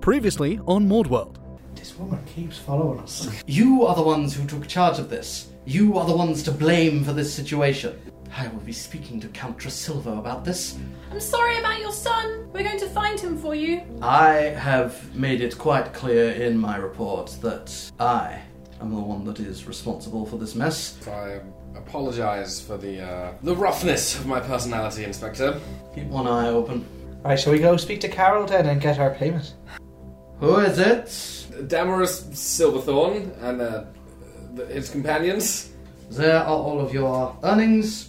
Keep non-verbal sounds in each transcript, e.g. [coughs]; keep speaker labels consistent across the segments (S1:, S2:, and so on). S1: Previously on Mordworld.
S2: This woman keeps following us.
S3: You are the ones who took charge of this. You are the ones to blame for this situation. I will be speaking to Count Trasilvo about this.
S4: I'm sorry about your son. We're going to find him for you.
S3: I have made it quite clear in my report that I am the one that is responsible for this mess.
S5: I apologize for the uh, the roughness of my personality, Inspector.
S3: Keep one eye open.
S2: Right, shall we go speak to Carol then and get our payment?
S3: Who is it?
S5: Damaris Silverthorn and uh, th- his companions.
S3: There are all of your earnings.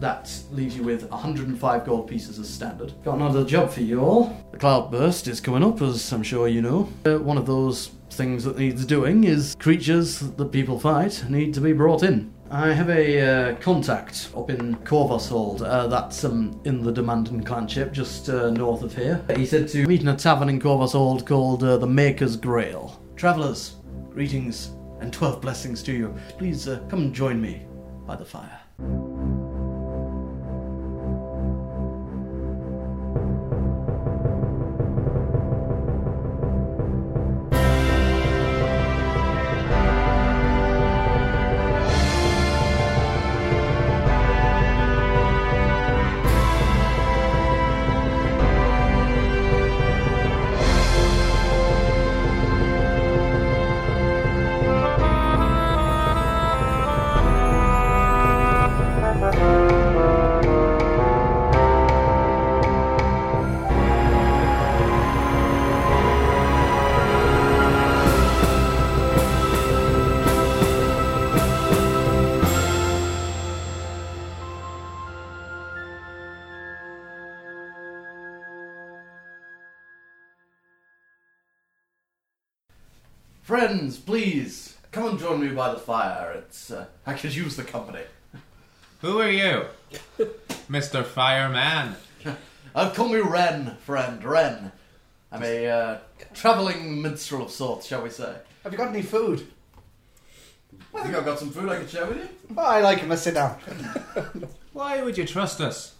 S3: That leaves you with 105 gold pieces as standard. Got another job for you all. The cloudburst is coming up, as I'm sure you know. Uh, one of those things that needs doing is creatures that people fight need to be brought in. I have a uh, contact up in Corvushold, uh, that's um, in the Demanding Clanship, just uh, north of here. He said to meet in a tavern in Corvushold called uh, the Maker's Grail. Travellers, greetings and twelve blessings to you. Please uh, come and join me by the fire. Friends, please come and join me by the fire. It's uh, I could use the company.
S6: Who are you? [laughs] Mr. Fireman.
S3: I've called me Wren, friend Wren. I'm a uh, traveling minstrel of sorts, shall we say?
S2: Have you got any food?
S3: I think I've got some food I can share with you.
S2: Oh, I like him. Let's sit down.
S6: Why would you trust us?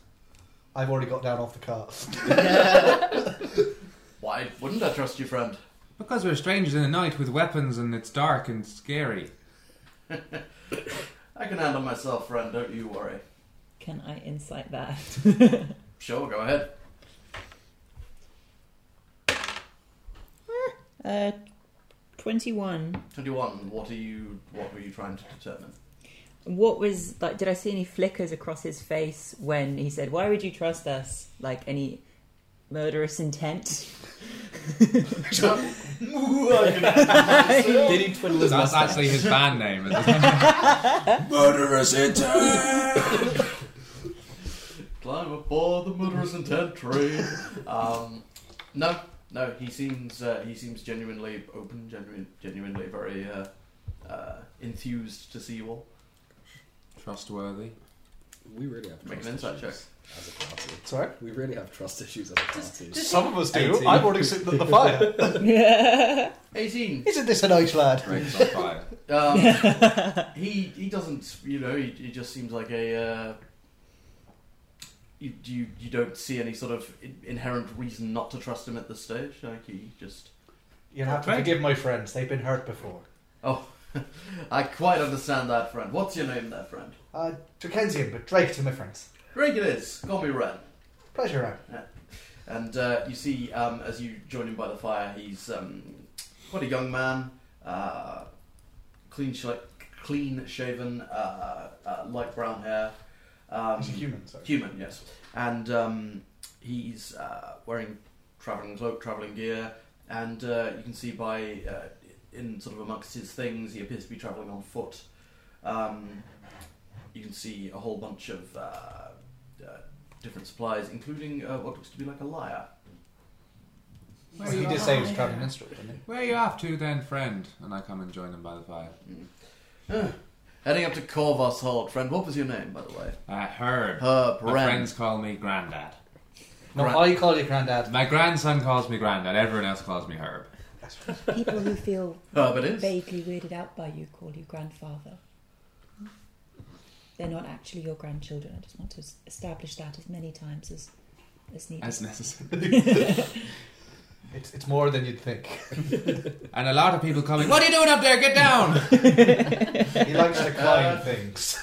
S2: I've already got down off the car. [laughs]
S3: Why wouldn't I trust you, friend?
S6: Because we're strangers in the night with weapons and it's dark and scary.
S3: I can handle myself, friend. Don't you worry.
S7: Can I insight that?
S3: Sure, go ahead.
S7: uh, 21.
S3: Twenty-one. What are you? What were you trying to determine?
S7: What was, like, did I see any flickers across his face when he said, Why would you trust us? Like, any murderous intent? [laughs]
S2: Did he twiddle his
S6: That's actually his band name. [laughs] isn't it?
S5: Murderous intent.
S3: Climb aboard the murderous intent train. um, no, no. He seems uh, he seems genuinely open, genuine, genuinely very uh, uh, enthused to see you all.
S6: Trustworthy.
S8: We really have
S3: Make
S8: trust
S3: an insight
S8: issues as a party.
S2: Sorry?
S8: We really have trust issues as a party.
S2: Some of us do. I've already sitting at the fire.
S3: Eighteen.
S2: Isn't this a nice lad?
S6: Rings on fire.
S3: Um, he he doesn't. You know, he, he just seems like a. Uh, you, you you don't see any sort of in- inherent reason not to trust him at this stage. Like he just.
S2: You'll have to forgive my friends. They've been hurt before.
S3: Oh, [laughs] I quite understand that, friend. What's your name, there, friend?
S2: Uh, Dickensian, but Drake to my friends.
S3: Drake it is. Call me Ren.
S2: Pleasure, Aaron.
S3: And uh, you see, um, as you join him by the fire, he's um, quite a young man, uh, clean sh- clean shaven, uh, uh, light brown hair. Um,
S2: He's a human, sorry.
S3: Human, yes. And um, he's uh, wearing traveling cloak, traveling gear, and uh, you can see by uh, in sort of amongst his things, he appears to be traveling on foot. Um, you can see a whole bunch of uh, uh, different supplies, including uh, what looks to be like a lyre.
S6: Where are,
S2: He
S6: you
S2: did
S6: off?
S2: say he was traveling minstrel, didn't he?
S6: Where are you off to then, friend? And I come and join them by the fire.
S3: Heading up to Corvus Hold, friend. What was your name, by the way?
S6: Uh, Herb.
S3: Herb
S6: My
S3: Wren.
S6: friends call me Grandad.
S2: No,
S3: Gran-
S2: I call you Grandad.
S6: My grandson calls me Grandad. Everyone else calls me Herb.
S4: People who feel
S3: Herb it is.
S4: vaguely weirded out by you call you grandfather. They're not actually your grandchildren. I just want to s- establish that as many times as as needed.
S6: As necessary.
S2: It's, it's more than you'd [laughs] think.
S6: [laughs] And a lot of people coming, What are you doing up there? Get down!
S2: He likes to climb things.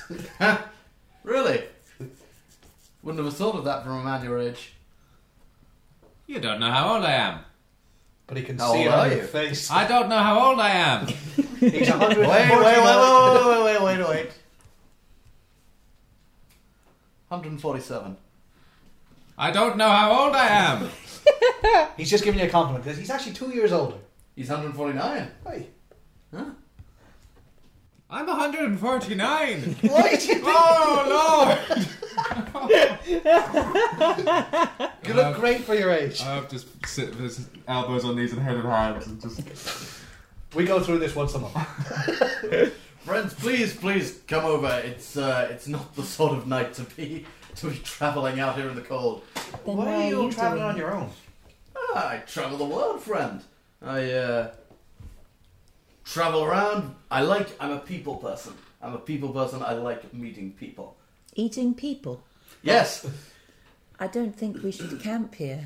S3: Really? Wouldn't have thought of that from a man your age.
S6: [laughs] you don't know how old I am.
S2: But he can
S3: How
S2: see it
S3: old are
S2: on
S3: you?
S2: your face.
S6: I don't know how old I am.
S2: He's 100.
S3: [laughs] Wait, wait, wait, wait, wait, wait, wait, wait, wait. 147.
S6: I don't know how old I am.
S2: He's just giving you a compliment. He's actually two years older.
S3: He's 149.
S2: Hey.
S6: I'm [laughs] 149.
S2: Why did you
S6: oh, Lord!
S2: You look great for your age.
S6: I hope just sit with his elbows on knees and head in hands and just.
S2: We go through this once a month.
S3: Friends, please, please come over. It's uh, it's not the sort of night to be to be travelling out here in the cold.
S7: Then why are you
S2: travelling
S7: doing-
S2: on your own?
S3: Ah, I travel the world, friend. I uh, travel around. I like. I'm a people person. I'm a people person. I like meeting people.
S7: Eating people.
S3: Yes,
S7: I don't think we should camp here.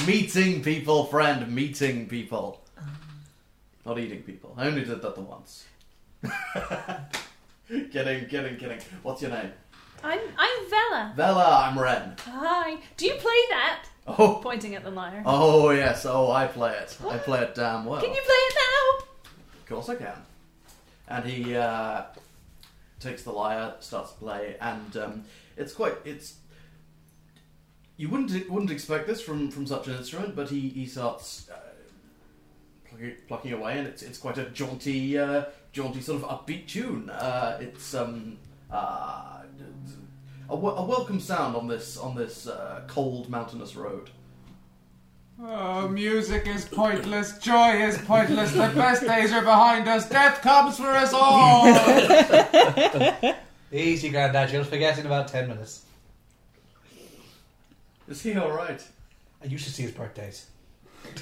S7: [laughs]
S3: meeting people, friend. Meeting people. Not eating people. I only did that the once. [laughs] kidding, kidding, kidding. What's your name?
S4: I'm I'm Vela.
S3: Vela. I'm
S4: [laughs]
S3: Ren.
S4: Hi. Do you play that?
S3: Oh.
S4: Pointing at the lyre.
S3: Oh yes, oh I play it. I play it damn well.
S4: Can you play it now?
S3: Of course I can. And he uh, takes the lyre, starts to play, and um, it's quite it's. You wouldn't wouldn't expect this from, from such an instrument, but he he starts uh, plucking, plucking away, and it's it's quite a jaunty uh, jaunty sort of upbeat tune. Uh, it's um uh, a, wel- a welcome sound on this on this uh, cold mountainous road.
S6: Oh, music is pointless, joy is pointless, the best days are behind us, death comes for us all!
S2: Easy, Grandad. You'll forget in about 10 minutes.
S3: Is he all right?
S2: I used to see his birthdays.
S6: [laughs]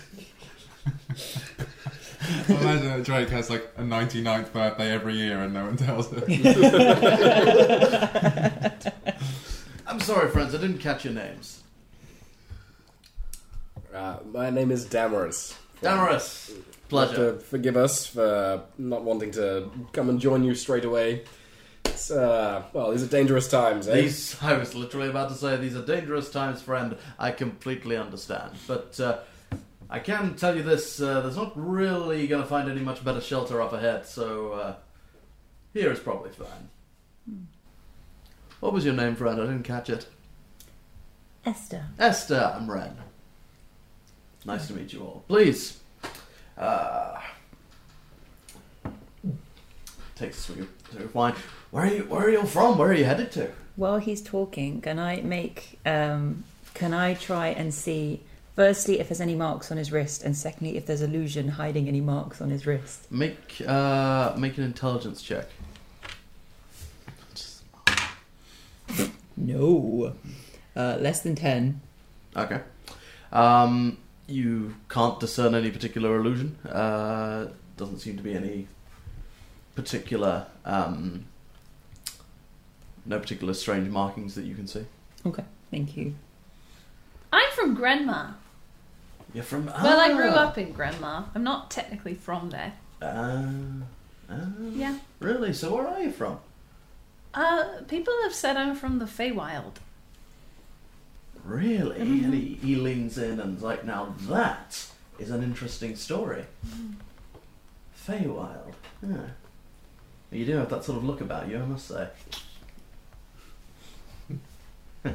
S6: Imagine that Drake has like a 99th birthday every year and no one tells him. [laughs]
S3: I'm sorry, friends, I didn't catch your names.
S5: Uh, my name is Damaris.
S3: Damaris,
S5: You have
S3: pleasure.
S5: to forgive us for not wanting to come and join you straight away. It's, uh, well, these are dangerous times, eh?
S3: These, [laughs] I was literally about to say, these are dangerous times, friend. I completely understand, but uh, I can tell you this: uh, there's not really going to find any much better shelter up ahead. So uh, here is probably fine. What was your name, friend? I didn't catch it.
S7: Esther.
S3: Esther, I'm Ren. Nice to meet you all. Please. Uh, take a swig of swig of wine. Where are you where are you from? Where are you headed to?
S7: While he's talking, can I make? Um, can I try and see? Firstly, if there's any marks on his wrist, and secondly, if there's illusion hiding any marks on his wrist.
S3: Make uh make an intelligence check.
S7: No, uh, less than ten.
S3: Okay. Um you can't discern any particular illusion. Uh doesn't seem to be any particular um no particular strange markings that you can see.
S7: Okay, thank you.
S4: I'm from Grandma.
S3: You're from
S4: Well, I grew
S3: Ah.
S4: up in Grandma. I'm not technically from there.
S3: Uh, uh,
S4: Yeah.
S3: Really? So where are you from?
S4: Uh, people have said I'm from the Feywild.
S3: Really? And he, he leans in and's like, now that is an interesting story. Feywild. Yeah. You do have that sort of look about you, I must say. [laughs]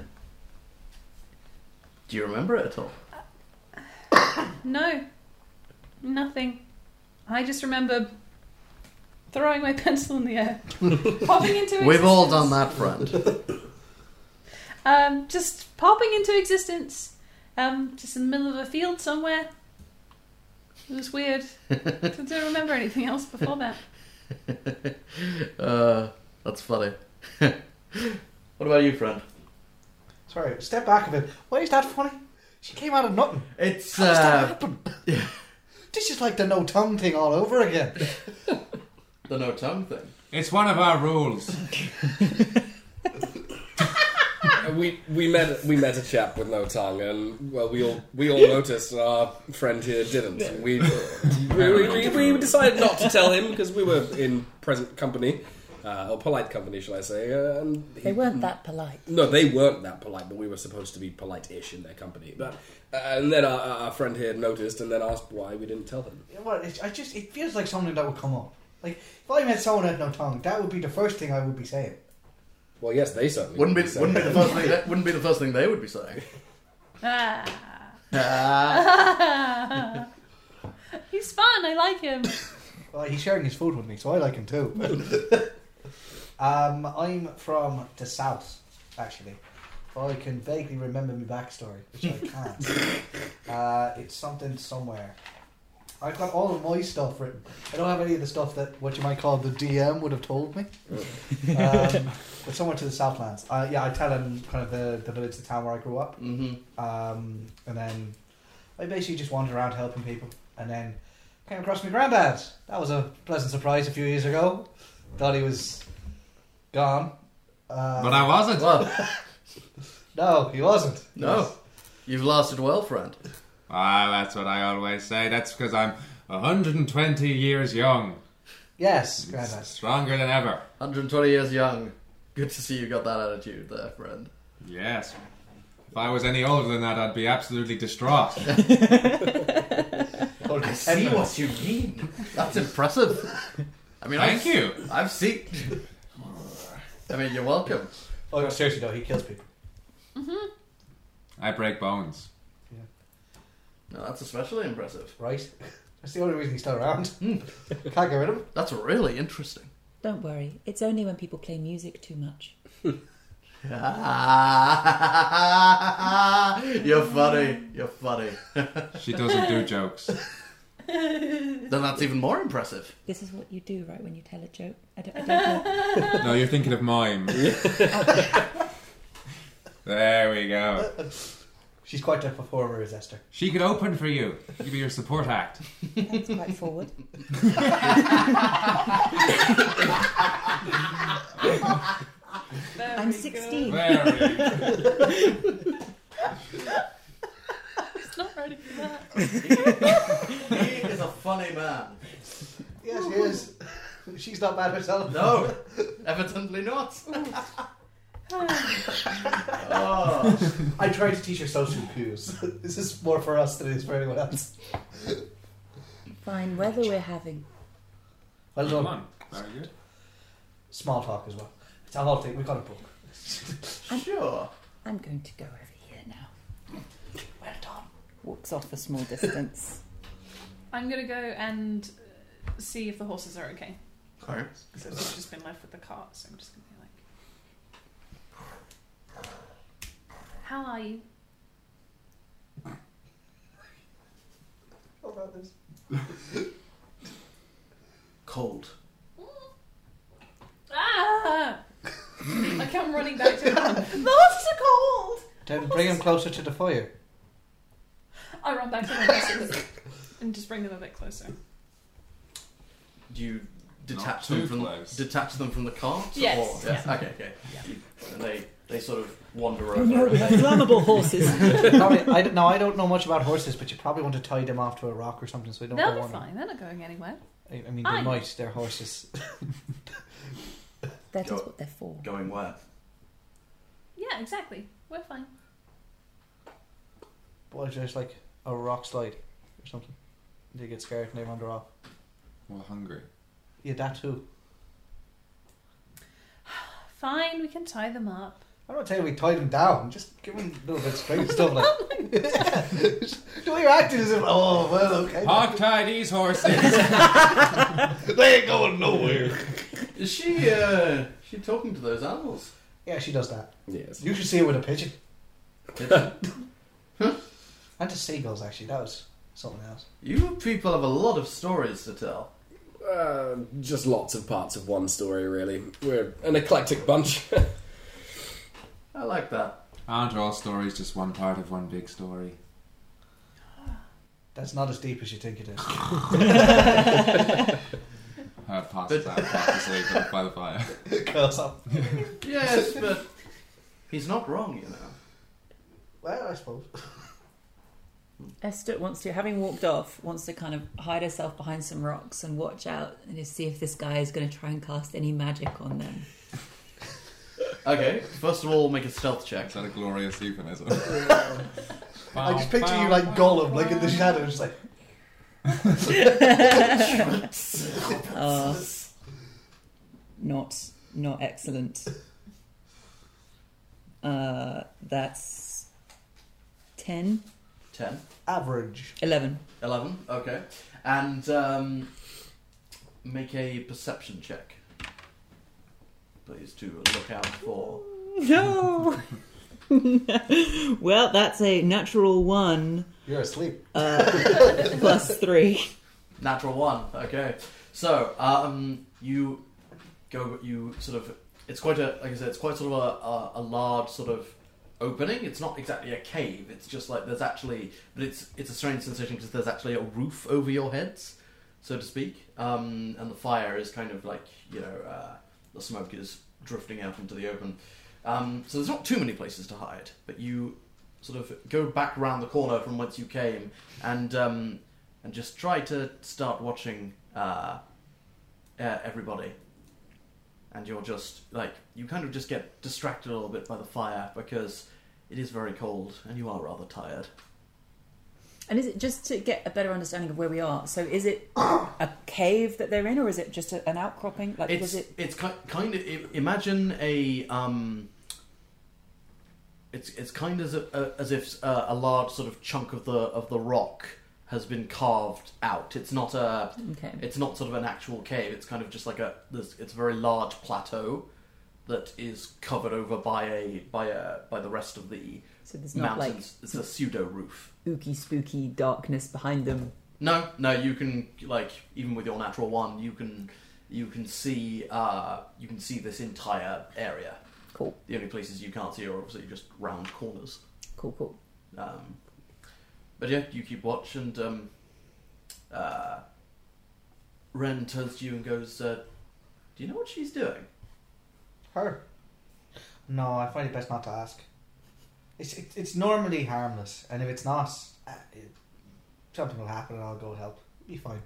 S3: do you remember it at all?
S4: No, nothing. I just remember throwing my [laughs] pencil in the air, popping into. Existence.
S3: We've all done that, friend.
S4: Um, just popping into existence. Um, just in the middle of a field somewhere. It was weird. I don't remember anything else before that.
S3: [laughs] uh, that's funny. [laughs] what about you, friend?
S2: Sorry, step back a bit. Why is that funny? She came out of nothing.
S3: It's
S2: How does that
S3: uh,
S2: happen? this is like the no tongue thing all over again.
S3: the no tongue thing.
S6: It's one of our rules.
S5: Uh, we we met we met a chap with no tongue, and well, we all we all noticed, and our friend here didn't. And We we, we, we, we decided not to tell him because we were in present company, uh, or polite company, shall I say? Uh, and he-
S7: They weren't that polite.
S5: no, they weren't that polite, but we were supposed to be polite-ish in their company. But uh, and then our, our friend here noticed, and then asked why we didn't tell him.
S2: You know what, it's, I just it feels like something that would come up. Like if I met someone that had no tongue, that would be the first thing I would be saying.
S5: Well, yes, they certainly
S3: Wouldn't be,
S5: so.
S3: wouldn't be the first thing. That wouldn't be the first thing they would be [laughs] saying.
S4: Ah.
S3: Ah,
S4: [laughs] He's fun. I like him.
S2: Well, he's sharing his food with me, so I like him too. um, I'm from the south, actually. I can vaguely remember my backstory, which I can't. uh, it's something somewhere. I've got all of my stuff written. I don't have any of the stuff that what you might call the DM would have told me. um, but somewhere to the southlands. Uh, yeah, I tell him kind of the, the village, the town where I grew up.
S3: hmm
S2: Um, and then I basically just wandered around helping people. And then came across my granddad. That was a pleasant surprise a few years ago. Thought he was gone. Uh,
S6: But I wasn't.
S3: Well,
S2: no, he wasn't.
S3: no, you've lasted well, friend.
S6: Ah, that's what I always say. That's because I'm 120 years young.
S2: Yes, granddad.
S6: Stronger than ever.
S3: 120 years young. Good to see you got that attitude there, friend.
S6: Yes. If I was any older than that, I'd be
S2: [laughs]
S6: absolutely distraught.
S3: Oh, what you mean. That's impressive. I mean,
S6: Thank
S3: I've,
S6: you.
S3: I've seen. I mean, you're welcome.
S2: Oh, seriously though, he kills people.
S6: I break bones.
S3: No, that's especially impressive.
S2: Right? [laughs] That's the only reason he's still around. Can't get rid of him.
S3: That's really interesting. [laughs]
S7: Don't worry, it's only when people play music too much.
S3: you're funny. You're funny.
S6: She doesn't do jokes.
S3: then that's even more impressive.
S7: This is what you do, right, when you tell a joke. I don't, I don't know.
S6: No, you're thinking
S2: [laughs]
S6: of mime. there we go.
S2: She's quite a performer, is Esther.
S6: She could open for you. You'd be your support act.
S7: [laughs] That's quite forward.
S4: There
S7: I'm
S4: we go.
S7: 16.
S6: There we go.
S4: He's not ready for that. [sighs]
S3: He is a funny man.
S2: Yes, he is. [laughs] She's not mad herself.
S3: No, evidently not. oh.
S2: I tried to teach her social cues. [laughs] this is more for us than it is for anyone else.
S7: Fine weather we're having.
S2: [laughs] Well
S6: Come
S2: done.
S6: on. Very good.
S2: Small talk as well. It's a whole thing. We've got a book.
S3: Sure.
S7: I'm going to go over here now. Well done. Walks off a small [laughs] distance.
S4: I'm gonna go and uh, see if the horses are okay.
S3: Alright.
S4: So they've just been left with the cart, so I'm just gonna be like, "How are you?"
S2: about this?
S3: Cold.
S4: [laughs] Ah! I come running back to the [laughs] The horses are cold.
S2: bring him closer to the fire.
S4: I run back to the horses and just bring them a bit closer.
S3: Do you detach
S6: Not
S3: them
S6: too
S3: from
S6: close.
S3: detach them from the cart?
S4: Yes.
S3: Or, yeah. Okay. Okay. And they they sort of wander over.
S7: No, we have flammable horses.
S2: probably, I don't, no, I don't know much about horses, but you probably want to tie them off to a rock or something so they don't go
S4: They'll be
S2: on.
S4: fine. They're not going anywhere.
S2: I, I mean, they
S4: Fine.
S2: might. They're horses.
S7: That is
S3: Go-
S7: what they're for.
S3: [laughs] Going where?
S4: Yeah, exactly. We're fine.
S2: What if there's like a rock slide or something? They get scared and they wander off.
S6: We're hungry.
S2: Yeah, that too.
S4: Fine. We can tie them up.
S2: I'm not telling you we tie them down. Just give them a little bit of strength and stuff
S4: [laughs] Oh
S2: like. [laughs] the way you're acting is if oh well okay.
S6: Hog tie these horses.
S2: They ain't going nowhere.
S3: Is she uh she talking to those animals?
S2: Yeah, she does that.
S5: Yes.
S2: You should see her with a pigeon. [laughs]
S3: Pigeon.
S2: And to seagulls, actually, that was something else.
S3: you people have a lot of stories to tell.
S5: Uh, just lots of parts of one story, really. We're an eclectic bunch. [laughs]
S3: I like that.
S6: Aren't all stories just one part of one big story?
S2: That's not as deep as you think it [laughs] is.
S6: Her
S2: [laughs]
S6: past that past asleep by the fire.
S3: [laughs]
S2: Curls up.
S3: Yes, but He's not wrong, you know.
S2: Well, I suppose.
S7: Esther wants to, having walked off, wants to kind of hide herself behind some rocks and watch out and just see if this guy is going to try and cast any magic on them.
S3: Okay, first of all, make a stealth check.
S1: Is that a glorious euphemism?
S2: [laughs] I just picture you like Gollum, like in the shadows, like
S7: Uh, not, not excellent. Uh, that's 10,
S3: 10.
S2: average.
S7: 11.
S3: 11, okay. And um, make a perception check. Please to look out for.
S7: No! [laughs] well, that's a natural one
S2: You're asleep.
S7: plus three.
S3: Natural one. Okay. So um, you go. You sort of. It's quite a. Like I said, it's quite sort of a, a, a large sort of opening. It's not exactly a cave. It's just like there's actually. But it's it's a strange sensation because there's actually a roof over your heads, so to speak. Um, and the fire is kind of like you know uh, the smoke is drifting out into the open. Um, so there's not too many places to hide, but you sort of go back round the corner from whence you came, and um, and just try to start watching uh, uh, everybody. And you're just like you kind of just get distracted a little bit by the fire because it is very cold and you are rather tired.
S7: And is it just to get a better understanding of where we are? So, is it a cave that they're in, or is it just a, an outcropping? Like,
S3: It's
S7: was it?
S3: it's ki- kind of i- imagine a um. It's it's kind of as, a, as if uh, a, a large sort of chunk of the of the rock has been carved out. It's not a
S7: Okay.
S3: It's not sort of an actual cave. It's kind of just like a. This, it's a very large plateau that is covered over by a by a by the rest of the
S7: So there's not like
S3: mountains. it's a pseudo roof.
S7: ooky spooky darkness behind them.
S3: No, no. You can like even with your natural one, you can you can see uh, you can see this entire area.
S7: Cool,
S3: The only places you can't see are obviously just round corners.
S7: cool, cool.
S3: Um, but yeah, you keep watch, and um, uh, Ren turns to you and goes, uh, "Do you know what she's doing?"
S2: Her. No, I find it best not to ask. It's it, it's normally harmless, and if it's not, uh, it, something will happen, and I'll go help. Be [laughs] fine.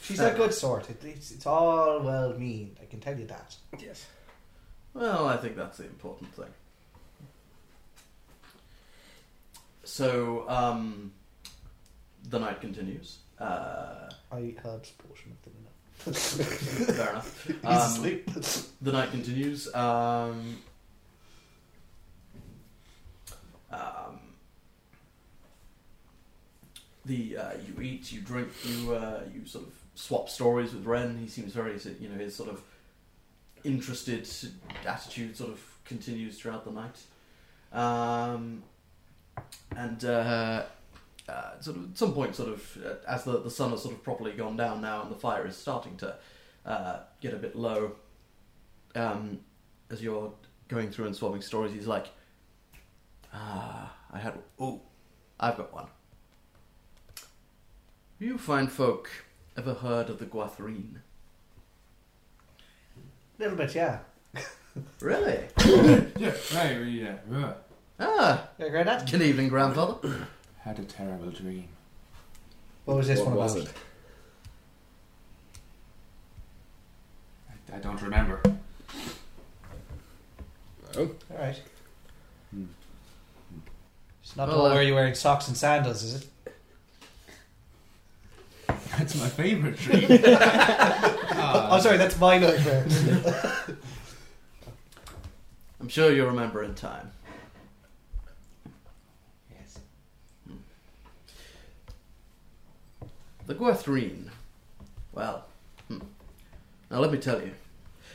S2: She's a good sort. It, it's it's all well mean. I can tell you that.
S5: Yes.
S3: Well, I think that's the important thing. So, um, the night continues. Uh,
S2: I eat herbs portion of the dinner. [laughs]
S3: fair enough.
S2: He's
S3: Um,
S2: asleep.
S3: The night continues. Um, um, the uh, you eat, you drink, you uh, you sort of swap stories with Ren. He seems very you know his sort of interested attitude sort of continues throughout the night, um, and. Uh, uh, sort of, at some point, sort of, uh, as the, the sun has sort of properly gone down now, and the fire is starting to uh, get a bit low um, as you're going through and swapping stories, he's like, "Ah, I had. Oh, I've got one. Have you fine folk ever heard of the Guathrine?
S2: little bit, yeah.
S3: Really?
S6: Yeah, right, yeah. ugh.
S3: Ah,
S2: Yeah, granddad.
S3: good evening, grandfather.
S6: Had a terrible dream.
S2: What was this
S5: What
S2: one
S5: was
S2: about?
S5: it?
S6: I, I don't remember. [laughs]
S5: Oh.
S2: All right.
S8: Hmm.
S2: It's not
S3: Well,
S2: the one
S3: uh,
S2: where you're wearing socks and sandals, is it?
S6: That's my favourite dream. [laughs]
S3: uh,
S6: Ah,
S2: oh, sorry, that's my
S3: [laughs]
S2: nightmare.
S3: I'm sure you'll remember in time.
S2: yes.
S3: Hmm. The Guathrine. Well, hmm. now let me tell you.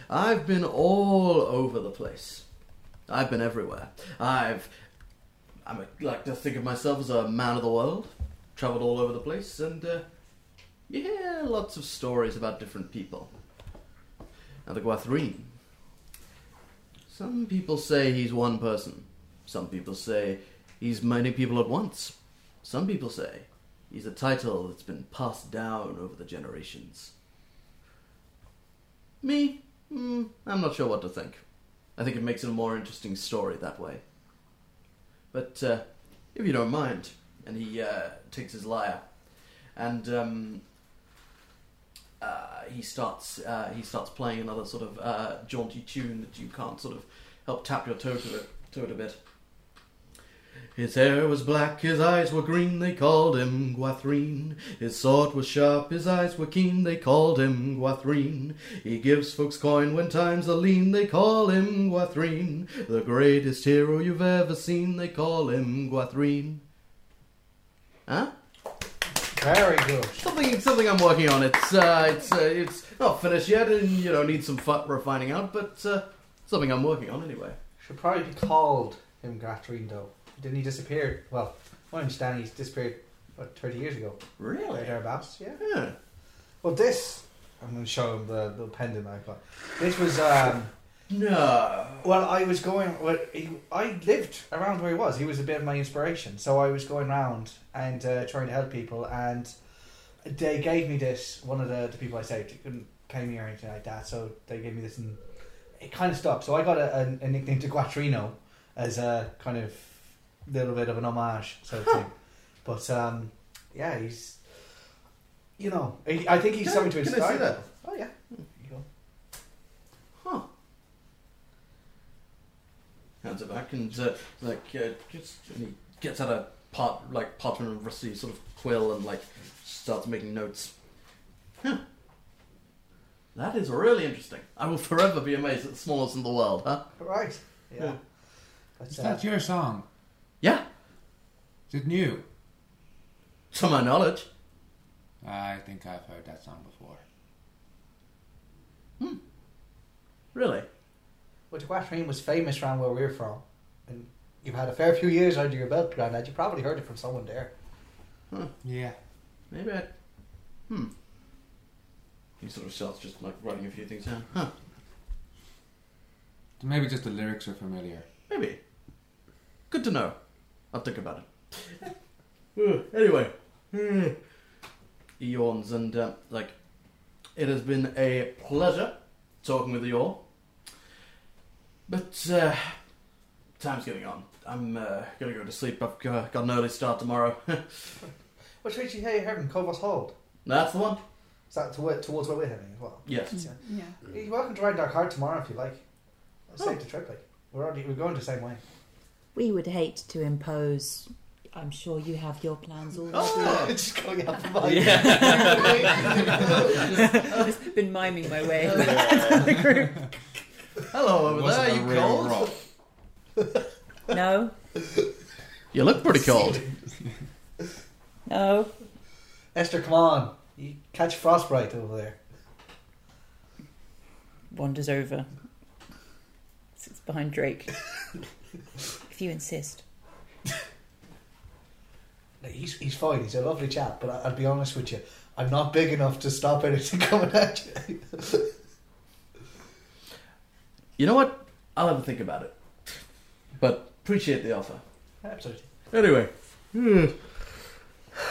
S3: I've been all over the place. I've been everywhere. I've. I'm a, like to think of myself as a man of the world, travelled all over the place, and uh, you hear lots of stories about different people. Now, the Guathrine. Some people say he's one person. Some people say he's many people at once. Some people say He's a title that's been passed down over the generations. Me? Mm, I'm Hmm, not sure what to think. I think it makes it a more interesting story that way. But uh, if you don't mind, and he uh, takes his lyre, and um, uh, he starts uh, he starts playing another sort of uh, jaunty tune that you can't sort of help tap your toe to it, to it a bit. His hair was black, his eyes were green, they called him Guathrine. His sword was sharp, his eyes were keen, they called him Guathrine. He gives folks coin when times are lean, they call him Guathrine. The greatest hero you've ever seen, they call him Guathrine. Huh?
S2: Very good.
S3: Something, something I'm working on. It's, uh, it's, uh, it's not finished yet, and you know needs some fu- refining out, but uh, something I'm working on anyway.
S2: Should probably be called him Gatrine though. Didn't he disappear? Well, my understanding he's disappeared what thirty years ago. There,
S3: Really?
S2: thereabouts. Yeah.
S3: Yeah.
S2: Well, this I'm going to show him the little pendant I got. This was um.
S3: No.
S2: Well, I was going. Well, he, I lived around where he was. He was a bit of my inspiration. So I was going around and uh, trying to help people, and they gave me this. One of the, the people I saved it couldn't pay me or anything like that, so they gave me this, and it kind of stopped. So I got a, a, a nickname to Guatrino as a kind of little bit of an homage sort
S3: [laughs]
S2: of thing. But um, yeah, he's you know, I I think he's
S3: Can I-
S2: something to
S3: can I
S2: inspire.
S3: see that? Hmm.
S2: people. Oh yeah. There you go.
S3: Huh. Hands it back and uh, like uh, just and he gets out a part like parchment and rusty sort of quill and like starts making notes. Huh. That is really interesting. I will forever be amazed at the smallest in the world, huh?
S2: Right. Yeah.
S3: Yeah.
S2: That's,
S6: Is
S2: uh,
S6: that your song?
S3: Yeah,
S6: Is it new?
S3: to my knowledge.
S6: I think I've heard that song before.
S3: Really?
S2: Well, Guatrain was famous around where we're from, and you've had a fair few years under your belt, Grandad. You probably heard it from someone there.
S6: Yeah.
S3: Maybe I. Hmm. He sort of starts just like writing a few things down. Huh.
S6: Maybe just the lyrics are familiar.
S3: Maybe. Good to know. I'll think about [laughs] it. Ugh, anyway, Ugh. he [sighs] yawns and uh, like, it has been a pleasure talking with you all. But uh, time's getting on. I'm uh, gonna go to sleep. I've uh, got an early start tomorrow. [laughs]
S2: Which way did you hear him? Covers Hold.
S3: That's the one.
S2: Is that to, towards where we're heading as well?
S6: [laughs]
S3: Yes.
S4: Yeah.
S2: You're welcome to ride Dark Heart tomorrow if you like. Let's save the trip, like. We're, already, we're going the same way.
S7: We would hate to impose. I'm sure you have your plans [laughs] already.
S2: [laughs]
S3: Oh.
S6: Oh,
S2: Just going out the [laughs] bike.
S7: I've been miming my way [laughs] to the group.
S3: Hello over
S6: Wasn't
S3: there.
S6: a
S3: You
S6: real
S3: cold?
S6: rock.
S7: No,
S3: You look pretty cold.
S7: no.
S2: Esther, come on. You catch frostbite over there.
S7: Wanders over. Sits behind Drake. if you insist.
S2: No, He's, he's fine. He's a lovely chap, but I, I'll be honest with you. I'm not big enough to stop anything [laughs] coming at you.
S3: You know what? I'll have a think about it. But appreciate the offer.
S2: Absolutely.
S3: Anyway. Hmm.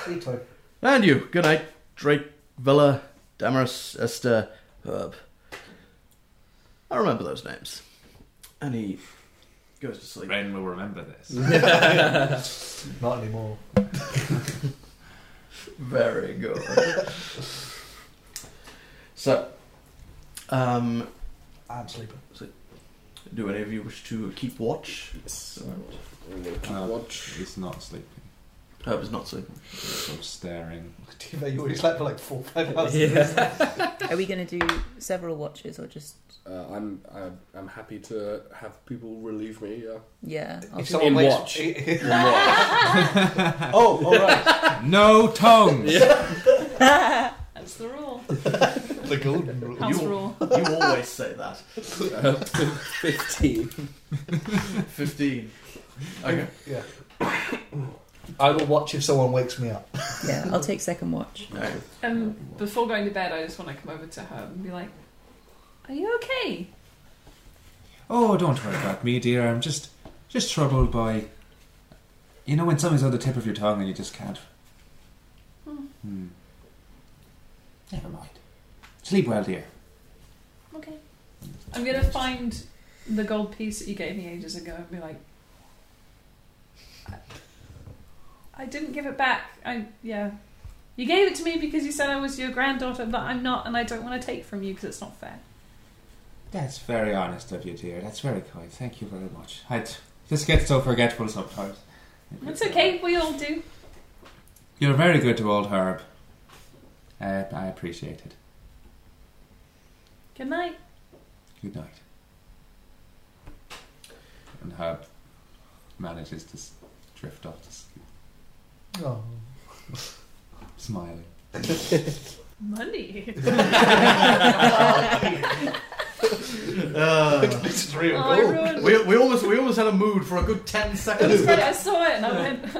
S2: Sleep time.
S3: And you. Good night, Drake, Villa, Damaris, Esther, Herb. I remember those names. And he goes to sleep.
S6: Ren will remember this.
S2: Not anymore.
S3: Very good. [laughs] so, um,
S2: I'm sleeping.
S3: do any of you wish to keep watch?
S8: Yes.
S3: Alright.
S8: I'm gonna keep
S6: Uh,
S8: watch.
S6: [laughs] He's not sleeping.
S3: Herb is not sleeping.
S6: He's sort of staring. [laughs]
S2: Too bad you already slept for like four, five hours.
S7: Are we going to do several watches or just.
S8: Uh, I'm, I'm I'm happy to have people relieve me.
S2: [laughs]
S8: Yeah.
S7: Yeah. I'll
S2: If
S7: do-
S2: someone
S8: In
S2: wakes-
S8: watch.
S2: oh, all right.
S6: No tongues!
S4: That's the rule.
S2: [laughs] the golden rule.
S4: House
S3: You-
S4: rule.
S3: You always say [laughs] that.
S8: Fifteen.
S3: 15. Okay.
S2: Yeah. I will watch if someone wakes me up.
S7: yeah, I'll take second watch.
S3: Alright.
S4: Um, before going to bed, I just want to come over to her and be like, "Are you okay?"
S6: Oh, don't worry about me, dear. I'm just just troubled by. You know, when something's on the tip of your tongue and you just can't. Hmm. Never mind. Sleep well, dear.
S4: Okay. I'm gonna find the gold piece that you gave me ages ago and be like, I, I didn't give it back. I yeah, you gave it to me because you said I was your granddaughter, but I'm not, and I don't want to take from you because it's not fair.
S6: That's very honest of you, dear. That's very kind. Thank you very much. I just get so forgetful sometimes.
S4: It's okay. We all do.
S6: You're very good to old Herb. I, I appreciate it.
S4: Good night.
S6: Good night. And Herb manages to s- drift off to sleep,
S2: Oh.
S6: smiling.
S1: [laughs]
S4: Money.
S1: This is real
S4: Oh, I ruined.
S3: We, we almost we almost had a mood for a good ten [laughs]
S4: I
S3: seconds.
S4: just read it, I saw it, and I went.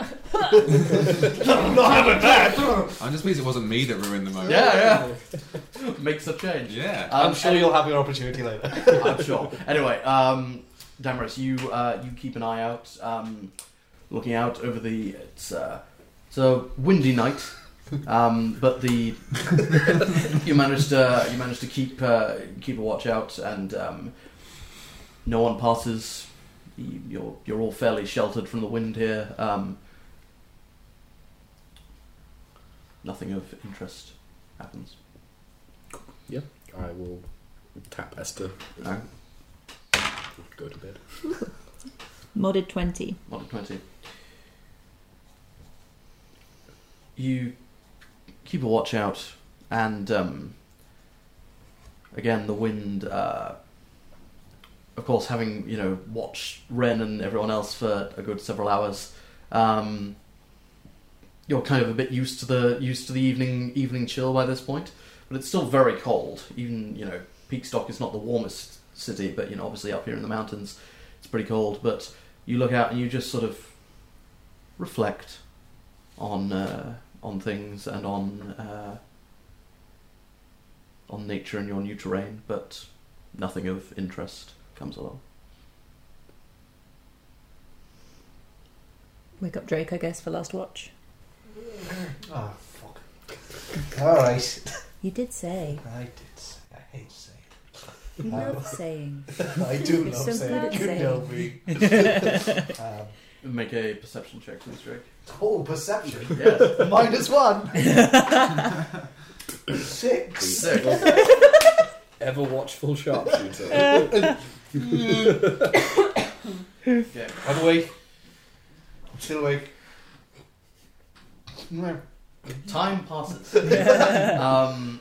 S1: I'm just pleased Oh, it wasn't me that ruined the moment.
S3: yeah, yeah. [laughs] Makes a change.
S1: Yeah.
S3: Um,
S2: I'm sure you'll have your opportunity [laughs] later.
S3: [laughs] I'm sure. Anyway, um, Damaris, you uh, you keep an eye out, um, looking out over the. It's, uh, it's a windy night, um, but the [laughs] you managed to you managed to keep uh, keep a watch out, and um, no one passes. You- You're you're all fairly sheltered from the wind here. Um, nothing of interest happens.
S5: I will tap Esther.
S3: No?
S5: Go to bed.
S7: Modded 20.
S3: Model 20. You keep a watch out, and um, again, the wind, uh, of course, having, you know, watched Ren and everyone else for a good several hours, um, you're kind of a bit used to the used to the evening evening chill by this point, but it's still very cold. Even you know, Peakstock is not the warmest city, but you know, obviously up here in the mountains, it's pretty cold. But you look out and you just sort of reflect on uh, on things and on uh, on nature and your new terrain, but nothing of interest comes along.
S7: Wake up Drake, I guess, for last watch.
S2: Oh, fuck. Alright.
S7: You did say.
S2: I did say, I hate saying
S7: You
S2: Wow.
S7: love saying.
S2: it. [laughs] I do
S7: [laughs] You're
S2: love
S7: so
S2: saying it.
S7: bad
S2: Couldn't
S7: saying.
S2: help me.
S7: [laughs]
S2: um,
S3: Make a perception check, please, Drake.
S2: oh, perception.
S3: Yes.
S2: Minus [laughs] one. Six.
S5: Ever watchful
S2: [laughs] Uh.
S5: sharpshooter.
S2: I'm awake. I'm still awake. No.
S3: Time passes. um,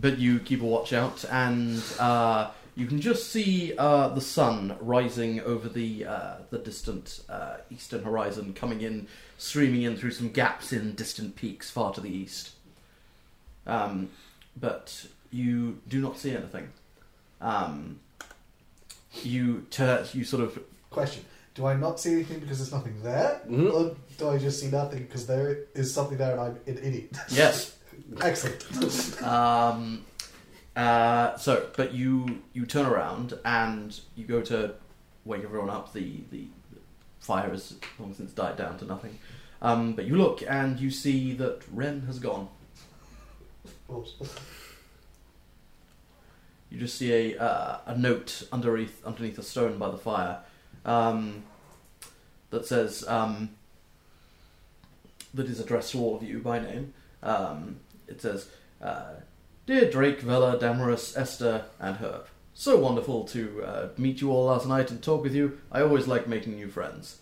S3: but you keep a watch out, and uh, you can just see uh, the sun rising over the uh, the distant uh, eastern horizon, coming in, streaming in through some gaps in distant peaks far to the east. Um, but you do not see anything. Um, you tur- you sort of
S2: Question. Do I not see anything because there's nothing there?
S3: Hmm?
S5: Mhm.
S2: Or do I just see nothing because there is something there and I'm an idiot?
S3: yes.
S2: Excellent.
S3: Um, uh, so, but you you turn around and you go to wake everyone up. The the fire has long since died down to nothing. Um, but you look and you see that Ren has gone.
S2: Oops.
S3: You just see a uh, a note underneath underneath a stone by the fire um, that says um, that is addressed to all of you by name. Um, it says, uh, "Dear Drake, Vela, Damaris, Esther, and Herb, so wonderful to uh, meet you all last night and talk with you. I always like making new friends.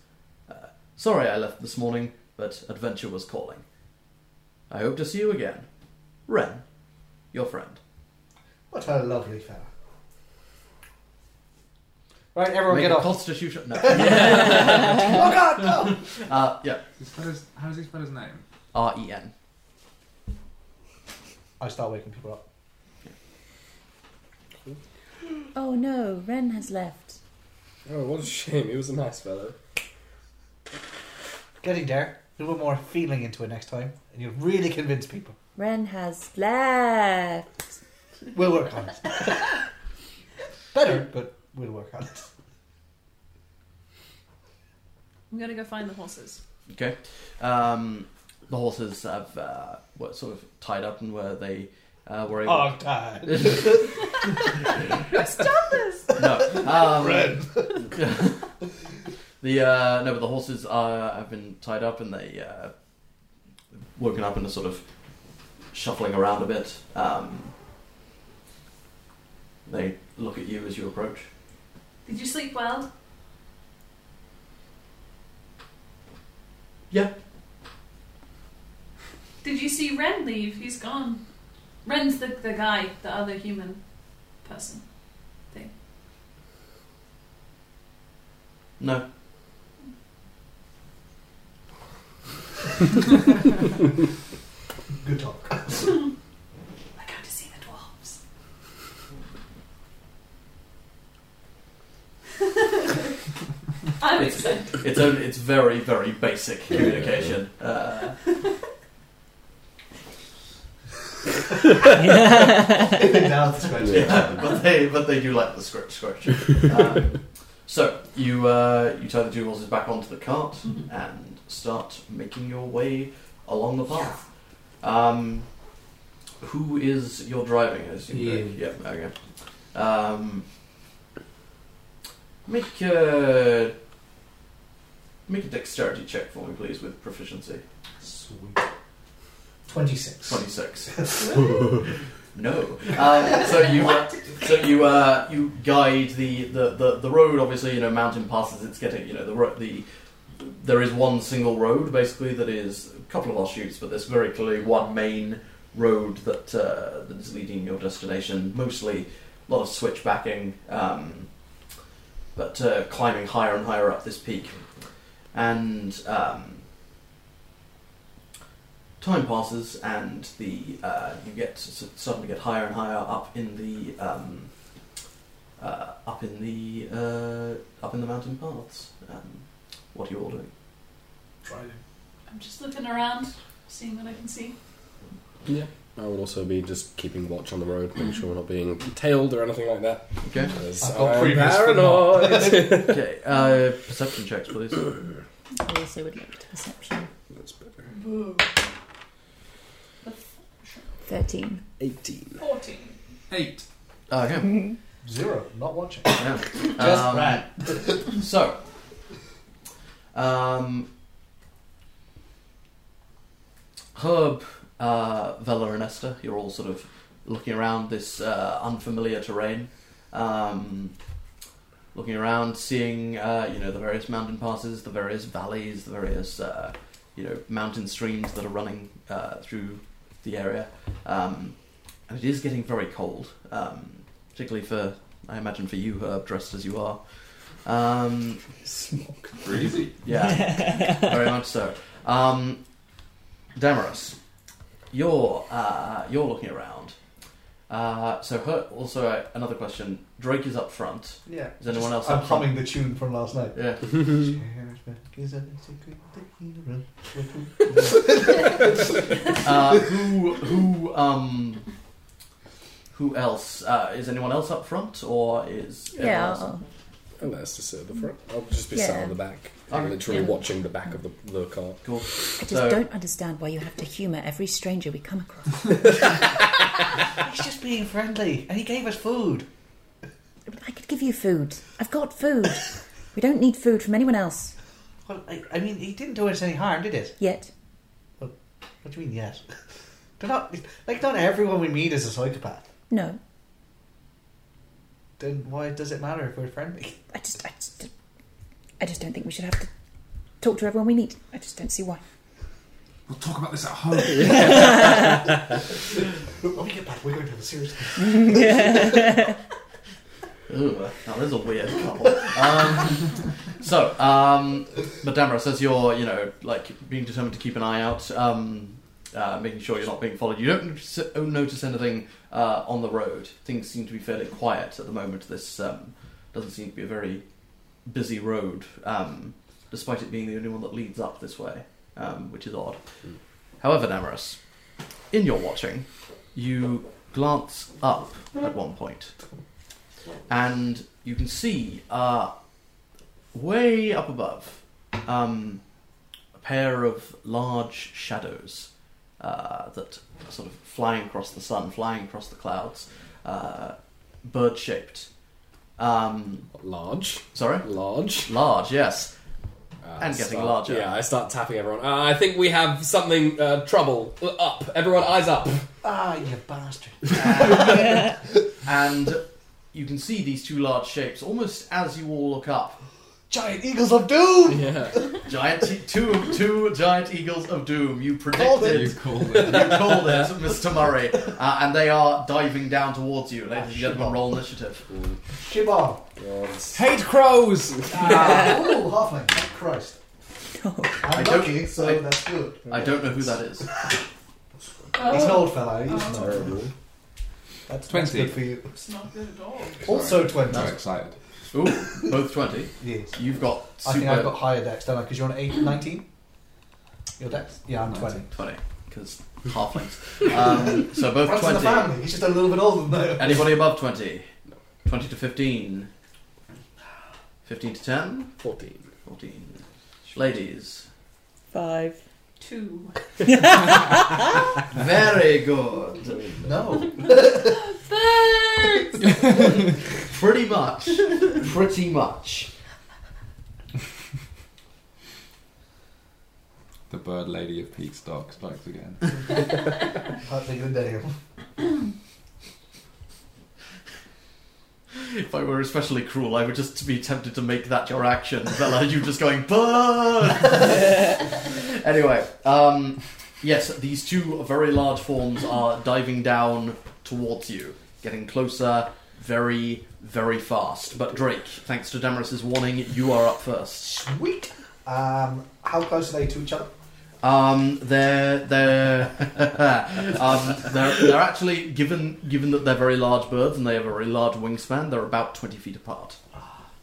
S3: Uh, sorry I left this morning, but adventure was calling. I hope to see you again, Ren, your friend."
S2: What a lovely fella. Right, everyone
S3: Make
S2: get
S3: a
S2: off.
S3: constitution.
S2: [laughs]
S3: No.
S2: oh god, no!
S3: Uh, yeah.
S6: how does he spell his name?
S3: R E N.
S2: I start waking people up.
S7: Oh no, Ren has left.
S5: oh, what a shame. He was a nice fellow.
S2: Getting there. A little bit more feeling into it next time, and you'll really convince people.
S7: Ren has left.
S2: We'll work on
S3: [laughs]
S2: it. Better, but we'll work on it.
S4: I'm gonna go find the
S1: [laughs]
S4: horses.
S3: Okay. Um, the horses have uh, were sort of tied up and where they uh, were able.
S2: Oh, God.
S4: I've done this.
S3: No. Um,
S9: Red.
S3: [laughs] The uh, no, but the horses uh, have been tied up and they uh, woken up and are sort of shuffling around a bit. Um, they look at you as you approach.
S4: Did you sleep well?
S3: Yeah.
S4: Did you see Ren leave? He's gone. Ren's the, the guy, the other human person.
S3: No.
S2: Good talk.
S4: I go to see the dwarves. I'm
S3: It's-
S4: excited.
S3: It's only, it's very very basic communication. Uh,
S2: Down
S3: [laughs]
S2: the spreadsheet.
S3: yeah, but they but they do like the script scratch. Um, so you uh, you tie the two horses back onto the cart and start making your way along the path. Um, who is your driving? As you
S1: Ian.
S3: yeah, okay. Um, make a make a dexterity check for me, please, with proficiency.
S2: Sweet. 26.
S3: Twenty six. no. Uh, so you uh, so you uh, you guide the, the, the, the road. Obviously, you know mountain passes. It's getting you know the ro- the there is one single road basically that is a couple of offshoots, but there's very clearly one main road that uh, that is leading your destination. Mostly a lot of switchbacking, um, but uh, climbing higher and higher up this peak, and. Um, Time passes, and the uh, you get s- suddenly get higher and higher up in the um, uh, up in the uh, up in the mountain paths. Um, what are you all doing?
S9: Driving.
S4: I'm just looking around, seeing what I can see.
S5: I would also be just keeping watch on the road, making sure we're not being tailed or anything
S2: [laughs]
S5: like that.
S3: [laughs] Okay.
S2: I've
S5: I've
S2: got previous
S5: paranoid.
S3: okay. Uh, perception checks, please.
S2: [coughs]
S3: Uh,
S7: I also would like to perception.
S5: That's better.
S7: Thirteen.
S5: 18.
S4: 14.
S1: Eight.
S3: Okay.
S2: Zero. Not watching.
S3: Yeah.
S2: Just
S3: Um,
S2: ran.
S3: So, um, Herb, uh, Vela, and Esther, you're all sort of looking around this uh, unfamiliar terrain, um, looking around, seeing uh, you know the various mountain passes, the various valleys, the various uh, you know mountain streams that are running uh, through the area. Um, and it is getting very cold, um, particularly for I imagine for you, Herb, dressed as you are. Um,
S1: Breezy.
S3: yeah, very much so. Um, Damaris, you're uh, you're looking around. Uh, so her, also uh, another question. Drake is up front.
S2: Yeah.
S3: Is anyone else
S2: I'm
S3: up front?
S2: humming the tune from last night.
S3: Yeah.
S2: [laughs]
S3: Uh, who who um who else uh, is anyone else up front or is everyone
S7: Yeah.
S3: else up-
S7: I'll-
S5: And that's just at the front. I'll just be sat
S7: Yeah.
S5: on the back.
S3: Okay.
S5: I'm literally
S7: Yeah.
S5: watching the back of the, the car.
S3: cool.
S7: I just
S3: So-
S7: don't understand why you have to humour every stranger we come across.
S2: He's just being friendly, and he gave us food.
S7: I could give you food. I've got food. We don't need food from anyone else
S2: Well, I, I mean, he didn't do us any harm, did it?
S7: yet.
S2: What do you mean, yes? [laughs] They're not like not everyone we meet is a psychopath.
S7: No.
S2: Then why does it matter if we're friendly?
S7: I just, I just, I just don't think we should have to talk to everyone we meet. I just don't see why.
S6: We'll talk about this at home.
S2: When we get back, [laughs] we're going to have a serious.
S3: Ooh, now there's a weird couple. Um, [laughs] so, um, but Damaris, as you're, you know, like being determined to keep an eye out, um, uh, making sure you're not being followed, you don't notice- don't notice anything uh, on the road. Things seem to be fairly quiet at the moment. This um, doesn't seem to be a very busy road, um, despite it being the only one that leads up this way, um, which is odd. However, Damaris, in your watching, you glance up at one point and you can see uh, way up above um, a pair of large shadows uh, that are sort of flying across the sun, flying across the clouds, uh, bird shaped, Um,
S5: Large.
S3: sorry?
S5: Large.
S3: Large, yes.
S5: Uh,
S3: And getting larger.
S5: Yeah, I start tapping everyone. Uh, I think we have something, uh, trouble. Uh, Up. Everyone, eyes up.
S2: Ah, you bastard.
S3: And you can see these two large shapes almost as you all look up.
S2: [laughs] Giant eagles of doom!
S5: Yeah.
S3: Giant e- two two giant eagles of doom. You
S2: Called it.
S3: predicted.
S1: You
S3: You
S1: called it.
S3: called it, Mr. Murray, uh, and they are diving down towards you. Ladies and gentlemen, roll initiative.
S2: Shibon.
S6: Hate
S1: [laughs]
S6: crows!
S2: [laughs] Ah, oh, halfling. Oh, [laughs] Christ.
S3: I
S2: I'm
S3: don't-
S2: lucky, so
S3: I-
S2: that's good.
S3: I don't know who that is.
S4: Oh,
S2: He's an old fella. He's
S4: Oh.
S2: an old fella. That's, that's
S6: 20.
S2: good for you.
S4: it's not good at all.
S2: Also 20.
S6: So excited.
S3: Ooh, both twenty.
S2: Yes.
S3: You've got
S2: I
S3: super
S2: think I've got higher dex, don't I? Because you're on 8, 19? Your dex? Yeah, I'm 20.
S3: twenty because halflings. Um, so both
S2: Runs in the
S3: twenty.
S2: family. He's just a little bit older than that.
S3: Anybody above twenty? Twenty to fifteen. Fifteen to ten.
S5: 14.
S3: Fourteen. Ladies.
S7: Five.
S4: Two.
S3: Very good.
S2: [laughs] No.
S4: Thanks!
S3: Pretty much. Pretty much.
S6: The bird lady of Peak Stock strikes again.
S2: Can't think of the name.
S3: If I were especially cruel, I would just be tempted to make that your action, Bella. You just going burn. [laughs] anyway, um, yes, these two very large forms are diving down towards you, getting closer, very, very fast. But Drake, thanks to Damaris's warning, you are up first.
S2: Sweet. Um, how close are they to each other?
S3: Um, they're they're [laughs] um, they're, they're actually given given that they're very large birds and they have a very large wingspan. They're about twenty feet apart.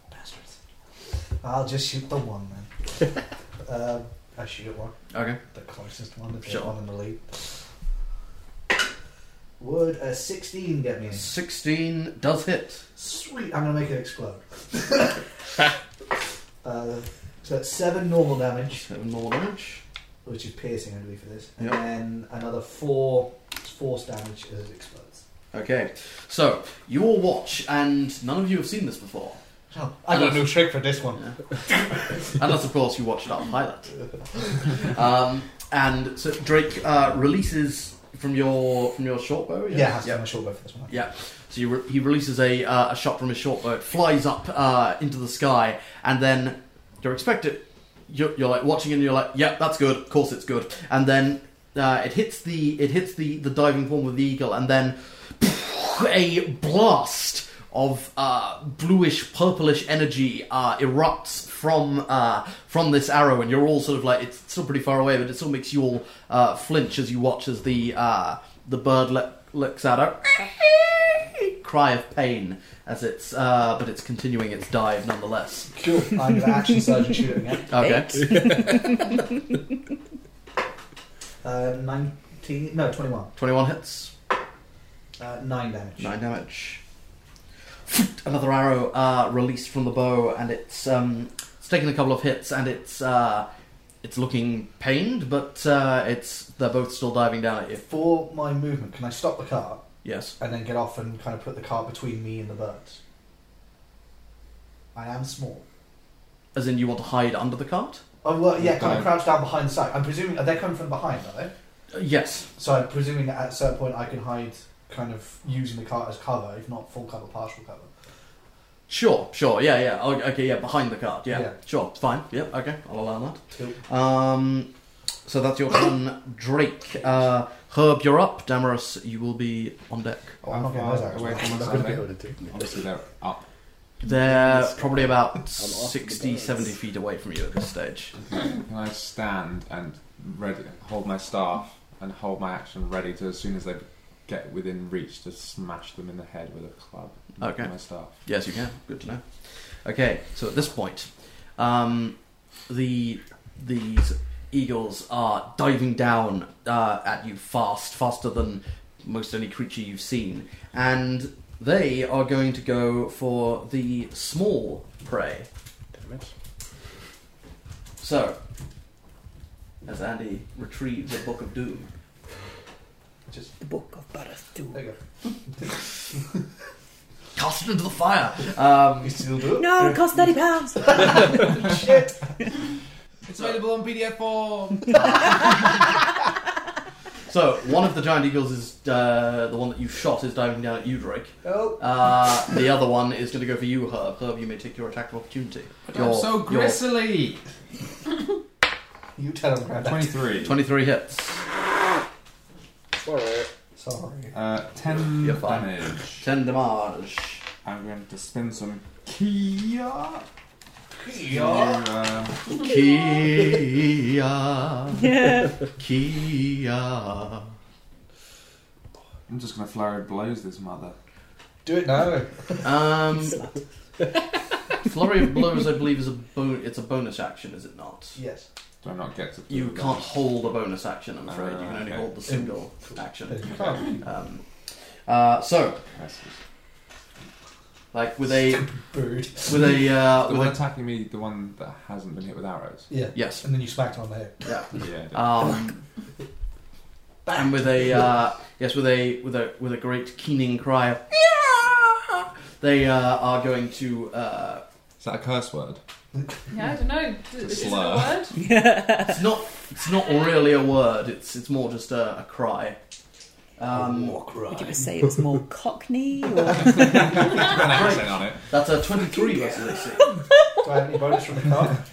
S2: Bastards. I'll just shoot the one then. [laughs] um, I shoot at one.
S3: Okay.
S2: The closest one, if
S3: Sure.
S2: there's one in the lead. Would a 16 get me?
S3: 16 does hit.
S2: Sweet, I'm gonna make it explode. [laughs] uh, so that's seven normal damage,
S3: Seven more damage.
S2: which is piercing, I believe, for this, and
S3: Yep.
S2: then another four force damage as it explodes.
S3: Okay, so you all watch, and none of you have seen this before.
S2: Oh, I got a new trick for this one.
S3: Unless, of course, you watched it on pilot.
S2: [laughs]
S3: Um, and so Drake uh, releases from your from your short bow.
S2: Yeah, it has to be
S3: Yep.
S2: my short bow for this one.
S3: Yeah. So you re- he releases a, uh, a shot from his short bow. It flies up uh, into the sky, and then you're expected. You're, you're like watching, it and you're like, "Yep, that's good. Of course, it's good." And then uh, it hits the it hits the the diving form of the eagle, and then a blast of uh, bluish purplish energy uh, erupts from uh, from this arrow, and you're all sort of like it's still pretty far away, but it still makes you all uh, flinch as you watch as the uh, the bird le- looks out a [laughs] cry of pain as it's uh, but it's continuing its dive nonetheless.
S2: Cool. [laughs] I'm gonna action surge and shoot it again.
S3: Okay,
S7: Eight.
S2: Uh, 19, no, 21.
S3: twenty one hits,
S2: Uh, 9 damage.
S3: nine damage. Another arrow uh, released from the bow, and it's um, it's taken a couple of hits, and it's uh, it's looking pained, but uh, it's they're both still diving down at you.
S2: For my movement, can I stop the car
S3: Yes,
S2: and then get off and kind of put the car between me and the birds? I am small.
S3: as in you want to hide under the cart.
S2: Oh well, yeah, kind
S6: Okay.
S2: of crouch down behind the side. I'm presuming they're coming from behind, are they?
S3: Uh, yes,
S2: So I'm presuming that at a certain point I can hide, kind of using the cart as cover, if not full cover, partial cover.
S3: Sure, sure, yeah, yeah, oh, okay, yeah, behind the card, yeah,
S2: Yeah.
S3: sure, fine, yeah, okay, I'll allow
S2: Cool.
S3: that. Um, so that's your turn, Drake. Uh, Herb, you're up. Damaris, you will be on deck.
S2: Oh, I'm not getting those out.
S6: away
S2: I'm
S6: from us,
S2: not
S6: are
S2: gonna-
S6: they? Obviously, they're up.
S3: They're probably about
S5: the
S3: 60,
S5: birds.
S3: 70 feet away from you at this stage.
S6: Can I stand and ready, hold my staff and hold my action ready to as soon as they get within reach to smash them in the head with a club? with
S3: Okay.
S6: My staff.
S3: Yes, you can. Good to know. Okay, so at this point, um, the these eagles are diving down uh, at you fast, faster than most any creature you've seen, and they are going to go for the small prey.
S5: Damn it.
S3: So, as Andy retrieves a book of doom,
S2: Just
S7: The Book of Barathu.
S2: there you go.
S3: cast it into the fire. Um,
S2: You still do it?
S7: No, it costs thirty pounds.
S2: Shit.
S1: It's available on PDF
S6: [laughs]
S1: form.
S3: so one of the giant eagles is uh, the one that you shot is diving down at you, Drake.
S2: Oh.
S3: Uh, the other one is going to go for you, Herb. Herb, you may take your attack of opportunity.
S1: I'm so gristly.
S2: You tell him, Grant.
S3: [laughs]
S6: 23.
S3: 23 hits,
S5: Sorry.
S2: Sorry.
S6: Uh, 10
S3: You're fine.
S6: damage.
S3: 10 damage.
S6: I'm going to spin some Kia.
S2: Yeah.
S6: Um,
S3: Kia,
S7: Yeah.
S3: Kia.
S6: I'm just going to flurry of blows this mother.
S2: Do it now.
S3: Um, [laughs] flurry of blows, I believe, is a bon- it's a bonus action, is it not?
S2: Yes.
S6: Do I not get to
S3: You can't hold a bonus action, I'm afraid. You can
S6: Ah,
S3: only
S6: okay.
S3: hold the single action.
S2: Come.
S3: Um, uh, so, like with a
S2: Bird.
S3: with a uh,
S6: The
S3: with
S6: one
S3: a
S6: attacking me, the one that hasn't been hit with
S3: [laughs]
S6: arrows.
S2: Yeah.
S3: yes,
S2: And then you smacked him on the head.
S3: yeah.
S6: Yeah.
S3: Um, and with a uh, yes, with a with a with a great keening cry of "Yeah!" they uh, are going to uh,
S6: Is that a
S3: [laughs]
S6: curse word?
S4: Yeah, I don't know. Is,
S6: It's a
S4: is it
S6: slur.
S4: a word?
S3: it's not it's not really a word. It's it's more just a, a cry. Um,
S2: Walk right.
S7: Would you say it's [laughs] more Cockney? Or...
S6: Put an accent on it.
S3: that's a twenty-three versus AC.
S2: Do I have any bonus from the car?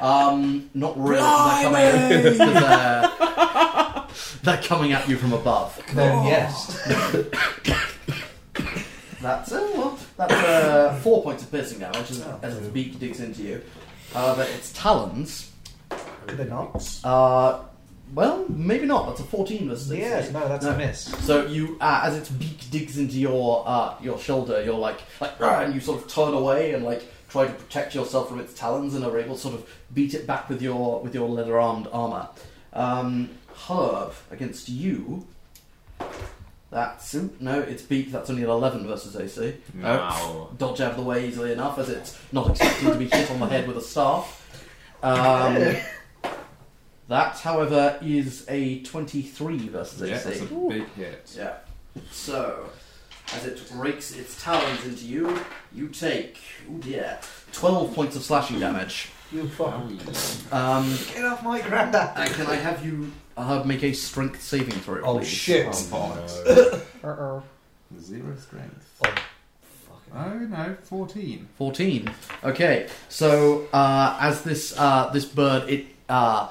S3: Um, not really. 'cause They're coming, [laughs] 'cause they're, they're coming at you from above.
S2: then yes.
S3: That's uh, well, that's uh, four points of piercing damage as, as its beak digs into you. However, its talons.
S2: Could they not?
S3: Uh, well, maybe not. That's a fourteen versus. AC.
S2: Yes. No, that's
S3: No.
S2: a miss.
S3: So you, uh, as its beak digs into your uh, your shoulder, you're like like, "Rah," and you sort of turn away and like try to protect yourself from its talons, and are able to sort of beat it back with your with your leather armed armor. Um, Herb against you. That's no, it's beak. That's only an eleven versus AC.
S6: No.
S3: Dodge out of the way easily enough, as it's not expecting to be hit on the head with a staff. [laughs] Um, that, however, is a twenty-three versus AC.
S6: Yeah, that's a big hit.
S3: Yeah. So, as it rakes its talons into you, you take, oh dear, 12 points of slashing damage.
S2: You fucking
S3: Um,
S2: get off my granddad.
S3: and can I have you uh, make a strength saving throw,
S2: Oh
S3: please?
S2: shit.
S3: [laughs]
S6: No. Zero strength. Oh no, 14.
S3: 14. Okay, so uh, as this uh, this bird, it uh,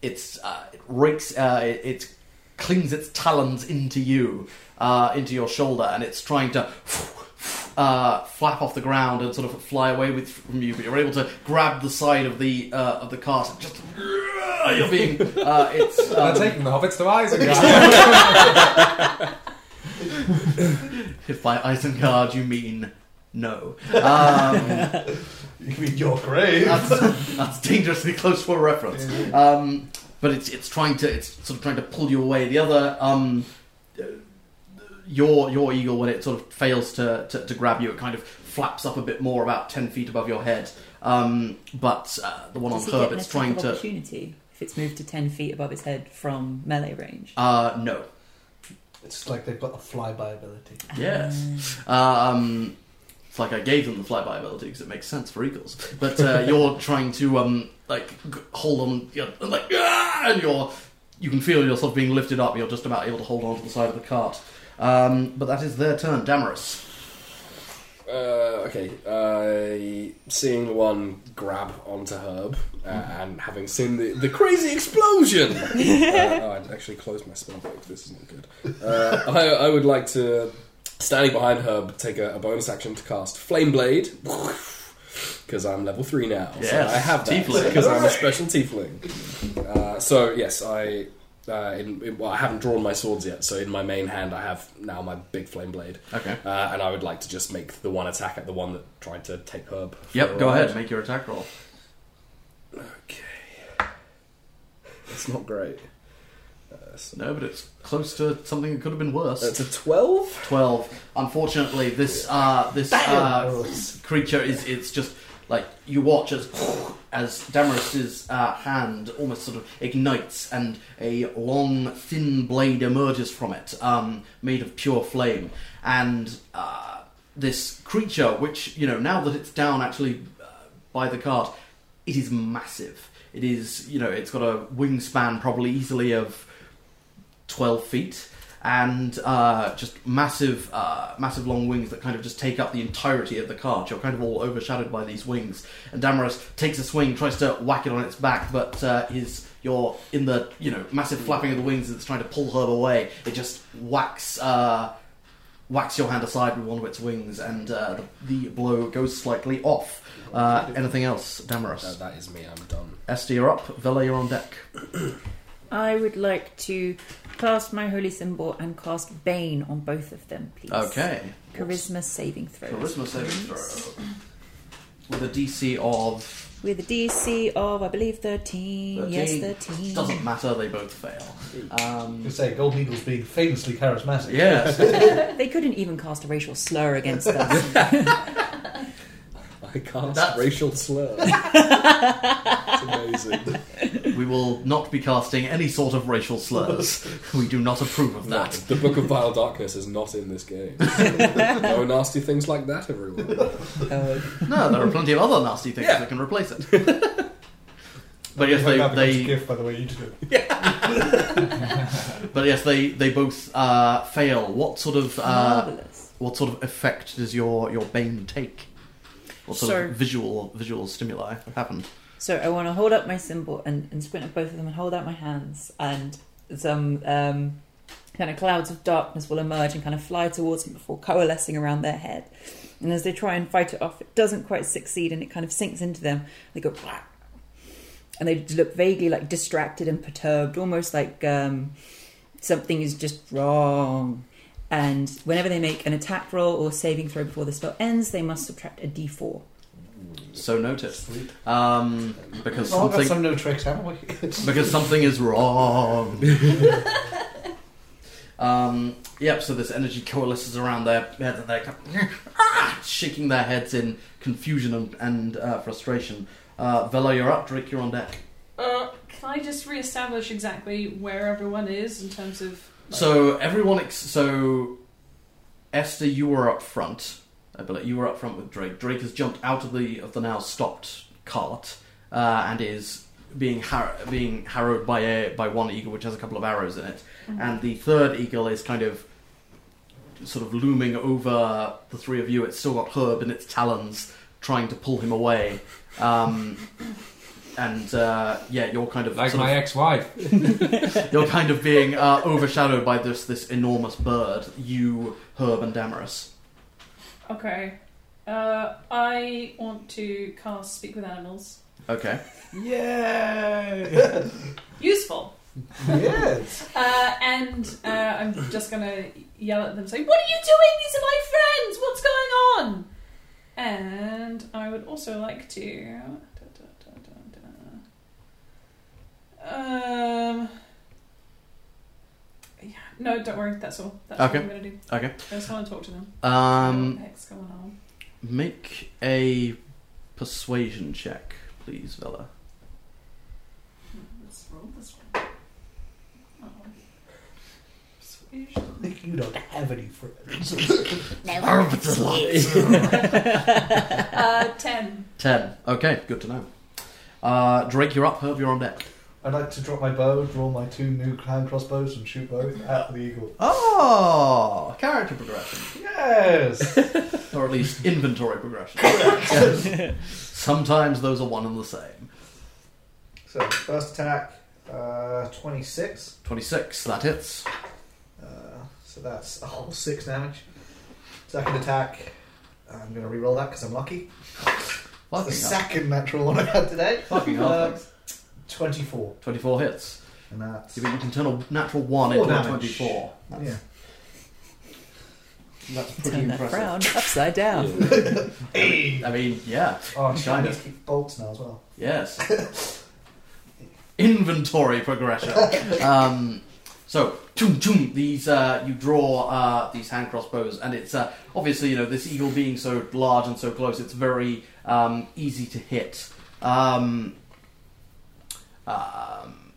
S3: it's uh, it rakes uh, it, it clings its talons into you, uh, into your shoulder, and it's trying to. Uh, flap off the ground and sort of fly away with from you, but you're able to grab the side of the uh, of the cart. And just you're being uh, it's um,
S6: taking the hobbits
S3: [laughs]
S6: to Isengard.
S3: if um, by Isengard you mean no. Um,
S2: You mean your grave?
S3: that's, that's dangerously close for a reference. Um, but it's it's trying to it's sort of trying to pull you away. The other um, uh, your your eagle when it sort of fails to, to, to grab you, it kind of flaps up a bit more, about ten feet above your head. Um, but uh, the one
S7: Does it
S3: on
S7: get
S3: Herb,
S7: an
S3: it's
S7: attack
S3: trying
S7: of
S3: to.
S7: opportunity if it's moved to ten feet above its head from melee range?
S3: Uh, no.
S2: It's like they've got a flyby ability.
S3: Yes. Um, it's like I gave them the flyby ability because it makes sense for eagles. [laughs] But uh, you're trying to um, like g- hold on, you're, like "Ah!" and you're you can feel yourself being lifted up. You're just about able to hold on to the side of the cart. Um, but that is their turn, Damaris.
S5: Uh, okay. Uh, seeing the one grab onto Herb uh,
S3: Hmm.
S5: and having seen the, the
S3: [laughs]
S5: crazy explosion. uh, oh, I'd actually closed my spell book. This isn't good. Uh, I, I would like to, standing behind Herb, take a, a bonus action to cast Flame Blade. Because I'm level three now, so
S3: Yes,
S5: I have that
S3: tiefling.
S5: because I'm a special tiefling. Uh, so yes, I uh, in, in- well, I haven't drawn my swords yet. So in my main hand, I have now my big flame blade.
S3: Okay.
S5: Uh, and I would like to just make the one attack at the one that tried to take Herb. for a
S3: Yep. Go
S5: ride.
S3: ahead. Make your attack roll.
S5: Okay. That's not great. Uh, so
S3: No, but it's close to something that could have been worse.
S5: that's a 12?
S3: Twelve. Unfortunately, this uh, this uh, creature is it's just like you watch as as Damaris's uh, hand almost sort of ignites and a long thin blade emerges from it, um, made of pure flame, and uh, this creature, which you know now that it's down actually uh, by the cart, it is massive. It is you know it's got a wingspan probably easily of twelve feet. And uh, just massive, uh, massive long wings that kind of just take up the entirety of the cart. You're kind of all overshadowed by these wings. And Damaris takes a swing, tries to whack it on its back, but uh, his you're in the you know massive flapping of the wings that's trying to pull her away. It just whacks uh, whacks your hand aside with one of its wings, and uh, the, the blow goes slightly off. Uh, anything else,
S5: No,
S3: Damaris?
S5: that is me. I'm done.
S3: Esther, you're up. Vela, you're on deck.
S7: I would like to cast my holy symbol and cast Bane on both of them, please.
S3: Okay.
S7: Charisma saving throws.
S3: Charisma saving throw with a DC of
S7: With a DC of, I believe, 13. Yes, 13.
S3: Doesn't matter. They both fail. Um,
S2: You say Gold Needle's being famously charismatic.
S3: yes.
S7: They couldn't even cast a racial
S3: [laughs]
S7: slur against us.
S5: I cast
S3: That's-
S5: racial
S6: [laughs]
S5: slur. it's amazing.
S3: [laughs] We will not be casting any sort of racial [laughs] slurs. We do not approve of
S5: That
S3: that.
S5: the Book of Vile Darkness is not in this
S6: [laughs]
S5: game. no nasty things like that, everyone.
S3: No, there are plenty of other nasty things that can replace [laughs] it. but yes,
S2: That becomes
S3: they,
S2: a
S3: they
S2: gift, by the way, you do.
S3: but yes, they, they both uh, fail. What sort of uh,
S7: Marvelous.
S3: what sort of effect does your your bane take? What sort
S7: So-
S3: of visual visual stimuli have happened?
S7: So I want to hold up my symbol and, and squint at both of them and hold out my hands, and some um, kind of clouds of darkness will emerge and kind of fly towards them before coalescing around their head. And as they try and fight it off, it doesn't quite succeed and it kind of sinks into them. They go, "Wah." and they look vaguely like distracted and perturbed, almost like um, something is just wrong. And whenever they make an attack roll or saving throw before the spell ends, they must subtract a d4.
S3: So noticed, um, because
S2: Oh, I've got
S3: something
S2: some new tricks, haven't we? [laughs]
S3: because something is wrong. um, yep, so this energy coalesces around their head and they're kind of, [laughs] ah, shaking their heads in confusion and, and uh, frustration. Uh, Velo, you're up. Drake, you're on deck.
S4: Uh, can I just re-establish exactly where everyone is in terms of? like-
S3: So everyone, ex- so Esther, you were up front. I believe you were up front with Drake. Drake has jumped out of the of the now stopped cart uh, and is being har- being harrowed by a by one eagle, which has a couple of arrows in it, and the third eagle is kind of sort of looming over the three of you. It's still got Herb in its talons, trying to pull him away. Um, and uh, yeah, you're kind of
S6: Like
S3: sort of-
S6: my ex-wife.
S3: you're kind of being uh, overshadowed by this this enormous bird. You, Herb, and Damaris.
S4: okay, uh, I want to cast Speak with Animals.
S3: Okay.
S2: Yay!
S4: Useful.
S2: yes!
S4: Uh, and uh, I'm just gonna yell at them, say, "What are you doing? These are my friends. What's going on?" And I would also like to. Um. Yeah, no, don't worry. That's all. That's
S3: Okay.
S4: what I'm gonna do.
S3: Okay.
S4: I just want to talk to them. what
S3: Um,
S4: the heck's going on?
S3: make a persuasion check, please,
S2: [laughs]
S3: Vela.
S4: Let's roll this one. Oh. Persuasion.
S2: Nick, you don't have any friends.
S4: Uh, ten.
S3: Ten. Okay, good to know. Uh, Drake, you're up. Herb, you're on deck.
S2: I'd like to drop my bow, draw my two new clan crossbows, and shoot both at the eagle.
S3: Oh, character progression, [laughs]
S2: Yes!
S3: or
S2: [laughs]
S3: at least inventory progression. Yes. Sometimes those are one and the same.
S2: so, first attack, uh, 26.
S3: Twenty-six. That hits.
S2: Uh, so that's a whole six damage. Second attack, I'm going to reroll that because I'm lucky. That's the
S3: Fucking hell.
S2: second natural one [laughs] I've had today.
S3: Fucking hell,
S2: Uh,
S3: thanks.
S2: 24.
S3: Twenty-four hits.
S2: And that's.
S3: You mean you can turn a natural one
S2: Four
S3: into a
S2: damage.
S3: twenty-four.
S2: Yeah.
S3: That's
S7: Turn that frown upside down.
S3: I mean, yeah,
S2: [laughs] Oh, shit, I
S3: Kinda.
S2: need to keep bolts now as well.
S3: yes. [laughs] Inventory progression. Um, so, choom choom. These uh, you draw uh, these hand crossbows, and it's uh, obviously you know this eagle being so large and so close, it's very um, easy to hit. Um, um,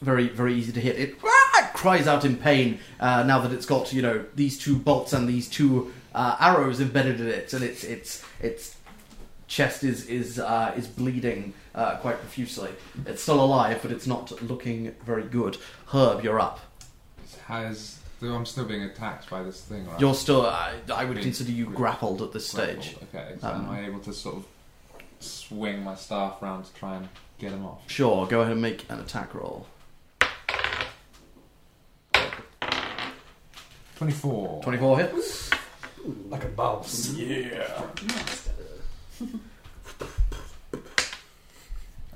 S3: very very easy to hit. It ah, cries out in pain uh, now that it's got you know these two bolts and these two uh, arrows embedded in it, and its its its chest is is uh, is bleeding uh, quite profusely. It's still alive, but it's not looking very good. Herb, you're up.
S6: Has so I'm still being attacked by this thing, right?
S3: You're still. I, I would
S6: Being
S3: consider you
S6: grappled.
S3: grappled at this
S6: Grappled.
S3: stage.
S6: Okay, so
S3: Um,
S6: am I able to sort of swing my staff round to try and get him off?
S3: Sure, go ahead and make an attack roll.
S6: 24.
S3: 24 hits.
S2: Like a boss.
S3: Yeah.
S6: [laughs]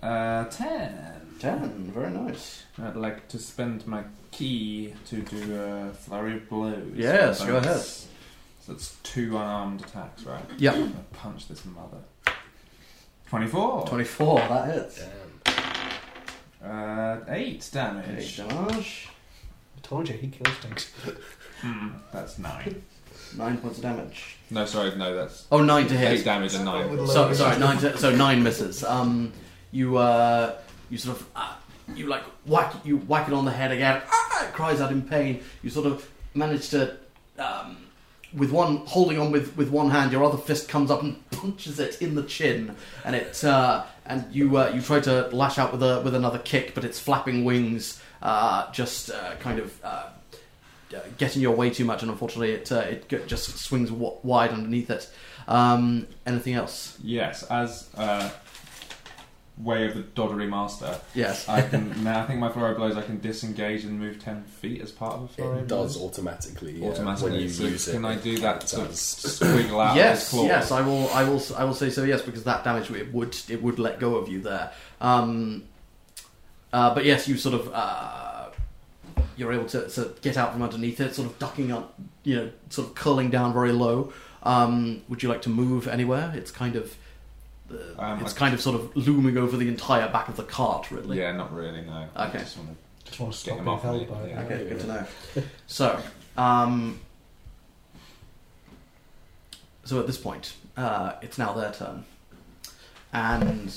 S6: Uh, 10.
S3: 10, very nice.
S6: I'd like to spend my key to do a flurry of blows.
S3: Yes, go ahead.
S6: Bonus. So it's two unarmed attacks, right?
S3: Yeah.
S6: I'm gonna punch this mother. 24.
S3: 24, that hits.
S6: Uh, 8
S3: Eight
S6: damage.
S3: damage.
S2: I told you he kills things.
S6: Hmm, that's 9.
S3: 9 points of damage.
S6: No, sorry, no, that's
S3: Oh, 9 to
S6: 8
S3: hit.
S6: damage and 9.
S3: So, sorry, nine. To, so nine misses. Um, you uh, you sort of uh, you like whack you whack it on the head again. Ah, it cries out in pain. You sort of manage to um, with one holding on with, with one hand, your other fist comes up and punches it in the chin, and it uh, and you uh, you try to lash out with a with another kick, but its flapping wings uh, just uh, kind of. Uh, uh, get in your way too much, and unfortunately, it uh, it g- just swings w- wide underneath it. Um, anything else?
S6: Yes, as uh, way of the doddery master,
S3: Yes.
S6: I can [laughs] now. I think my flurry of blows. I can disengage and move ten feet as part of a flurry.
S8: It
S6: of
S8: does
S6: blows.
S8: automatically, yeah,
S6: automatically.
S8: when you
S6: so
S8: use it.
S6: can I do that
S8: It
S6: sort of
S8: does.
S6: squiggle out of his
S3: yes,
S6: claw?
S3: yes, I will, I will, I will say so. Yes, because that damage it would it would let go of you there. Um, uh, but yes, you sort of uh, you're able to, to get out from underneath it, sort of ducking up, you know, sort of curling down very low. Um, would you like to move anywhere? It's kind of uh,
S6: Um,
S3: it's
S6: I-
S3: kind of sort of looming over the entire back of the cart, really.
S6: Yeah, not really. No. I
S3: Okay.
S6: just wanna-
S2: Just want to
S6: Get
S2: stop
S6: him
S2: being
S6: off me,
S2: held by it.
S6: yeah.
S3: Okay, good to know.
S6: [laughs]
S3: So, um, so at this point, uh, it's now their turn, and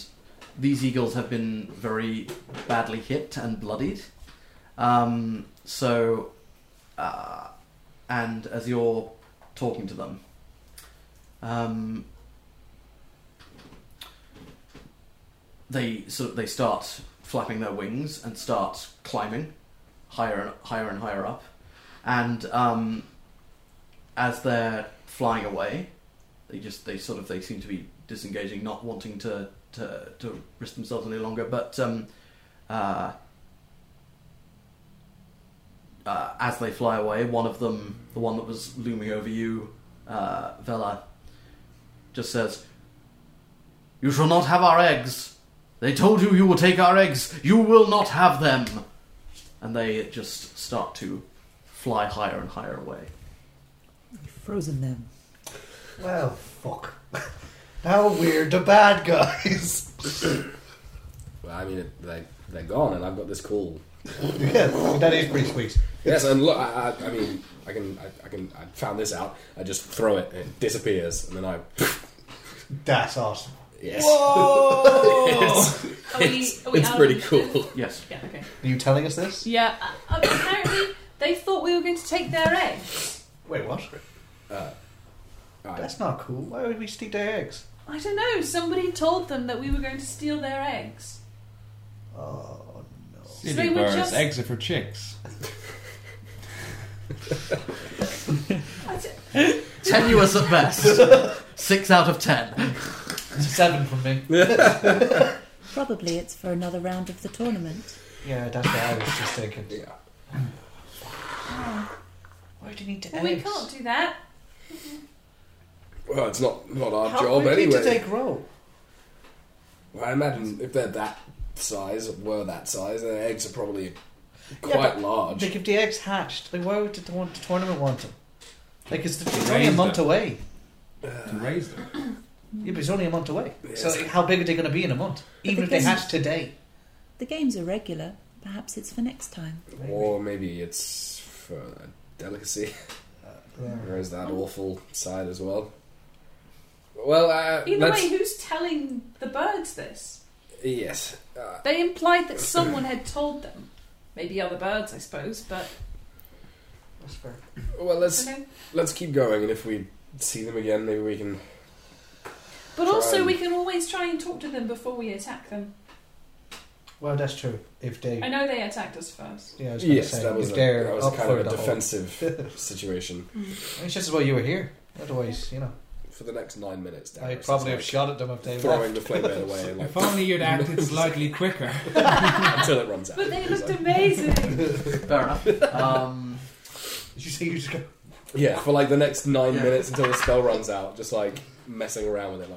S3: these eagles have been very badly hit and bloodied. Um, so, uh, and as you're talking to them, um, they sort of, they start flapping their wings and start climbing higher and higher and higher up, and um, as they're flying away, they just they sort of they seem to be disengaging, not wanting to to, to risk themselves any longer. But um, uh, uh, as they fly away, one of them, the one that was looming over you, uh, Vela, just says, "You shall not have our eggs." They told you you will take our eggs. You will not have them and they just start to fly higher and higher away.
S7: You've frozen them.
S2: Well, fuck. [laughs] now we're the bad guys. [laughs]
S5: Well, I mean, it- they they're gone, and I've got this call.
S2: yeah, that is pretty sweet.
S5: Yes, and look, I, I, I mean, I can, I, I can, I found this out. I just throw it, and it disappears, and then I, [laughs]
S2: That's awesome.
S5: yes,
S4: Whoa! Are we-
S5: it's,
S4: are we
S5: it's
S4: out of
S5: pretty
S4: this?
S5: cool.
S3: Yes.
S4: Yeah, okay.
S2: Are you telling us this?
S4: Yeah, uh, apparently they thought we were going to take their eggs.
S2: Wait, what? That's not cool. Why would we steal their eggs?
S4: I don't know, somebody told them that we were going to steal their eggs.
S2: Oh no.
S4: So they would just-
S6: Eggs are for chicks.
S4: I d-
S3: Tenuous at best. [laughs] Six out of ten.
S2: Seven from me.
S7: Probably it's for another round of the tournament.
S2: Yeah, that's what I was just thinking.
S5: Yeah.
S2: Why do you need to
S4: well, we can't do that.
S5: Well, it's not not our
S2: How
S5: job
S2: quickly did
S5: anyway.
S2: they grow?
S5: Well, I imagine if they're that size, or were that size, their eggs are probably quite large.
S2: Like if the eggs hatched, like why would the, want, the tournament want them? Like it's, it's only a
S6: Raise
S2: month
S6: them.
S2: away.
S6: To raise them.
S2: Yeah, but it's only a month away. So
S5: Yes.
S2: like, how big are they going to be in a month? Even if they
S7: because-
S2: hatch today.
S7: The game's are regular. Perhaps it's for next time.
S5: Or maybe it's for a delicacy. [laughs] There is that awful side as well. Well, uh,
S4: Either
S5: let's-
S4: way, who's telling the birds this?
S5: yes. Uh,
S4: They implied that someone had told them. Maybe other birds, I suppose, but
S2: That's fair.
S5: Well, let's
S4: okay.
S5: let's keep going, and if we see them again, maybe we can.
S4: But
S5: Try
S4: also,
S5: and-
S4: we can always try and talk to them before we attack them.
S2: Well, that's true. If they,
S4: I know they attacked us first.
S2: yeah, I was gonna
S5: Yes,
S2: say,
S5: that was
S2: if
S5: a,
S2: they're
S5: that was
S2: up
S5: kind
S2: for
S5: of a
S2: the whole- [laughs]
S5: defensive situation
S4: Hmm.
S2: It's just as well you were here. Otherwise, you know,
S5: for the next nine minutes.
S2: I
S5: Darius.
S2: probably have
S5: It's
S2: shot at them if they
S5: like
S2: left.
S5: throwing the flame away and like,
S6: If only you'd acted slightly quicker.
S5: until it runs out.
S4: But they
S5: It's
S4: looked
S2: [laughs]
S5: like-
S4: amazing.
S3: Fair enough. Um,
S2: Did you see you just go?
S5: yeah, for like the next nine
S3: Yeah.
S5: minutes until the spell runs out, just like messing around with it,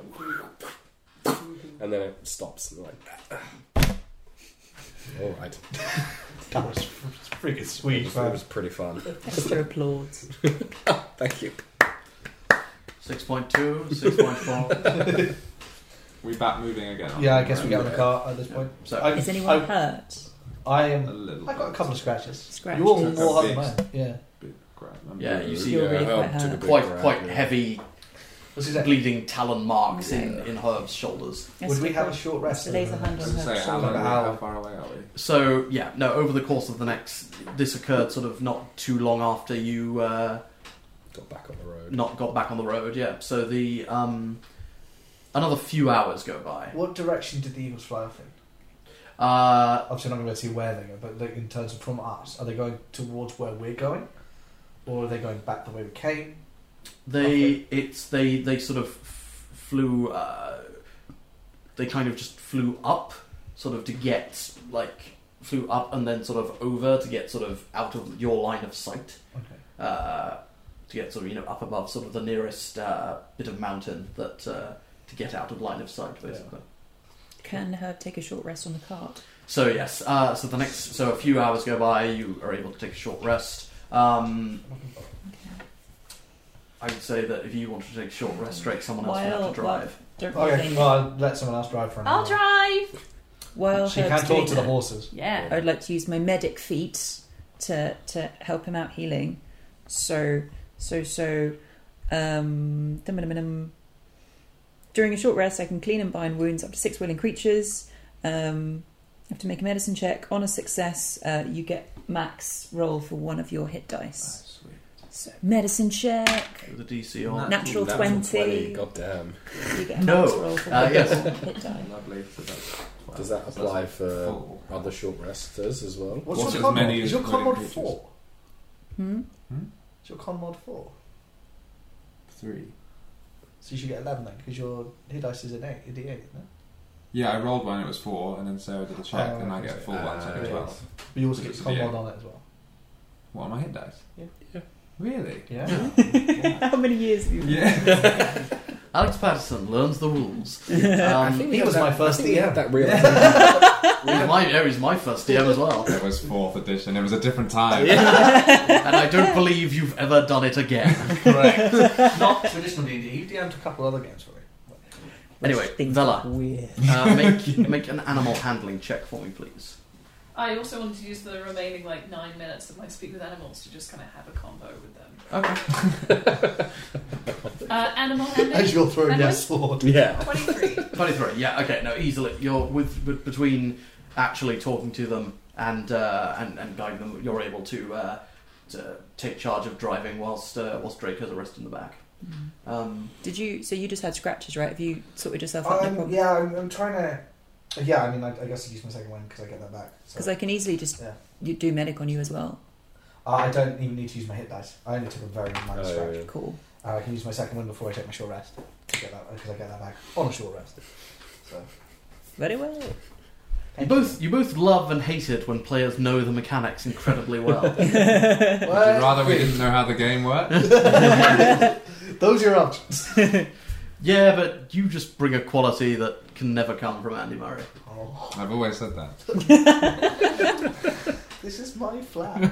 S5: like, and then it stops. And like, "Ah." all right,
S2: That was freaking
S5: it
S2: sweet.
S5: was, it was pretty fun.
S7: Extra applause.
S5: Thank you.
S3: 6.2, 6.4.
S6: We back moving again. aren't
S2: Yeah, I guess we got
S5: got
S2: in
S5: in
S2: the car at this point.
S3: So,
S2: I,
S7: Is anyone
S2: I,
S7: hurt?
S2: I
S6: A
S2: am.
S6: little.
S2: I got a couple of scratches.
S7: Scratched.
S2: You all
S6: Took
S2: more
S6: a
S2: than
S6: bit.
S2: mine. Yeah.
S6: bit grab.
S3: Yeah, you see
S7: You're really quite hurt.
S3: quite, quite heavy,
S2: This is it.
S3: bleeding talon marks in, in Herb's shoulders.
S2: Would we have a short rest?
S7: Let's lay the hand
S6: I
S7: on
S6: was gonna
S7: her
S6: say, how,
S7: shoulder.
S6: long,
S2: Shoulder.
S6: how far away are we?
S3: So, yeah, no, over the course of the next. This occurred sort of not too long after you. Uh,
S5: Got back on the road.
S3: not got back on the road. Yeah. So the um, another few hours go by.
S2: What direction did the eagles fly off in?
S3: Uh,
S2: Obviously, I'm not going to see where they go, but like, in terms of from us, are they going towards where we're going, or are they going back the way we came?
S3: they it's they they sort of f- flew. Uh, they kind of just flew up, sort of to get like flew up and then sort of over to get sort of out of your line of sight.
S2: Okay.
S3: Uh, to get sort of you know up above sort of the nearest uh, bit of mountain that uh, to get out of line of sight
S2: Yeah.
S3: basically.
S7: Can Herb take a short rest on the cart?
S3: So yes, uh, so the next, so a few hours go by, you are able to take a short rest. Um, I would say that if you want to take a short
S2: Mm.
S3: rest, Drake, someone else will
S7: Well,
S3: have to drive.
S7: Don't really
S2: Okay.
S7: think.
S2: Well, I'll let someone else drive for an
S4: I'll
S2: hour.
S4: drive.
S7: While
S2: She
S7: Herb's
S2: can't talk
S7: doing
S2: to the
S7: that,
S2: horses.
S4: Yeah.
S7: I would like to use my medic feat to to help him out healing. So so so um dum dum dum. during a short rest I can clean and bind wounds up to six willing creatures. Um I have to make a medicine check. On a success, uh, you get max roll for one of your hit dice. So medicine check.
S3: The DC on
S7: Natural
S5: Natural
S7: 20.
S5: God damn.
S7: You get a
S3: No.
S7: max roll for
S3: Uh,
S7: one of
S3: yes.
S7: your hit die.
S6: Lovely. So that's twelve.
S5: Does that
S6: So that's
S5: apply for
S6: four.
S5: other short resters as well?
S2: [laughs] What's,
S6: What's
S2: your
S6: as
S2: con mod?
S6: many
S2: Is
S6: as
S2: your con
S6: willing
S2: mod
S6: creatures?
S2: four?
S7: Hmm?
S2: Is your con mod four?
S6: three?
S2: So you should get eleven then, because your hit dice is an eight, a D eight, isn't it?
S6: Yeah, I rolled one. It was four, and then Sarah did a check,
S2: Oh,
S6: and I
S2: okay.
S6: get a full one, so
S5: Uh,
S6: it's twelve.
S2: But you also get
S6: It's
S2: your con
S6: a D8.
S2: mod on it as well.
S6: What are my hit dice?
S2: Yeah.
S5: Yeah.
S6: Really?
S2: Yeah.
S7: How many years have you
S6: Yeah.
S3: Alex Patterson learns the
S7: [laughs]
S3: rules. Um,
S2: he was my first
S5: I think we had
S2: DM.
S5: that [laughs] realization.
S3: he's my, yeah, he's my first DM as
S7: [laughs]
S3: well,
S6: it was fourth edition. It was a different time.
S3: and I don't believe you've ever done it again.
S2: Correct. [laughs] Not traditionally, you DM'd a couple other games for me.
S3: Anyway,
S7: Things
S3: Vella.
S7: are Weird.
S3: Uh,
S7: [laughs]
S3: make make an animal handling check for me, please.
S4: I also wanted to use the remaining like nine minutes of my speak with animals to just kind of have a combo with
S2: [laughs]
S4: them.
S3: Okay.
S4: Uh, animal handling.
S2: As you're throwing
S4: And
S2: your
S4: I-
S2: sword.
S5: Oh, yeah.
S4: Twenty-three.
S2: [laughs]
S3: 23, yeah, okay, no, easily. You're with, with between actually talking to them and uh, and, and guiding them, you're able to, uh, to take charge of driving whilst uh, whilst Drake has a rest in the back.
S7: Hmm.
S3: Um,
S7: Did you? So you just had scratches, right? Have you sorted yourself out?
S2: Um, yeah, I'm, I'm trying to. Yeah, I mean, I, I guess I use my second one because I get that back.
S7: Because
S2: So.
S7: I can easily just
S2: Yeah.
S7: you do medic on you as well.
S2: Uh, I don't even need to use my hit dice. I only took a very minor
S5: Oh,
S2: scratch.
S5: yeah.
S7: Cool.
S2: Uh, I can use my second one before I take my short rest to get that because I get that back on a short
S6: [laughs]
S2: rest. So
S7: Very well.
S3: you both you both love and hate it when players know the mechanics incredibly well. [laughs]
S6: Would you rather we didn't know how the game worked?
S2: Those are your options.
S3: yeah, but you just bring a quality that can never come from Andy Murray.
S2: Oh,
S6: I've always said that.
S2: this is my flat.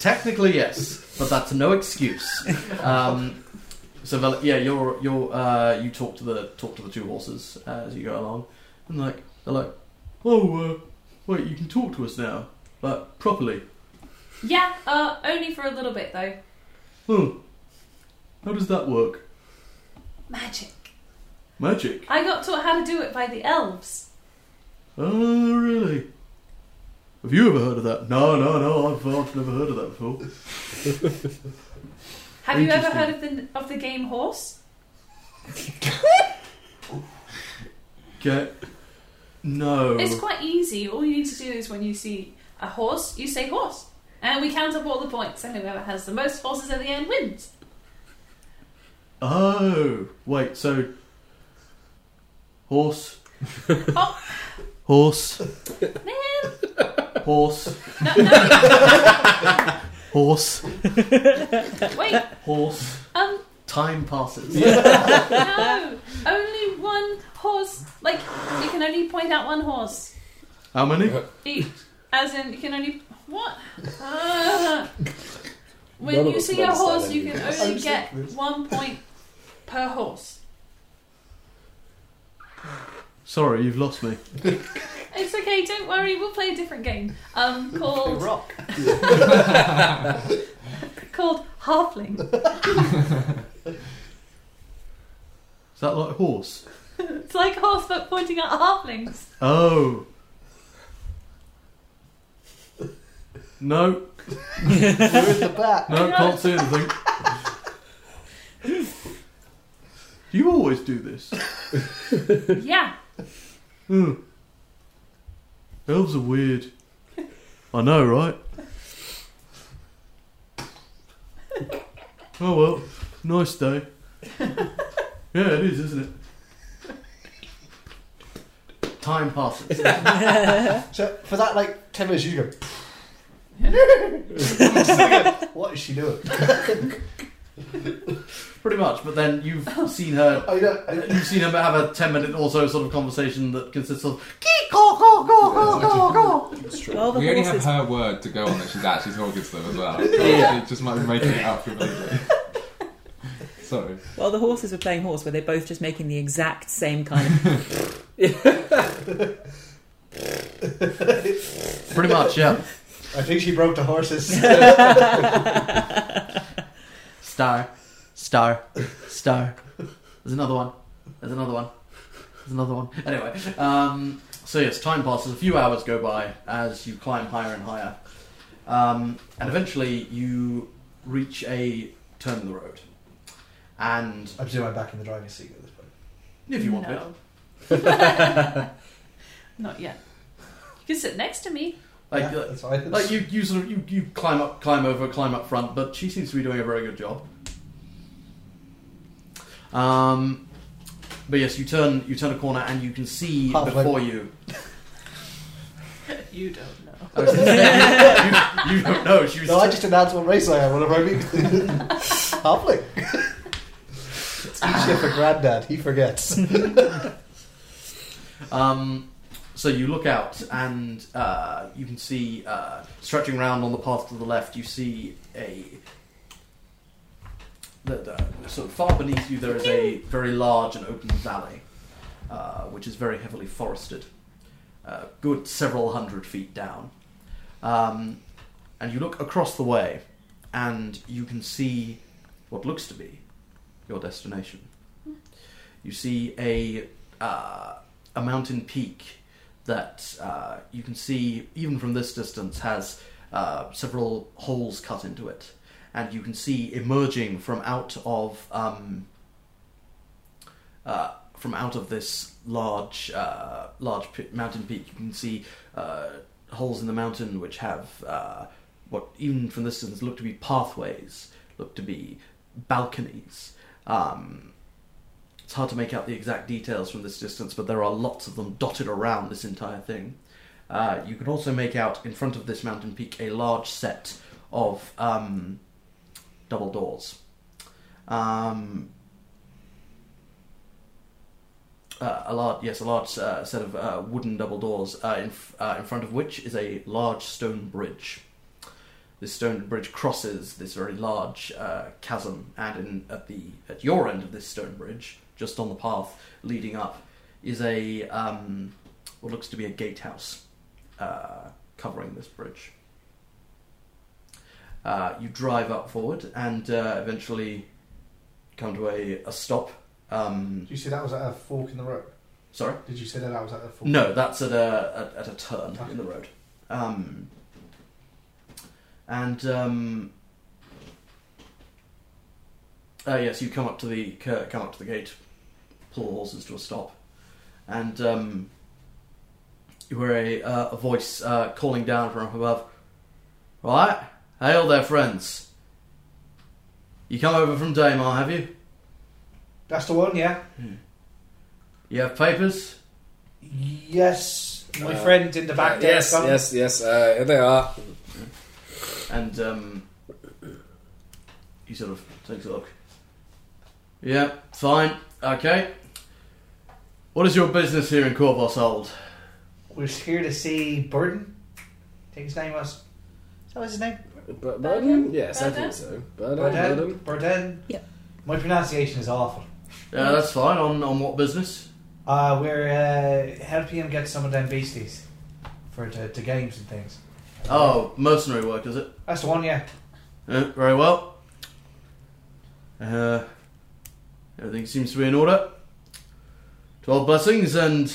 S3: Technically, yes, but that's no excuse. Um, so, Vel- yeah, you're you're uh, you talk to the talk to the two horses uh, as you go along, and like they're like, oh, uh, wait, you can talk to us now, like properly.
S4: Yeah, uh, only for a little bit though.
S3: Oh, how does that work?
S4: Magic.
S3: Magic.
S4: I got taught how to do it by the elves.
S3: Oh, really? Have you ever heard of that? No, no, no. I've, I've never heard of that before.
S4: Have you ever
S3: Interesting.
S4: heard of the of the game horse?
S3: Okay. No.
S4: It's quite easy. All you need to do is when you see a horse, you say horse, and we count up all the points, and whoever has the most horses at the end wins.
S3: Oh, wait. So, horse,
S4: Oh.
S3: horse,
S4: Man,
S3: horse,
S4: no, no,
S3: horse,
S4: wait,
S3: horse.
S4: um,
S3: Time passes. [laughs]
S4: no, only one horse. Like you can only point out one horse
S3: How many?
S4: each, as in you can only what? Ah.
S5: None
S4: when
S5: of
S4: you
S5: us
S4: see
S5: can
S4: a
S5: understand
S4: horse, you
S5: any
S4: can
S5: of
S2: I'm
S4: only get
S2: sick of this.
S4: one point per horse.
S3: Sorry, you've lost me.
S4: It's okay, don't worry, we'll play a different game. Um called
S2: rock.
S4: [laughs] called Halfling.
S3: Is that like horse?
S4: It's like a horse but pointing at halflings.
S3: Oh. No,
S2: We're in the back.
S3: no, can't see anything. Do you always do this?
S4: yeah.
S3: Mm. Elves are weird. I know, right? Oh well, nice day. Yeah, it is, isn't it? Time passes.
S2: So for that, like ten minutes, you go. [laughs] what is she doing?
S3: Pretty much, but then you've seen her.
S2: I know. I know.
S3: You've seen her have a ten minute or so sort of conversation that consists of "Kee, caw, caw, caw, caw, caw, caw."
S7: Well, the
S6: we only have
S7: horses-
S6: her word to go on that she's actually talking to them as well. She just might be making it up completely. Sorry.
S7: Well, the horses were playing horse, where they're both just making the exact same kind of.
S3: Pretty much, yeah.
S2: I think she broke the horses.
S3: Star, star, star. There's another one. There's another one. There's another one. Anyway, um, so yes, time passes. A few hours go by as you climb higher and higher, um, and eventually you reach a turn in the road. And
S2: I presume I'm back in the driving seat at this point.
S3: [laughs] if you want it,
S4: no. [laughs] Not yet. You can sit next to me.
S3: like
S2: yeah,
S3: uh,
S2: that's fine.
S3: like you, you sort of you, you climb up, climb over, climb up front, but she seems to be doing a very good job. Um, but yes, you turn you turn a corner and you can see
S2: Halfway. [laughs]
S3: before you. [laughs]
S4: You don't know.
S3: I was gonna say, you. You don't know. She was
S2: No, I just announced what race I am whenever I meet.
S3: [laughs]
S2: Halfling. it's easier
S3: [sighs]
S2: for granddad. He forgets. [laughs]
S3: Um, so you look out, and uh, you can see uh, stretching round on the path to the left. You see a the, the, sort of far beneath you. There is a very large and open valley, uh, which is very heavily forested, uh, good several hundred feet down. Um, and you look across the way, and you can see what looks to be your destination. You see a uh, a mountain peak that uh, you can see even from this distance has uh, several holes cut into it, and you can see emerging from out of um, uh, from out of this large uh, large pe- mountain peak. You can see uh, holes in the mountain which have uh, what even from this distance look to be pathways, look to be balconies. Um, it's hard to make out the exact details from this distance, but there are lots of them dotted around this entire thing. Uh, you can also make out in front of this mountain peak a large set of um, double doors. Um, uh, a large, yes, a large uh, set of uh, wooden double doors, uh, in, f- uh, in front of which is a large stone bridge. This stone bridge crosses this very large uh, chasm, and in, at the at your end of this stone bridge, just on the path leading up, is a um, what looks to be a gatehouse uh, covering this bridge. Uh, you drive up forward and uh, eventually come to a, a stop. Um,
S2: Did you say that was at a fork in the road?
S3: sorry.
S2: Did you say that I was at a fork?
S3: No, that's at a at, at a turn in the road. Um, and um, uh, yes, you come up to the c- come up to the gate, pull the horses to a stop, and um, you hear a, uh, a voice uh, calling down from up above. Right, hail there, friends. You come over from Daymar, have you?
S2: That's the one, yeah?
S3: You have papers.
S2: Yes. My
S5: Uh,
S2: friend in the back there.
S5: yes,
S2: got 'em.
S5: yes, yes. Uh, here they are.
S3: and um, he sort of takes a look. Yeah, fine, okay. What is your business here in Corvos Old?
S2: We're here to see Burden. I think his name was. Is that was his name?
S5: B- Burden?
S4: Burden?
S5: Yes, I
S4: Burden?
S5: think so. Burden?
S2: Burden.
S5: Burden?
S2: Burden.
S7: Yep.
S2: My pronunciation is awful.
S3: Yeah, Uh, that's fine. On on what business?
S2: Uh, we're uh, helping him get some of them beasties for to, to games and things.
S3: Oh, mercenary work, is it?
S2: That's the one, yeah.
S3: Uh, very well. Uh, everything seems to be in order. Twelve blessings and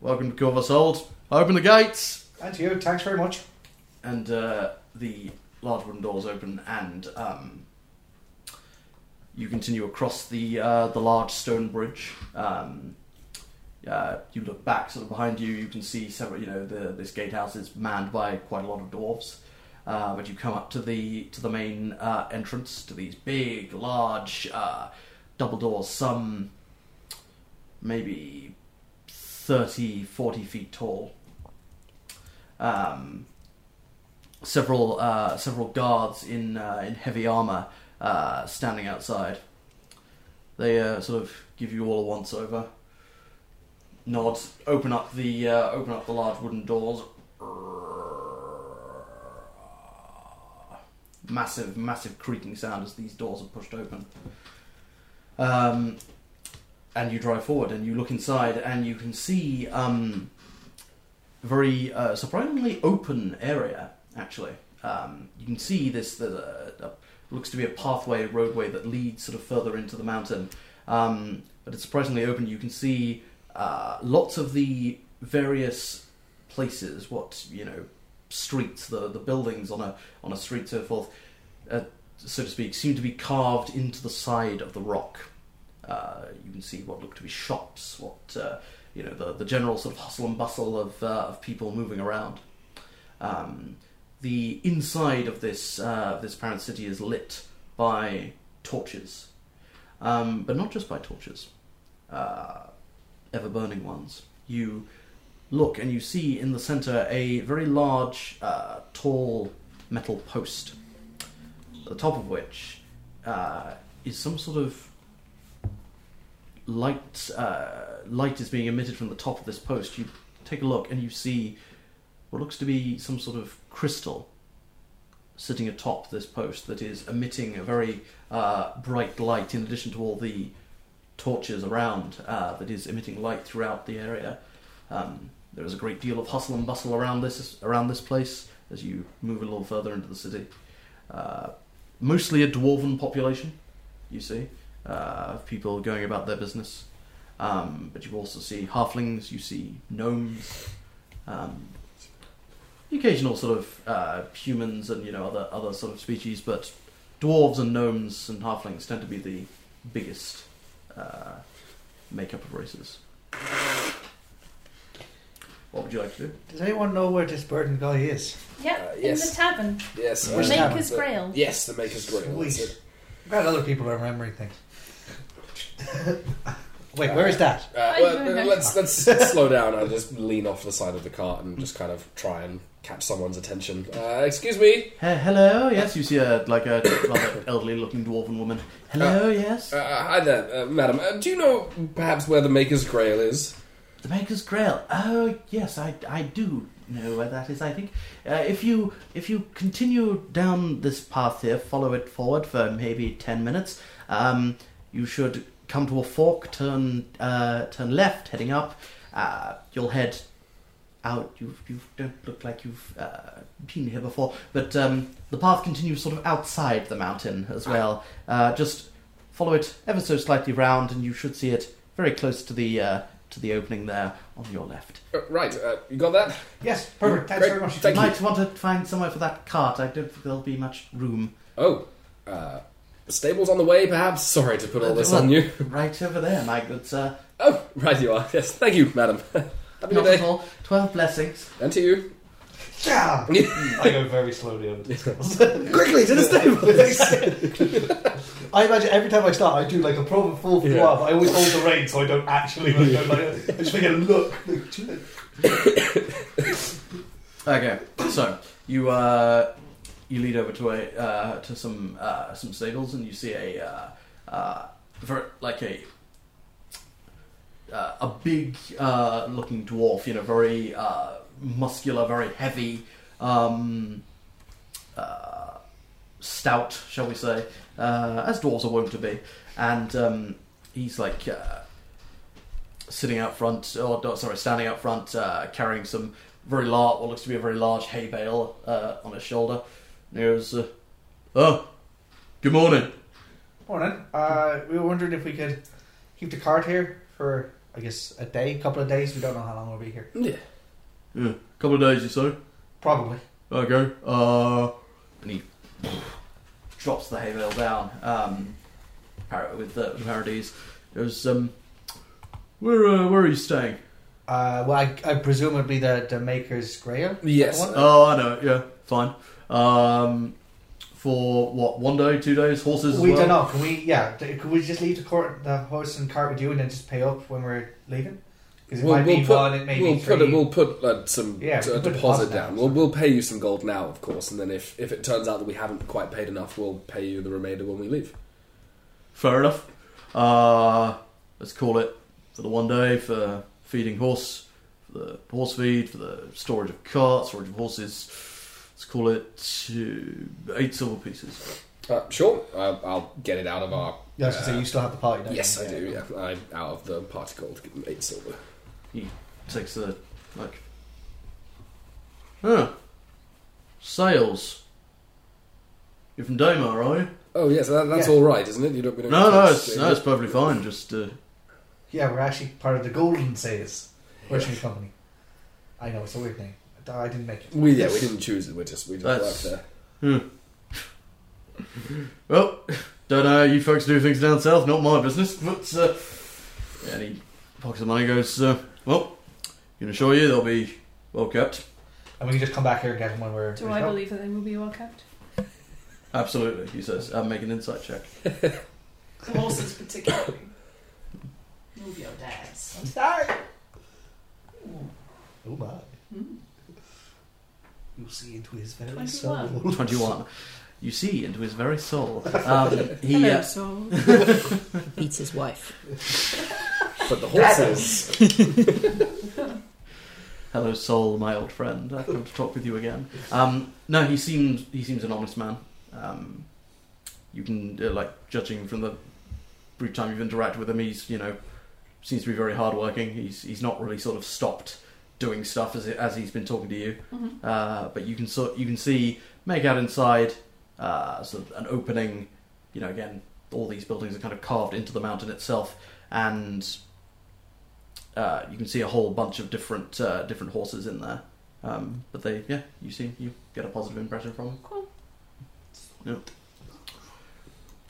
S3: welcome to Corvos Old. I open the gates.
S2: And to you, thanks very much.
S3: and uh, the large wooden doors open, and um, you continue across the uh, the large stone bridge. Um, uh, you look back, sort of behind you, you can see several. You know, the, this gatehouse is manned by quite a lot of dwarves. Uh, but you come up to the to the main uh, entrance to these big, large uh, double doors, some maybe 30, 40 feet tall. Um, several uh, several guards in uh, in heavy armor uh, standing outside. They uh, sort of give you all a once over. Nod. Open up the uh, open up the large wooden doors. Massive, massive creaking sound as these doors are pushed open. Um, and you drive forward, and you look inside, and you can see um, very uh, surprisingly open area. Actually, um, you can see this. There's a, a- looks to be a pathway, roadway that leads sort of further into the mountain, um, but it's surprisingly open. You can see uh, lots of the various places, what you know, streets, the the buildings on a on a street, so forth, uh, so to speak, seem to be carved into the side of the rock. Uh, you can see what look to be shops, what uh, you know, the, the general sort of hustle and bustle of, uh, of people moving around. Um, the inside of this uh, of this parent city is lit by torches, um, but not just by torches, uh, ever burning ones. You look and you see in the center a very large, uh, tall metal post, the top of which uh, is some sort of light uh, light is being emitted from the top of this post. You take a look and you see what looks to be some sort of crystal sitting atop this post that is emitting a very uh, bright light. In addition to all the torches around, uh, that is emitting light throughout the area. Um, there is a great deal of hustle and bustle around this around this place as you move a little further into the city. Uh, mostly a dwarven population, you see uh, of people going about their business. Um, but you also see halflings, you see gnomes, um, the occasional sort of uh, humans and you know other other sort of species, but dwarves and gnomes and halflings tend to be the biggest uh, makeup of races. What would you like to do?
S2: Does anyone know where this Burden guy is?
S4: Yep,
S5: Uh, yes.
S4: in the tavern.
S5: Yes.
S2: Which
S5: uh,
S4: Maker's
S5: the-
S4: Grail.
S5: Yes, the Maker's Grail. that's
S2: Sweet.
S5: it.
S2: I'm glad other people are remembering things. Wait, where is that?
S5: Uh,
S4: I don't know.
S5: well, let's let's slow down and just lean off the side of the cart and just kind of try and catch someone's attention. Uh, excuse me.
S3: He- hello, yes, you see a like a [coughs] rather elderly-looking dwarven woman. Hello, yes.
S5: Uh, hi there, uh, madam. Uh, do you know perhaps where the Maker's Grail is?
S3: The Maker's Grail. Oh yes, I, I do know where that is. I think uh, if you if you continue down this path here, follow it forward for maybe ten minutes. Um, you should come to a fork. Turn uh, turn left, heading up. Uh, you'll head out. You you don't look like you've uh, been here before, but um, the path continues sort of outside the mountain as well. Uh, just follow it ever so slightly round, and you should see it very close to the uh, to the opening there on your left.
S5: Uh, right, uh, you got that?
S8: Yes, perfect. Thanks
S5: Great.
S8: very much.
S5: Thank
S3: you might want to find somewhere for that cart. I don't think there'll be much room.
S5: Oh, uh, stables on the way, perhaps? Sorry to
S2: Uh,
S5: put all this
S3: Well,
S5: on you.
S3: Right over there, Mike. That's uh,
S5: Oh, right you are. Yes, thank you, madam. [laughs] Have a good
S3: not at
S5: day.
S3: all. Twelve blessings.
S5: And to you.
S8: Yeah. I go very slowly
S5: [laughs]
S8: under this.
S5: Quickly, to the stables!
S8: I imagine every time I start, I do like a proper full yeah.
S5: Yeah.
S8: I always hold the reins so I don't actually. I, don't, like, I just make a look. Like, do it.
S3: Okay, so you uh, you lead over to a uh, to some uh, some stables and you see a uh, uh, ver- like a uh, a big uh, looking dwarf, you know, very uh, muscular, very heavy, um, uh, stout, shall we say, uh, as dwarves are wont to be, and um, he's like. Uh, Sitting out front, or no, sorry, standing out front, uh, carrying some very large, what looks to be a very large hay bale uh, on his shoulder. And he goes, uh, "Oh, good morning."
S8: Morning. Uh, we were wondering if we could keep the cart here for, I guess, a day, couple of days. We don't know how long we'll be here.
S5: Yeah.
S3: Yeah, couple of days or so.
S8: Probably.
S3: Okay. Uh, and he drops the hay bale down um, par- with the uh, parodies. Goes, um, "Where, uh, where are you staying?"
S8: Uh, well, I, I presume it'd be the, the maker's grail.
S5: [laughs] Yes.
S8: That one?
S3: Oh, I know. Yeah, fine. Um, for what? One day, two days? Horses?
S8: we
S3: as well?
S8: don't know. Can we? Yeah. d- Can we just leave the cart, the horse and cart with you, and then just pay up when we're leaving? Because it
S5: We'll,
S8: might
S5: we'll
S8: be
S5: put,
S8: one. It may
S5: we'll
S8: be
S5: put,
S8: three.
S5: we'll put uh, some
S8: Yeah,
S5: t-
S8: we
S5: a
S8: can put a
S5: deposit
S8: deposit
S5: down.
S8: down.
S5: We'll, we'll pay you some gold now, of course, and then if, if it turns out that we haven't quite paid enough, we'll pay you the remainder when we leave.
S3: Fair enough. Uh, let's call it for the one day for feeding horse, for the horse feed, for the storage of carts, storage of horses. Let's call it uh, eight silver pieces.
S5: Uh, sure, uh, I'll get it out of our.
S8: Yeah, I was gonna say you still have the party. Don't
S5: Yes,
S8: you?
S5: I do. Yeah, I'm out of the party gold, eight silver.
S3: Takes the like. Huh. Sales. You're from Daimar, are you?
S5: Oh yes, that, that's
S8: Yeah.
S5: all right, isn't it? You don't. we don't
S3: No,
S5: have
S3: no,
S5: to
S3: it's,
S5: say-
S3: no, it's perfectly fine. Just uh,
S8: Yeah, we're actually part of the Golden Says Merchant Company. I know it's a weird name. I I didn't make it.
S5: We yeah, we didn't choose it. We just we just
S3: That's-
S5: worked
S3: Well, [laughs] don't know how you folks do things down south, not my business. But, uh, and he pockets the money and goes, uh, Well, can assure you they'll be well kept.
S8: And we can just come back here and get him when we're.
S4: Do
S8: we're
S4: I
S8: done.
S4: believe that they will be well kept?
S3: Absolutely, he says. Uh, make an insight check.
S4: The horses, particularly. Move your dads.
S8: I'm sorry. Oh my.
S4: Hmm?
S8: You see into his very
S4: 21.
S8: soul.
S3: 21. You see into his very soul. Um, he,
S4: Hello,
S3: uh,
S4: soul.
S7: Beats his wife.
S5: there. But the horses.
S3: Hello, soul, my old friend. I've come to talk with you again. Um, no, he seems he seems an honest man. Um, you can uh, like judging from the brief time you've interacted with him, he's you know seems to be very hardworking. He's he's not really sort of stopped doing stuff as as he's been talking to you.
S4: Mhm.
S3: Uh, but you can sort you can see make out inside uh, sort of an opening. You know, again, all these buildings are kind of carved into the mountain itself, and uh, you can see a whole bunch of different uh, different horses in there. Um, but they, yeah, you see, you get a positive impression from them.
S4: Cool.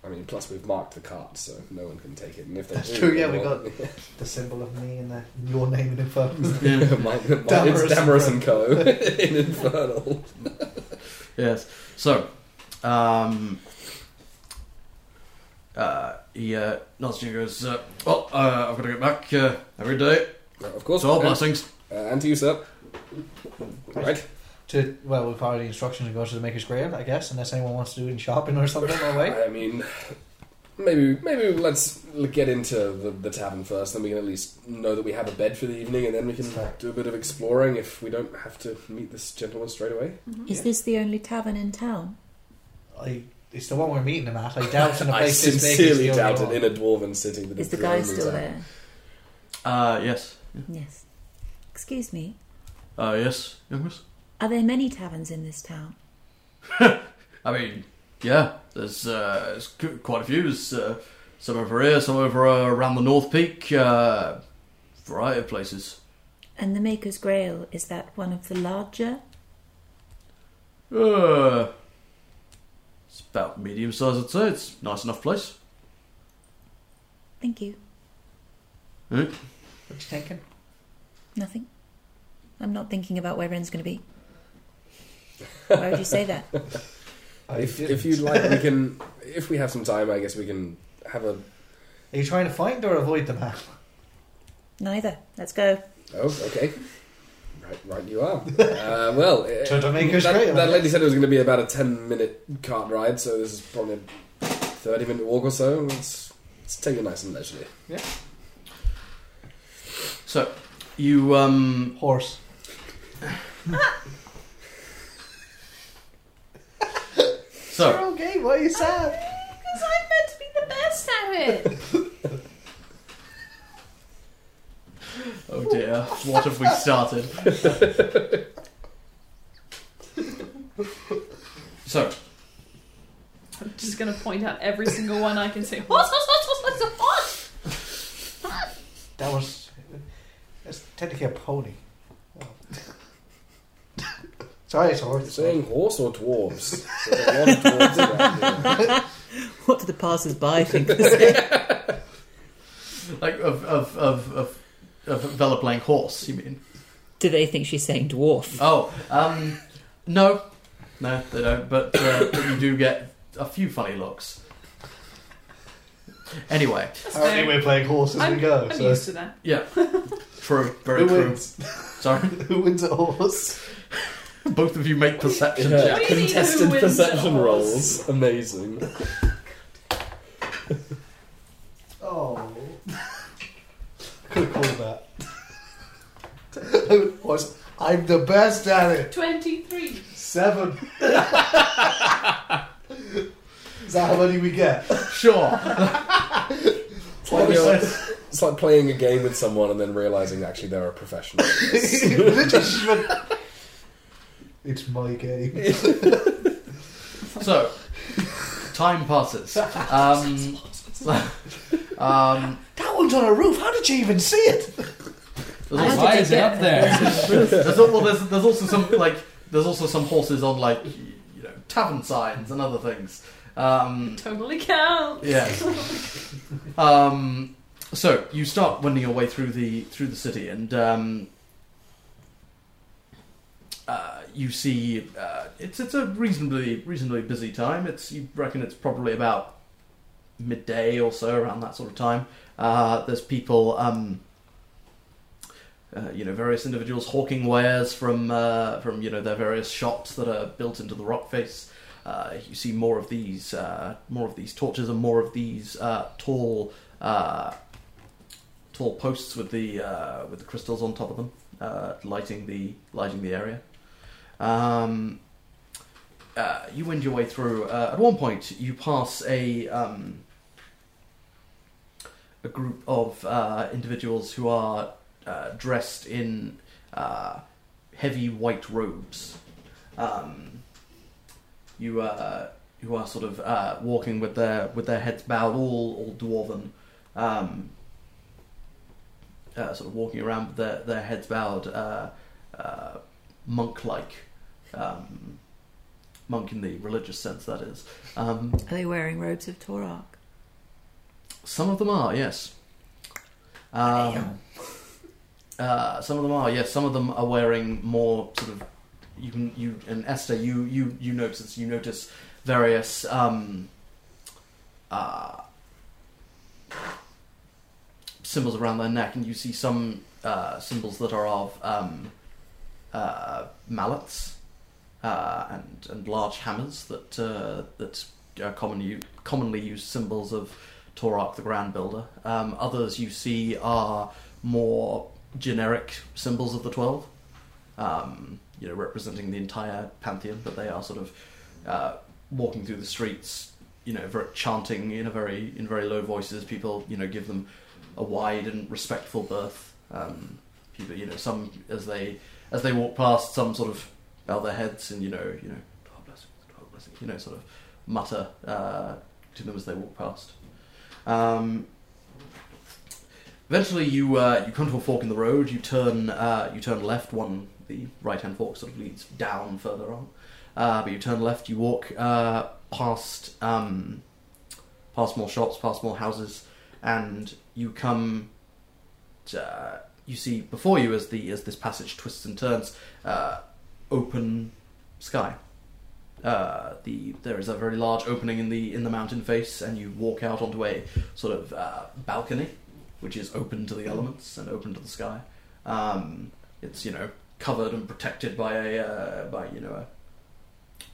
S5: I mean, plus we've marked the cart, so no one can take it. And if they
S8: That's
S5: do,
S8: true, yeah,
S5: then
S8: we
S5: we'll-
S8: [laughs] The symbol of me and the, your name in info.
S3: Yeah.
S5: Mine- mine-
S8: Damaris and
S5: it's Damaris
S8: Co.
S5: and Co. [laughs] in Infernal.
S3: Yes. So, um, uh, he uh, nods to you and goes, uh, "Well, uh, I've got to get back uh, every day.
S5: Uh, Of course.
S3: So all
S5: uh,
S3: blessings."
S5: uh, and to you, sir. Right.
S8: to well, we'll follow the instruction to go to the maker's grave, I guess, unless anyone wants to do any shopping or something. No [laughs] way.
S5: I mean, maybe maybe let's get into the, the tavern first. Then we can at least know that we have a bed for the evening, and then we can
S8: Right.
S5: do a bit of exploring if we don't have to meet this gentleman straight away.
S4: mm-hmm.
S7: Is this the only tavern in town?
S8: I, it's the one we're meeting him at. [laughs] I doubt in
S5: [laughs]
S8: a
S5: I
S8: place this big is
S5: sincerely
S8: the only
S5: doubt it
S8: one.
S5: in a dwarven city. That
S7: Is
S5: it's
S7: the
S5: only
S7: guy still
S5: town.
S7: there?
S3: Uh, yes.
S7: Yes. Excuse me.
S3: Uh, yes, young miss.
S7: Are there many taverns in this town?
S3: I mean, yeah. There's, uh, there's qu- quite a few. There's uh, some over here, some over uh, around the North Peak. Uh, variety of places.
S9: And the Maker's Grail, is that one of the larger?
S3: Uh, it's about medium size, I'd say. It's a nice enough place.
S9: Thank you.
S2: What you taking?
S9: Nothing. I'm not thinking about where Ren's going to
S7: [laughs]
S9: be. Why would you say that?
S5: If, if you'd like, we can. If we have some time, I guess we can have a.
S2: Are you trying to find or avoid the map?
S9: Neither. Let's go.
S5: Oh, okay. Right, right, you are. Uh, well, eh,
S2: To the Maker's Grail,
S5: that, that
S2: I
S5: lady
S2: guess.
S5: said it was going to be about a ten-minute cart ride, so this is probably a thirty-minute walk or so. Let's, let's take it nice and leisurely.
S3: So, you um,
S2: Horse.
S3: so
S2: You're okay. Why are you
S8: [laughs]
S2: sad?
S4: Because I'm meant to be the best at it.
S3: Oh dear, what have we started? [laughs] so,
S4: I'm just going to point out every single one I can [laughs] see. Horse, horse, horse, horse, horse, horse.
S2: That was. That's technically a pony.
S8: [laughs]
S2: Oh. Sorry, it's a horse.
S5: Saying horse or dwarves? There's a lot of dwarves around here.
S7: What do the passers-by
S9: [laughs]
S7: think this is?
S3: like of of of of, of Vela playing horse, you mean?
S7: Do they think she's saying dwarf?
S3: Oh, um, no, no, they don't. But, uh, but you do get a few funny looks. Anyway,
S2: Apparently, we're playing horse as we
S4: I'm,
S2: go.
S4: I'm
S2: so.
S4: used to that.
S3: yeah, true, very
S2: Who
S3: true.
S2: wins?
S3: Sorry, [laughs]
S2: Who wins a horse?
S3: both of you make perception
S5: Yeah.
S3: checks.
S4: [laughs] What do you mean, who
S5: Contested
S4: wins
S5: perception
S4: at horse?
S5: rolls. Amazing.
S2: Oh. Could have called that. horse. [laughs] I'm the best at it.
S4: 23.
S2: Seven. [laughs] Is that how many we get?
S3: Sure.
S5: It's like, you're- it's like playing a game with someone and then realizing actually they're a professional.
S2: [laughs] Literally, she went, it's my game.
S3: So, time passes.
S2: [laughs]
S3: Um, um,
S2: That one's on a roof. How did you even see it?
S3: There's also,
S6: Why is it up there?
S3: there's, al- well, there's, there's also some like there's also some horses on like y- you know tavern signs and other things. Um,
S4: Totally counts.
S3: yeah.
S4: [laughs]
S3: Um, so you start wending your way through the through the city, and um, uh, you see uh, it's it's a reasonably reasonably busy time. It's you reckon it's probably about midday or so around that sort of time. Uh, there's people. Um, uh, you know, various individuals hawking wares from uh, from you know their various shops that are built into the rock face. Uh, you see more of these, uh, more of these torches, and more of these uh, tall, uh, tall posts with the uh, with the crystals on top of them, uh, lighting the lighting the area. Um, uh, you wind your way through. Uh, at one point, you pass a um, a group of uh, individuals who are uh, dressed in uh, heavy white robes. Um, you uh, who are sort of uh, walking with their with their heads bowed, all all dwarven, um, uh, sort of walking around with their their heads bowed, uh, uh, monk like, um, monk in the religious sense that is. Um,
S9: Are they wearing robes of Torark?
S3: some of them are, yes. Um, [laughs] uh, some of them are, yes. Some of them are wearing more sort of. You can you and Esther, you you you notice you notice various um, uh, symbols around their neck, and you see some uh, symbols that are of um, uh, mallets uh, and and large hammers that uh, that are common u- commonly used symbols of Torak the Grand Builder. Um, others you see are more generic symbols of the Twelve, um, you know, representing the entire pantheon, but they are sort of uh, walking through the streets, you know, ver chanting in a very in very low voices. People, you know, give them a wide and respectful berth. Um, people, you know, some as they as they walk past, some sort of bow their heads and you know, you know, twelve blessings, twelve blessings, you know, sort of mutter uh, to them as they walk past. Um, Eventually, you uh, you come to a fork in the road. You turn uh, you turn left. One the right hand fork sort of leads down further on, uh, but you turn left. You walk uh, past um, past more shops, past more houses, and you come. Uh, you see before you as the as this passage twists and turns, uh, open sky. Uh, the there is a very large opening in the in the mountain face, and you walk out onto a sort of uh, balcony, which is open to the elements and open to the sky. Um, it's you know covered and protected by a uh, by you know a,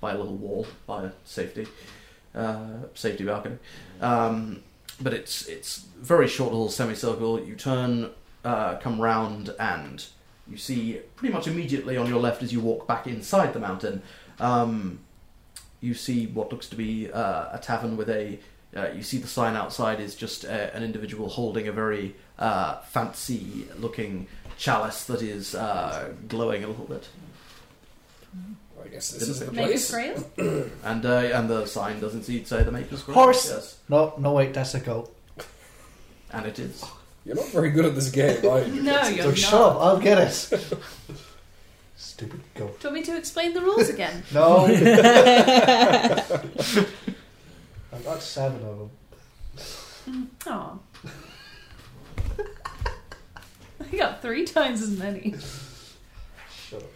S3: by a little wall by a safety uh, safety balcony. Um, but it's it's very short little semicircle. You turn, uh, come round, and you see pretty much immediately on your left as you walk back inside the mountain. Um, you see what looks to be uh, a tavern with a. Uh, you see the sign outside is just a, an individual holding a very uh, fancy looking chalice that is uh, glowing a little bit.
S5: I guess this is the
S4: Maker's
S5: place.
S4: Grail?
S3: And uh, and the sign does indeed say the Maker's Grail.
S2: Horse!
S3: Yes,
S2: No, no, wait, that's a goat.
S3: and it is.
S5: You're not very good at this game, are you?
S4: No,
S2: So
S4: you're not.
S2: shut up, I'll get it. Stupid goat.
S4: Do you want me to explain the rules again?
S2: [laughs] No. I've got seven of them.
S4: Oh. I got three times as many.
S2: Shut up.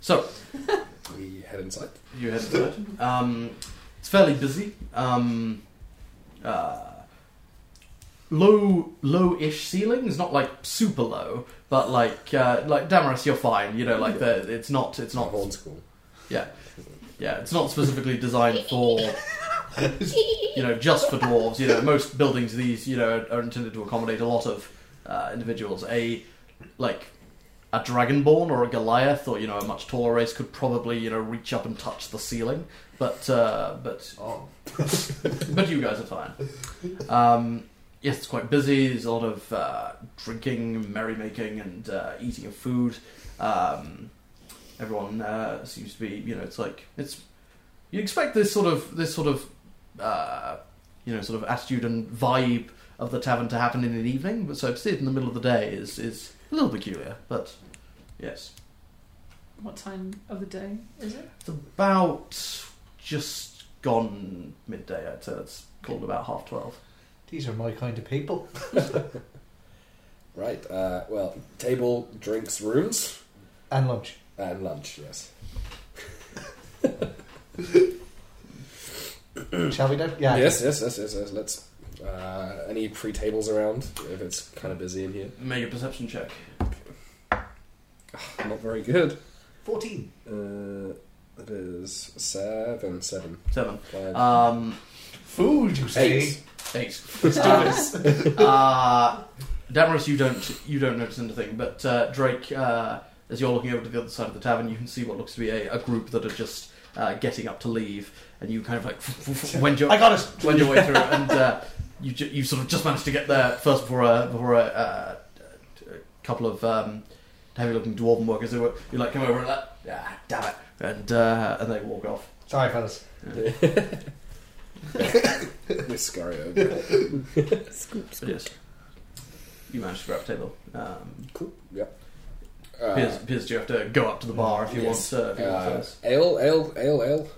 S3: So
S5: We head inside.
S3: You head to it. Um, it's fairly busy. Um, uh, low, low-ish ceilings, not like super low, but like uh, like Damaris, you're fine. You know, like the, it's not it's not
S5: Horn school.
S3: yeah, it's not specifically designed for you know just for dwarves. You know, most buildings these you know are intended to accommodate a lot of uh, individuals. A like a dragonborn or a Goliath or you know a much taller race could probably you know reach up and touch the ceiling, but uh, but [laughs] but you guys are fine. Um, yes, it's quite busy. There's a lot of uh, drinking, merrymaking, and uh, eating of food. Um, everyone uh, seems to be, you know, it's like it's. You expect this sort of this sort of, uh, you know, sort of attitude and vibe of the tavern to happen in an evening, but so to see it in the middle of the day is is a little peculiar. But yes,
S4: What time of the day is it?
S3: it's about just gone midday. I'd say that's called about half twelve.
S2: These are my kind of people.
S5: Right. Uh, well, table, drinks, rooms,
S2: And lunch.
S5: and lunch. Yes.
S2: Shall we do? Yeah.
S5: Yes. Yes. Yes. Yes. Yes. Let's. Uh, any free tables around? If it's kind of busy in here.
S3: Make a perception check.
S5: Not very good.
S2: 14.
S5: Uh, it is seven, seven,
S3: Seven.
S5: five,
S3: Um,
S2: Food, you say?
S5: eight.
S3: eight.
S4: [laughs]
S3: Um, uh, Damaris, you don't you don't notice anything, but uh, Drake, uh, as you're looking over to the other side of the tavern, you can see what looks to be a, a group that are just uh, getting up to leave, and you kind of like [laughs] wend your
S2: I got it.
S3: wend your way through, and uh, you ju- you sort of just managed to get there first before a before a, uh, a couple of um, heavy looking dwarven workers who were you like come over and like ah damn it, and uh, and they walk off. Uh,
S2: Sorry, fellas.
S5: We scurry over.
S9: Scoop,
S3: But
S9: scoop.
S3: yes, you managed to grab a table. Um,
S5: cool. Yep. Uh,
S3: Piers, Piers, do you have to go up to the bar if you
S5: yes.
S3: want? Uh, if you want
S5: uh,
S3: service?
S5: ale, ale, ale, ale.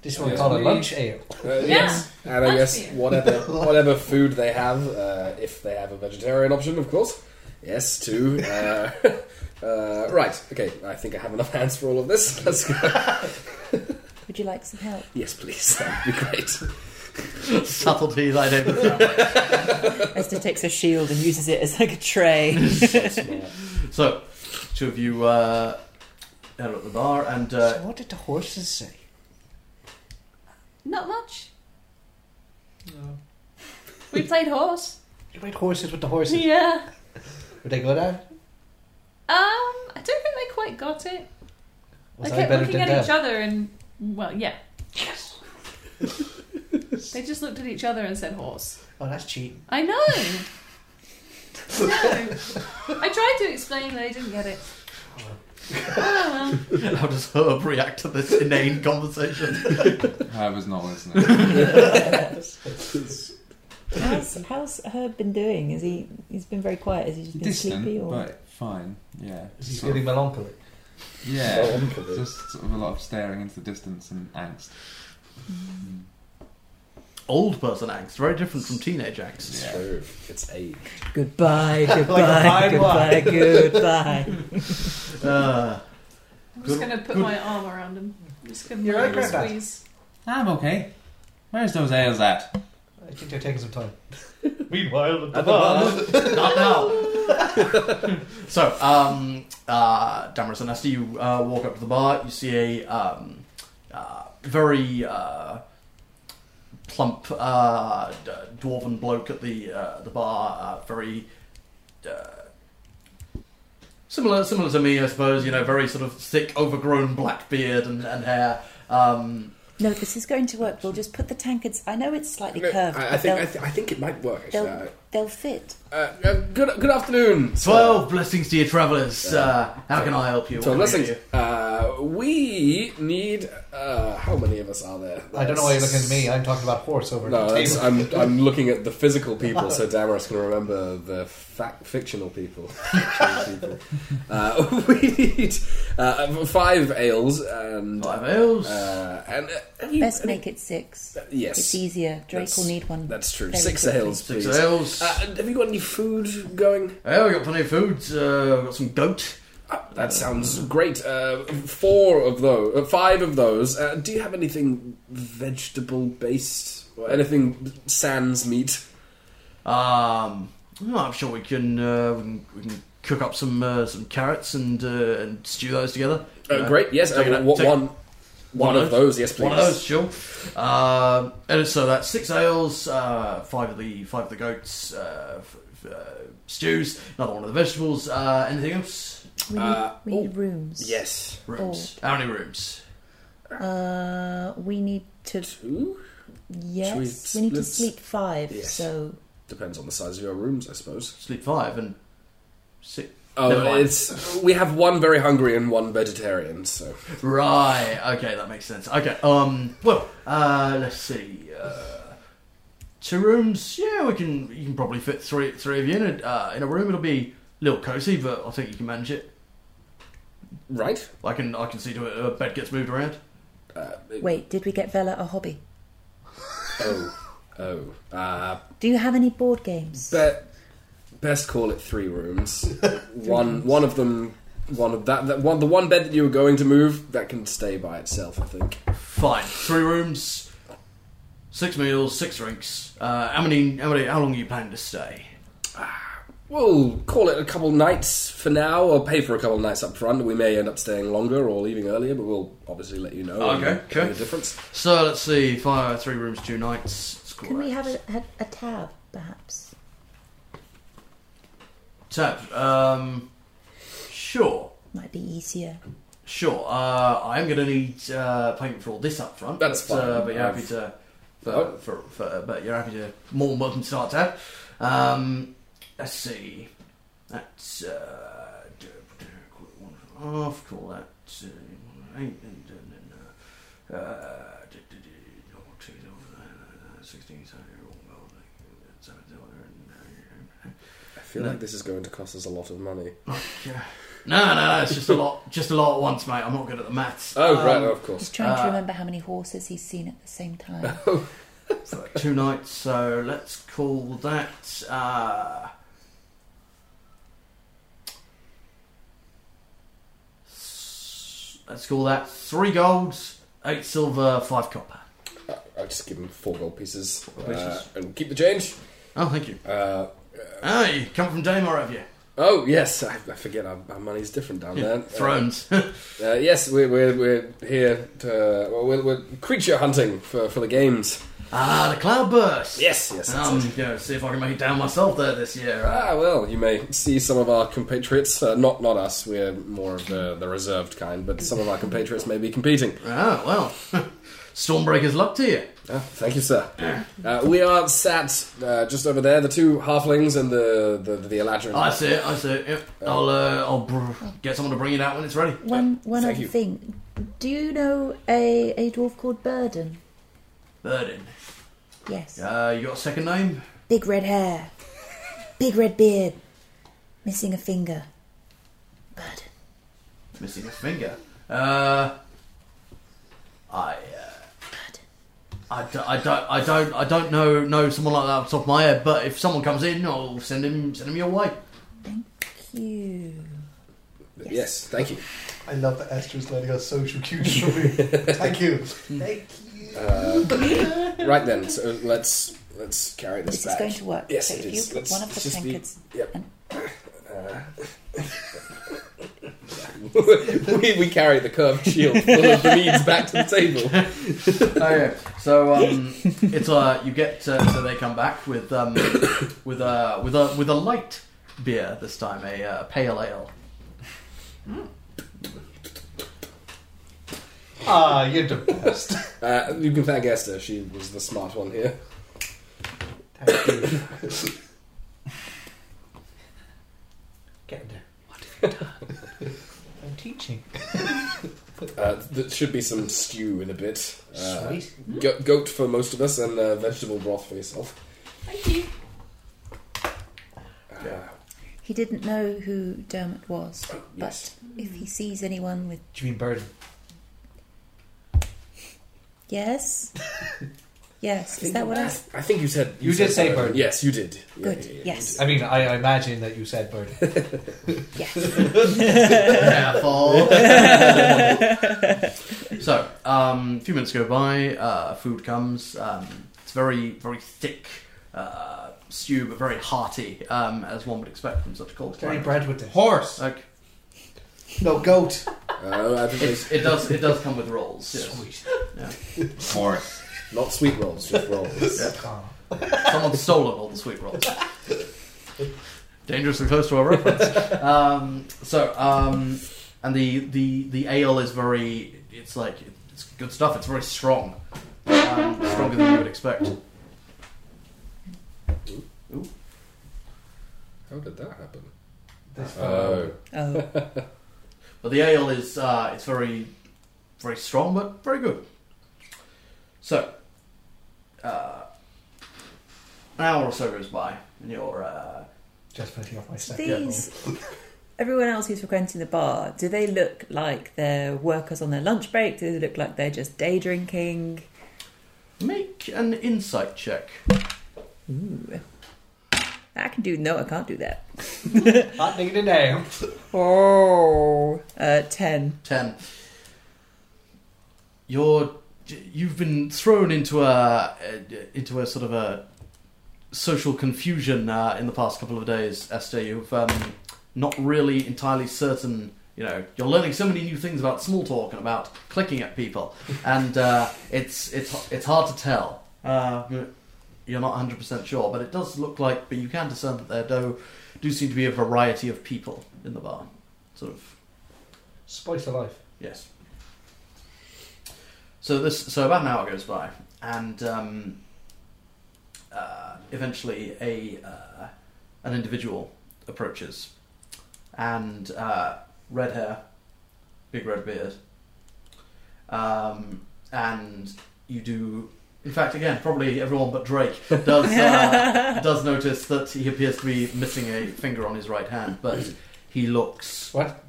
S2: This one
S5: Yeah.
S2: called a
S5: Please.
S2: lunch ale.
S5: Uh, Yes, and I
S4: Lunch
S5: guess
S4: beer.
S5: whatever whatever food they have, uh, if they have a vegetarian option, of course. Yes, too. Uh, [laughs] uh, right. Okay. I think I have enough hands for all of this. [laughs] Let's go.
S9: Would you like some help?
S5: Yes, please. That'd be great.
S3: [laughs] Subtleties I don't know.
S7: Esther takes her shield and uses it as like a tray.
S3: [laughs]
S9: [laughs]
S3: so, two of you uh, head up the bar, and
S2: so
S3: uh, [laughs]
S2: what did the horses say?
S4: Not much.
S2: No.
S4: We played horse.
S2: [laughs] You made horses with the horses.
S4: yeah.
S2: Were they good at it?
S4: Um, I don't think they quite got it.
S2: Was
S4: they
S2: I
S4: kept
S2: better
S4: looking
S2: than them?
S4: at each other and well,
S2: [laughs]
S4: yeah. they just looked at each other and said horse.
S2: Oh, that's cheating. [laughs]
S4: I know. no. I tried to explain, but I didn't get it. Oh, well.
S3: how does Herb react to this inane conversation?
S6: I was not listening.
S7: How's, how's Herb been doing? Is he? He's been very quiet. Has he just been sleepy?
S6: Distant,
S7: Or
S6: but fine. Yeah.
S2: He's
S6: Sort
S2: feeling
S6: of-
S2: melancholy.
S6: yeah.
S5: Melancholy.
S6: Just sort of a lot of staring into the distance and angst. Mm.
S3: Old person angst, very different from teenage angst.
S6: Yeah.
S5: True. It's age.
S7: goodbye,
S2: Like a
S7: goodbye,
S2: fine
S7: goodbye,
S2: wine.
S7: goodbye.
S3: Uh,
S4: I'm just
S3: Good-
S4: going to put
S3: good-
S4: my arm around him. I'm just going
S2: You're
S4: to
S2: okay, Dad.
S4: squeeze.
S6: I'm okay. Where's those ales at?
S2: I think they're taking some time. Meanwhile, at
S5: the bar.
S3: Not now. [laughs] so, um, uh, Damaris and Esther, you uh, walk up to the bar. You see a um, uh, very uh, plump uh, d- dwarven bloke at the uh, the bar. Uh, very uh, similar, similar to me, I suppose. You know, very sort of thick, overgrown black beard and, and hair. Um,
S9: No, this is going to work. We'll just put the tankards. I know it's slightly
S5: No,
S9: curved,
S5: I, I
S9: but
S5: think I,
S9: they'll,
S5: th- I think it might work.
S9: they'll,
S5: Actually. Uh,
S9: they'll fit.
S5: uh, good good afternoon. sir.
S3: Twelve blessings to your travellers. Uh, how can I help you? What
S5: So
S3: can we
S5: listen,
S3: do?
S5: uh, we need. Uh, how many of us are there?
S2: I don't know why you're looking at me. I'm talking about horse over
S5: No,
S2: the
S5: that's,
S2: table.
S5: I'm I'm
S9: [laughs]
S5: looking at the physical people, so
S9: Oh.
S5: Damaris can remember the fact fictional people. [laughs] Fictional people. Uh, [laughs] we need uh, five ales and
S3: Five ales.
S5: Uh, and uh, and you-
S9: Best make it six.
S5: yes,
S9: It's easier. Drake
S5: That's-
S9: will need one.
S5: That's true.
S9: very
S5: Six
S9: quickly.
S5: ales, please.
S3: Six ales.
S5: Uh, and have you got any food going?
S3: Oh, we got plenty of food. Uh, we got some goat.
S5: Uh, that sounds great. Uh, four of those, uh, five of those. Uh, do you have anything vegetable based or anything sans meat?
S3: Um, well, I'm sure we can, uh, we can we can cook up some uh, some carrots and uh, and stew those together.
S5: Uh,
S3: You know,
S5: Great. Yes. Uh,
S3: take it
S5: wha-
S3: out-
S5: one,
S3: take-
S5: one
S3: one
S5: of
S3: of
S5: those. Yes, please.
S3: One of those, sure. Um, and so that's six ales, uh, five of the five of the goats, uh, f- f- uh, stews, another one of the vegetables. Uh, anything else?
S9: We need,
S5: Uh,
S9: we need rooms.
S5: Yes.
S3: Rooms. How many rooms?
S9: Uh, we need to.
S5: Two.
S9: Yes. We,
S5: Should we
S9: need to
S5: split?
S9: sleep five.
S5: Yes.
S9: So
S5: Depends on the size of your rooms, I suppose.
S3: Sleep five and six. Never
S5: Oh,
S3: mind.
S5: it's we have one very hungry and one vegetarian. So
S3: Right. Okay, that makes sense. Okay. Um. Well. Uh. Let's see. Uh, two rooms. Yeah, we can. You can probably fit three three of you in a uh, in a room. It'll be a little cozy, but I think you can manage it.
S5: right.
S3: I can. I can see to it. A bed gets moved around.
S5: Uh, it-
S9: wait, did we get Vela a hobby?
S5: Oh. Oh. Uh,
S9: Do you have any board games?
S5: But best call it [laughs] three rooms. one one of them one of that, that one the one bed that you were going to move that can stay by itself, I think.
S3: Fine. Three rooms. Six meals. Six drinks. Uh. How many? How many? How long are you planning to stay?
S5: We'll call it a couple nights for now, or pay for a couple nights up front. We may end up staying longer or leaving earlier, but we'll obviously let you know
S3: Okay,
S5: and-
S3: okay.
S5: the difference.
S3: So let's see. Five. Three rooms. Two nights. It's
S9: Can we
S3: great.
S9: have a, a, a tab, perhaps?
S3: tab? Um. Sure.
S9: Might be easier.
S5: Um,
S3: Sure. Uh, I am going to need uh, payment for all this up front.
S5: That's
S3: but, Uh,
S5: fine.
S3: but you're happy to. For,
S5: Oh.
S3: for, for, but you're happy to more than welcome to start tab. Um, let's see. That's uh, d- d- one and a half. Call that uh, eight and then uh, uh, d- d- d- no, two, no, no, no, no, sixteen. so, oh, well, like, so, so, uh,
S5: I feel like this is going to cost us a lot of money.
S3: yeah. No, no, no. It's just a lot. Just a lot at once, mate. I'm not good at the maths.
S5: Oh
S3: Um,
S5: right, of course.
S9: He's trying
S3: Uh,
S9: to remember how many horses he's seen at the same
S5: [laughs]
S9: time.
S3: two nights, so let's call that uh, s- let's call that three golds, eight silver, five copper.
S5: I'll just give him four gold pieces,
S3: pieces.
S5: uh, and keep the change.
S3: Oh, thank you.
S5: Uh,
S3: Ah, you come from Daymar, have you?
S5: oh yes, I, I forget our, our money's different down there. Uh,
S3: Thrones. [laughs]
S5: Uh, yes, we're, we're, we're here to. uh, well, We're, we're creature hunting for, for the games.
S3: ah, the cloudburst.
S5: Yes, yes. That's
S3: Um,
S5: it.
S3: yeah, see if I can make it down myself there this year. Uh,
S5: Ah, well, you may see some of our compatriots. Uh, not not us, we're more of the, the reserved kind, but some of our compatriots may be competing.
S3: ah, well, [laughs] Stormbreaker's luck to you.
S5: Ah, thank you, sir. Uh, we are sat uh, just over there, the two halflings and the, the, the Eladrin.
S3: I see it. I see it. Yep. I'll uh, I'll br- get someone to bring it out when it's ready.
S9: One one
S5: thank
S9: other
S5: you.
S9: thing. Do you know a, a dwarf called Burden?
S3: Burden.
S9: Yes.
S3: Uh, you got a second name?
S9: Big red hair. Big red beard. Missing a finger. Burden.
S3: Missing a finger. Uh, I, uh, I, do, I don't, I don't, I don't know, know someone like that off the top of my head. But if someone comes in, I'll send him, send him your way.
S9: Cute.
S5: Yes, thank you.
S2: I love that Esther's letting us social cues [laughs] from me. Thank you. Thank you.
S5: Uh, right then, so let's let's carry this,
S9: This
S5: back.
S9: is going to work.
S5: Yes,
S9: so
S5: it
S9: if
S5: is.
S9: you put
S5: Let's-
S9: one of
S5: let's
S9: the
S5: just be-
S9: tankards.
S5: [laughs] we, we carry the curved shield full of meads back to the table.
S3: okay, so um, [laughs] it's uh, you get uh, so they come back with um, [coughs] with a with a with a light beer this time, a uh, pale ale.
S2: Ah, you're the best.
S5: Uh, you can thank Esther. She was the smart one here.
S2: [laughs] Thank you. Get in there. What have you done? [laughs] I'm teaching.
S5: Uh, there should be some stew in a bit. Uh,
S2: Sweet.
S5: Go- goat for most of us, and uh, vegetable broth for yourself.
S4: Thank you.
S5: Ah,
S9: He didn't know who Dermot was, but
S5: yes.
S9: if he sees anyone with
S2: Do you mean burden?
S5: [laughs]
S9: yes, yes, is that what I? s-
S5: I think you said
S2: You did
S5: said
S2: say
S5: bird.
S2: bird.
S5: Yes, you did. Yeah,
S9: Good.
S5: yeah, yeah, you
S9: Yes,
S2: I mean, I, I imagine that you said burden.
S9: yes.
S3: Careful. so, um, a few minutes go by. Uh, food comes. Um, it's very, very thick uh, stew, but very hearty, um, as one would expect from such a cold
S2: [laughs] Very
S3: climate.
S2: bread with it.
S1: Horse.
S3: Like,
S2: No, goat.
S5: did. Uh, I think it's
S3: it's, it does, it does come with rolls. yes.
S2: Sweet.
S6: Morris.
S5: not sweet rolls,
S9: [laughs]
S5: just rolls.
S2: Oh.
S3: Someone stole all the sweet rolls. Dangerously close to a reference. Um, so, um, and the, the the ale is very. It's like it's good stuff. It's very strong, um, stronger than you would expect.
S5: How did that happen?
S2: This
S5: Oh,
S2: fellow.
S7: Oh,
S3: But the ale is uh, it's very very strong, but very good. So, uh, an hour or so goes by, and you're. Uh,
S2: Just putting off my second.
S7: these. Everyone else who's frequenting the bar, do they look like they're workers on their lunch break? Do they look like they're just day drinking?
S3: make an insight check.
S7: I can do no, I can't do that.
S2: Hot nigga now.
S7: Oh, uh, ten.
S3: Ten. You're you've been thrown into a into a sort of a social confusion uh, in the past couple of days, Esther. You've um, not really entirely certain. You know, you're learning so many new things about small talk and about clicking at people, and uh, it's it's it's hard to tell. Uh, you're not 100 percent sure, but it does look like. But you can discern that there do do seem to be a variety of people in the bar, sort of
S2: Spice of life.
S3: Yes. So this, so about an hour goes by, and um, uh, eventually a uh, an individual approaches, and uh, red hair, big red beard, um, and you do. In fact, again, probably everyone but Drake does uh, does notice that he appears to be missing a finger on his right hand, but he looks
S2: What?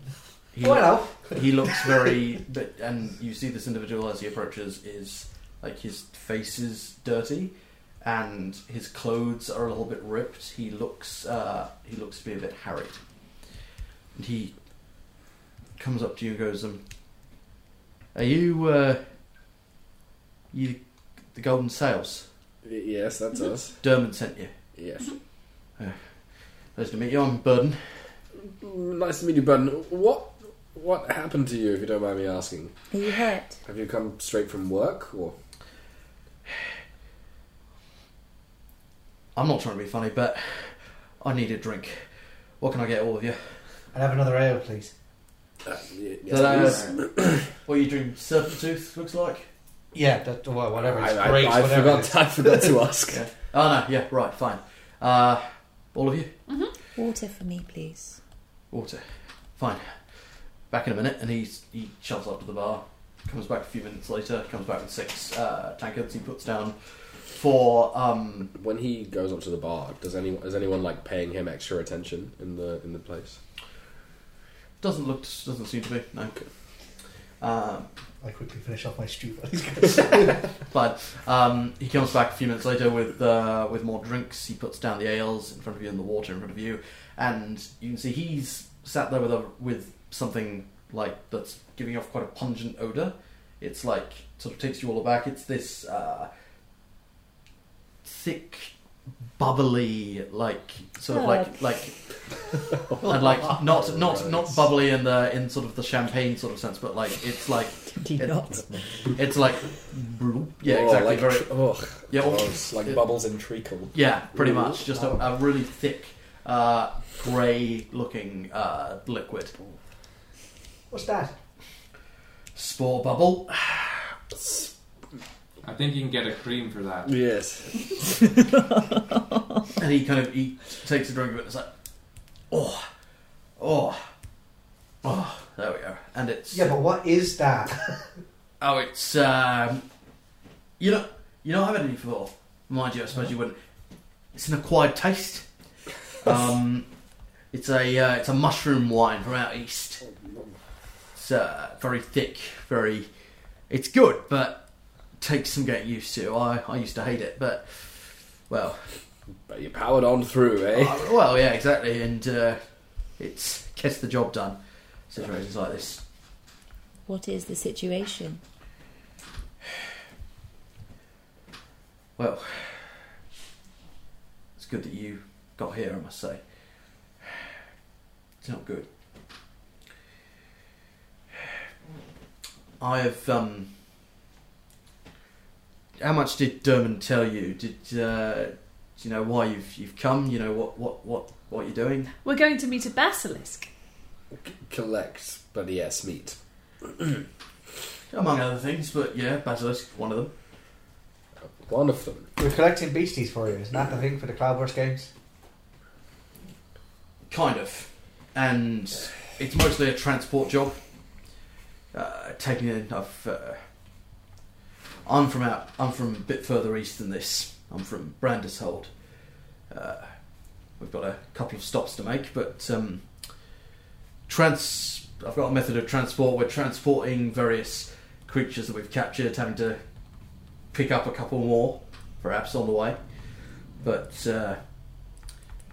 S3: he
S2: What else?
S3: he looks very, but, and you see this individual as he approaches is like his face is dirty, and his clothes are a little bit ripped. He looks, uh, he looks to be a bit harried, and he comes up to you and goes, um, "Are you, uh, you, the Golden Sails?
S5: Y- yes, that's
S9: Mm-hmm.
S5: us.
S3: Dermot sent you.
S5: Yes.
S3: Nice to meet you. I'm Burden.
S5: Mm, Nice to meet you, Bun. What what happened to you, if you don't mind me asking?
S9: Are you hurt?
S5: Have you come straight from work, or
S3: I'm not trying to be funny, but I need a drink. What can I get all of you?
S2: I'd have another ale, please.
S5: uh, y- yes,
S3: That, uh,
S5: please.
S3: [coughs] What you drink? Serpent tooth looks like."
S2: Yeah, that, well, whatever. It's
S5: I, I-
S2: grapes,
S5: I
S2: whatever.
S5: forgot. I forgot [laughs] to ask.
S3: Yeah. Oh no. Yeah. Right. Fine. Uh, all of you.
S9: Water for me, please.
S3: Water. Fine. Back in a minute. And he he shoves up to the bar. Comes back a few minutes later. Comes back with six uh, tankards. He puts down for um,
S5: When he goes up to the bar, does any is anyone like paying him extra attention in the in the place?
S3: doesn't look doesn't seem to be no. Um,
S2: I quickly finish off my stew. [laughs]
S3: But um, he comes back a few minutes later with uh, with more drinks. He puts down the ales in front of you and the water in front of you, and you can see he's sat there with a with something like that's giving off quite a pungent odor. It's like sort of takes you all aback. It's this uh, thick, bubbly, like sort of like like and like not not not bubbly in the in sort of the champagne sort of sense, but like it's like
S7: Do
S3: It-
S7: not.
S3: [laughs] it's like yeah
S5: Oh,
S3: exactly
S5: Like,
S3: very
S5: tr- oh,
S3: yeah all- [laughs]
S5: gross, like
S3: it-
S5: bubbles in treacle.
S3: Yeah, pretty
S5: Ooh.
S3: much. Just a, a really thick, uh, grey-looking uh, liquid.
S2: What's that?
S3: Spore bubble.
S6: I think you can get a cream for that.
S5: Yes.
S3: And he kind of he takes a drink of it and it's like, oh, oh, oh, there we go. And it's,
S2: Yeah, but what is that?
S3: oh, it's, um, you know, you know, I haven't had any before. Mind you, I suppose you wouldn't. It's an acquired taste. Um, it's a, uh, it's a mushroom wine from out east. It's uh, very thick, very. It's good, but takes some getting used to. I, I used to hate it, but well,
S5: But you powered on through, eh?
S3: I- well, yeah, exactly, and uh, it's gets the job done. Situations like this.
S9: What is the situation?
S3: Well, it's good that you got here, I must say. It's not good. I have, um. How much did Derman tell you? Did, uh. Do you know why you've, you've come? You know what, what, what, what you're doing?
S4: We're going to meet a basilisk.
S5: Collect, but yes, meat.
S3: Among other things, but yeah, Basilisk, one of them.
S5: One of them.
S2: We're collecting beasties for you. Isn't that the thing for the Cloudburst games?
S3: Kind of. And it's mostly a transport job. Uh, taking in, I've, uh, I'm from out, I'm from a bit further east than this. I'm from Brandishold. Uh, we've got a couple of stops to make, but um, trans, I've got a method of transport. We're transporting various creatures that we've captured, having to pick up a couple more, perhaps on the way. But uh,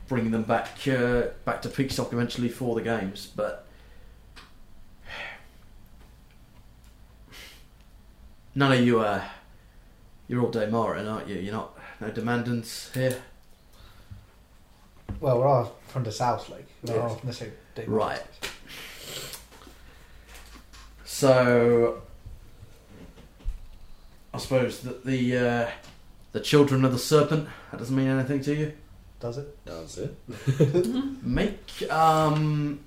S3: bringing them back uh, back to peak stock eventually for the games. But none of you are you're all Demarin, aren't you? You're not no demandants here,
S2: Well, we're all from the south, like we're all
S5: Yes.
S2: from the same. Day.
S3: right? So I suppose that the uh, the children of the serpent that doesn't mean anything to you.
S2: Does it?
S5: That's it.
S3: Make um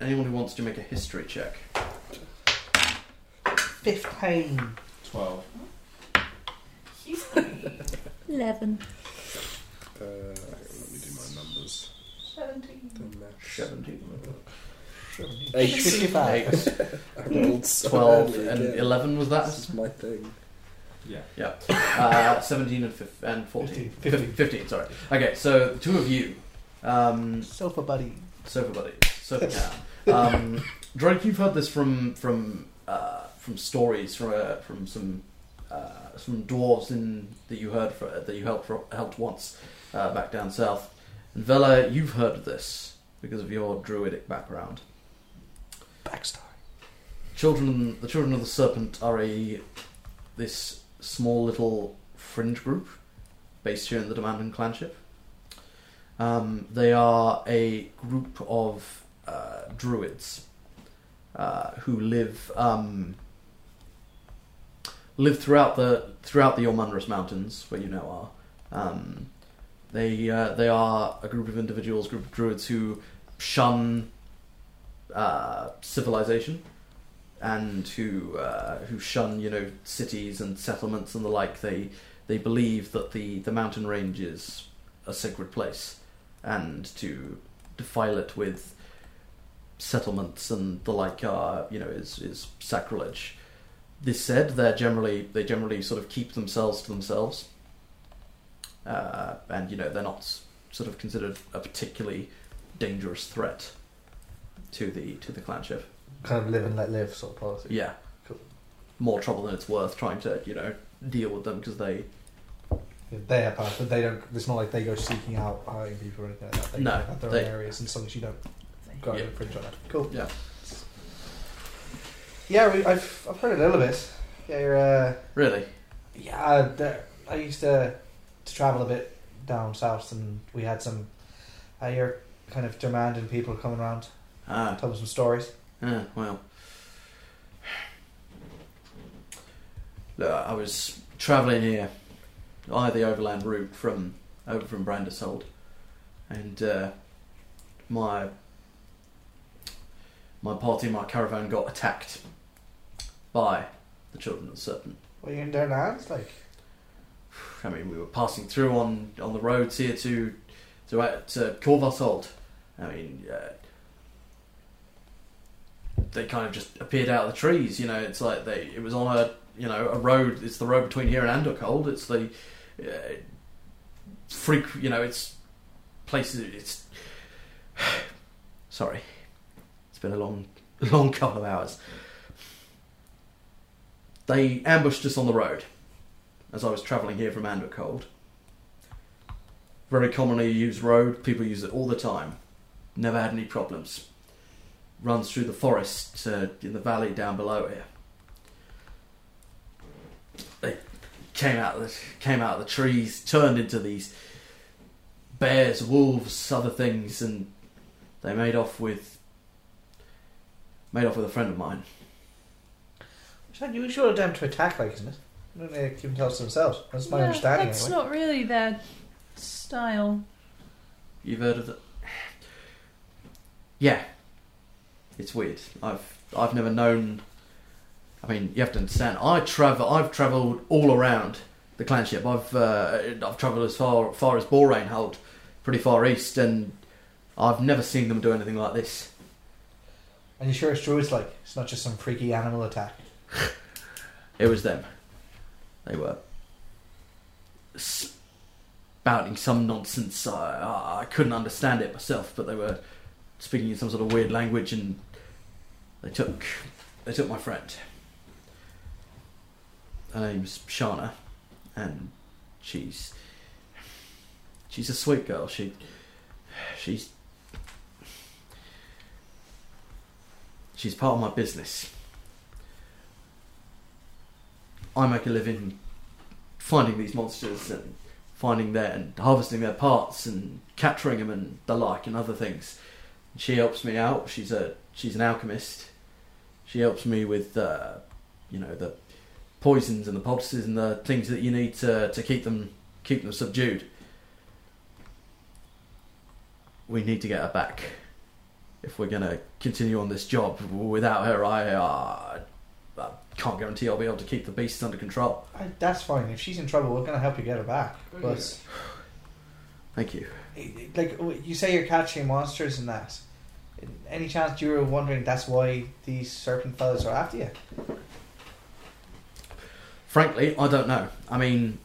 S3: anyone who wants to make a history check.
S2: Fifteen.
S6: 12.
S9: Eleven.
S5: Uh, let me do my numbers.
S4: 17.
S3: Seventeen.
S5: [laughs] Eight.
S2: Fifty-five.
S5: I rolled so
S3: 12
S5: badly
S3: and
S5: again.
S3: 11 was
S5: This
S3: that?
S5: is my thing.
S3: Uh, 17 and, fif- and 14.
S2: 15.
S3: 15. 15, sorry. Okay, so the two of you, um,
S2: Sofa buddy.
S3: Sofa Buddy, Sofa Cam. Um, Drake, you've heard this from from uh, from stories from uh, from some uh, some dwarves in that you heard for, that you helped for, helped once uh, back down south. And Vela, you've heard of this because of your druidic background.
S2: Backstory.
S3: Children, the Children of the Serpent are a this small little fringe group based here in the Demanding Clanship. Um, they are a group of uh, druids uh, who live um, live throughout the throughout the Ormondras Mountains, where you now are. Um, they uh, they are a group of individuals, group of druids who shun uh, civilization and who uh, who shun you know cities and settlements and the like. They they believe that the the mountain range is a sacred place, and to defile it with settlements and the like are you know is is sacrilege. this said, they're generally they generally sort of keep themselves to themselves, uh, and you know they're not s- sort of considered a particularly dangerous threat to the to the clanship.
S8: Kind of live and let live sort of policy.
S3: Yeah,
S8: Cool.
S3: more trouble than it's worth trying to you know deal with them because they
S8: They have power, but they don't. It's not like they go seeking out hiring people or anything like that. They
S3: No,
S8: have their
S3: they-
S8: own areas, and so that you don't go
S3: Yeah.
S8: and infringe on it. Cool.
S3: Yeah.
S8: Yeah, we, I've I've heard a little bit. Yeah, you're. Uh,
S3: really
S8: Yeah, there, I used to to travel a bit down south, and we had some. I hear kind of Germandan people coming around,
S3: ah
S8: telling some stories.
S3: Yeah, well. Look, I was travelling here via the overland route from over from Brandishold, and uh, my my party, my caravan, got attacked by the children of the serpent.
S8: Were you in their lands, like?
S3: I mean, we were passing through on, on the roads here to to uh, to Corvasold. I mean, uh, they kind of just appeared out of the trees. You know, it's like they it was on a you know a road. It's the road between here and Andercold. It's the uh, freak. You know, it's places. It's [sighs] sorry, it's been a long [laughs] long couple of hours. They ambushed us on the road as I was travelling here from Andercold. Very commonly used road, people use it all the time. Never had any problems. Runs through the forest uh, in the valley down below here. They came out, of the, came out of the trees, turned into these bears, wolves, other things, and they made off with made off with a friend of mine.
S8: It's unusual of them to attack, like, isn't it? Don't they keep themselves to themselves? That's my understanding.
S4: That's
S8: anyway.
S4: not really their style.
S3: You've heard of the Yeah. It's weird. I've I've never known I mean, you have to understand. I travel. I've travelled all around the clanship. I've uh, I've travelled as far far as Borainhold, pretty far east, and I've never seen them do anything like this.
S8: And you sure it's true? It's like it's not just some freaky animal attack.
S3: It was them. They were spouting some nonsense. I, I couldn't understand it myself, but they were speaking in some sort of weird language, and they took they took my friend. Her name's Shana, and she's she's a sweet girl. She she's she's part of my business. I make a living finding these monsters and finding their and harvesting their parts and capturing them and the like and other things. She helps me out. She's a she's an alchemist. She helps me with uh, you know the poisons and the poultices and the things that you need to to keep them keep them subdued. We need to get her back if we're gonna continue on this job. Without her, I uh, I can't guarantee I'll be able to keep the beasts under control.
S8: I, that's fine. If she's in trouble, we're gonna help you get her back. But
S3: Thank you.
S8: it- it- like w- you say, you're catching monsters and that. Any chance you were wondering that's why these serpent fellas are after you?
S3: Frankly, I don't know. I mean,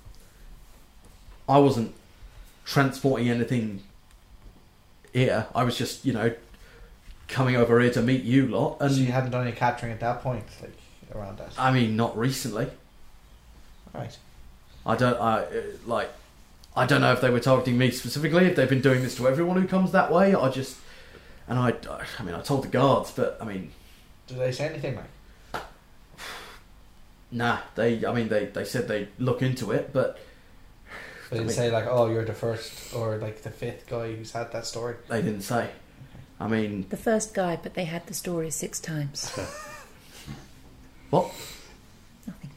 S3: I wasn't transporting anything here. I was just, you know, coming over here to meet you lot. And Ah.
S8: so you hadn't done any capturing at that point, like around that.
S3: I mean, not recently.
S8: right.
S3: I don't. I uh, like. I don't know if they were targeting me specifically. If they've been doing this to everyone who comes that way, I just. And I. I mean, I told the guards, but I mean,
S8: Did they say anything, Mike?
S3: nah. They. I mean, they. They said they would look into it, but
S8: They didn't
S3: Like-
S8: say like, "Oh, you're the first or like the fifth guy who's had that story."
S3: they didn't say. I mean,
S7: The first guy, but they had the story six
S3: [laughs]
S7: times.
S3: What?
S7: Nothing.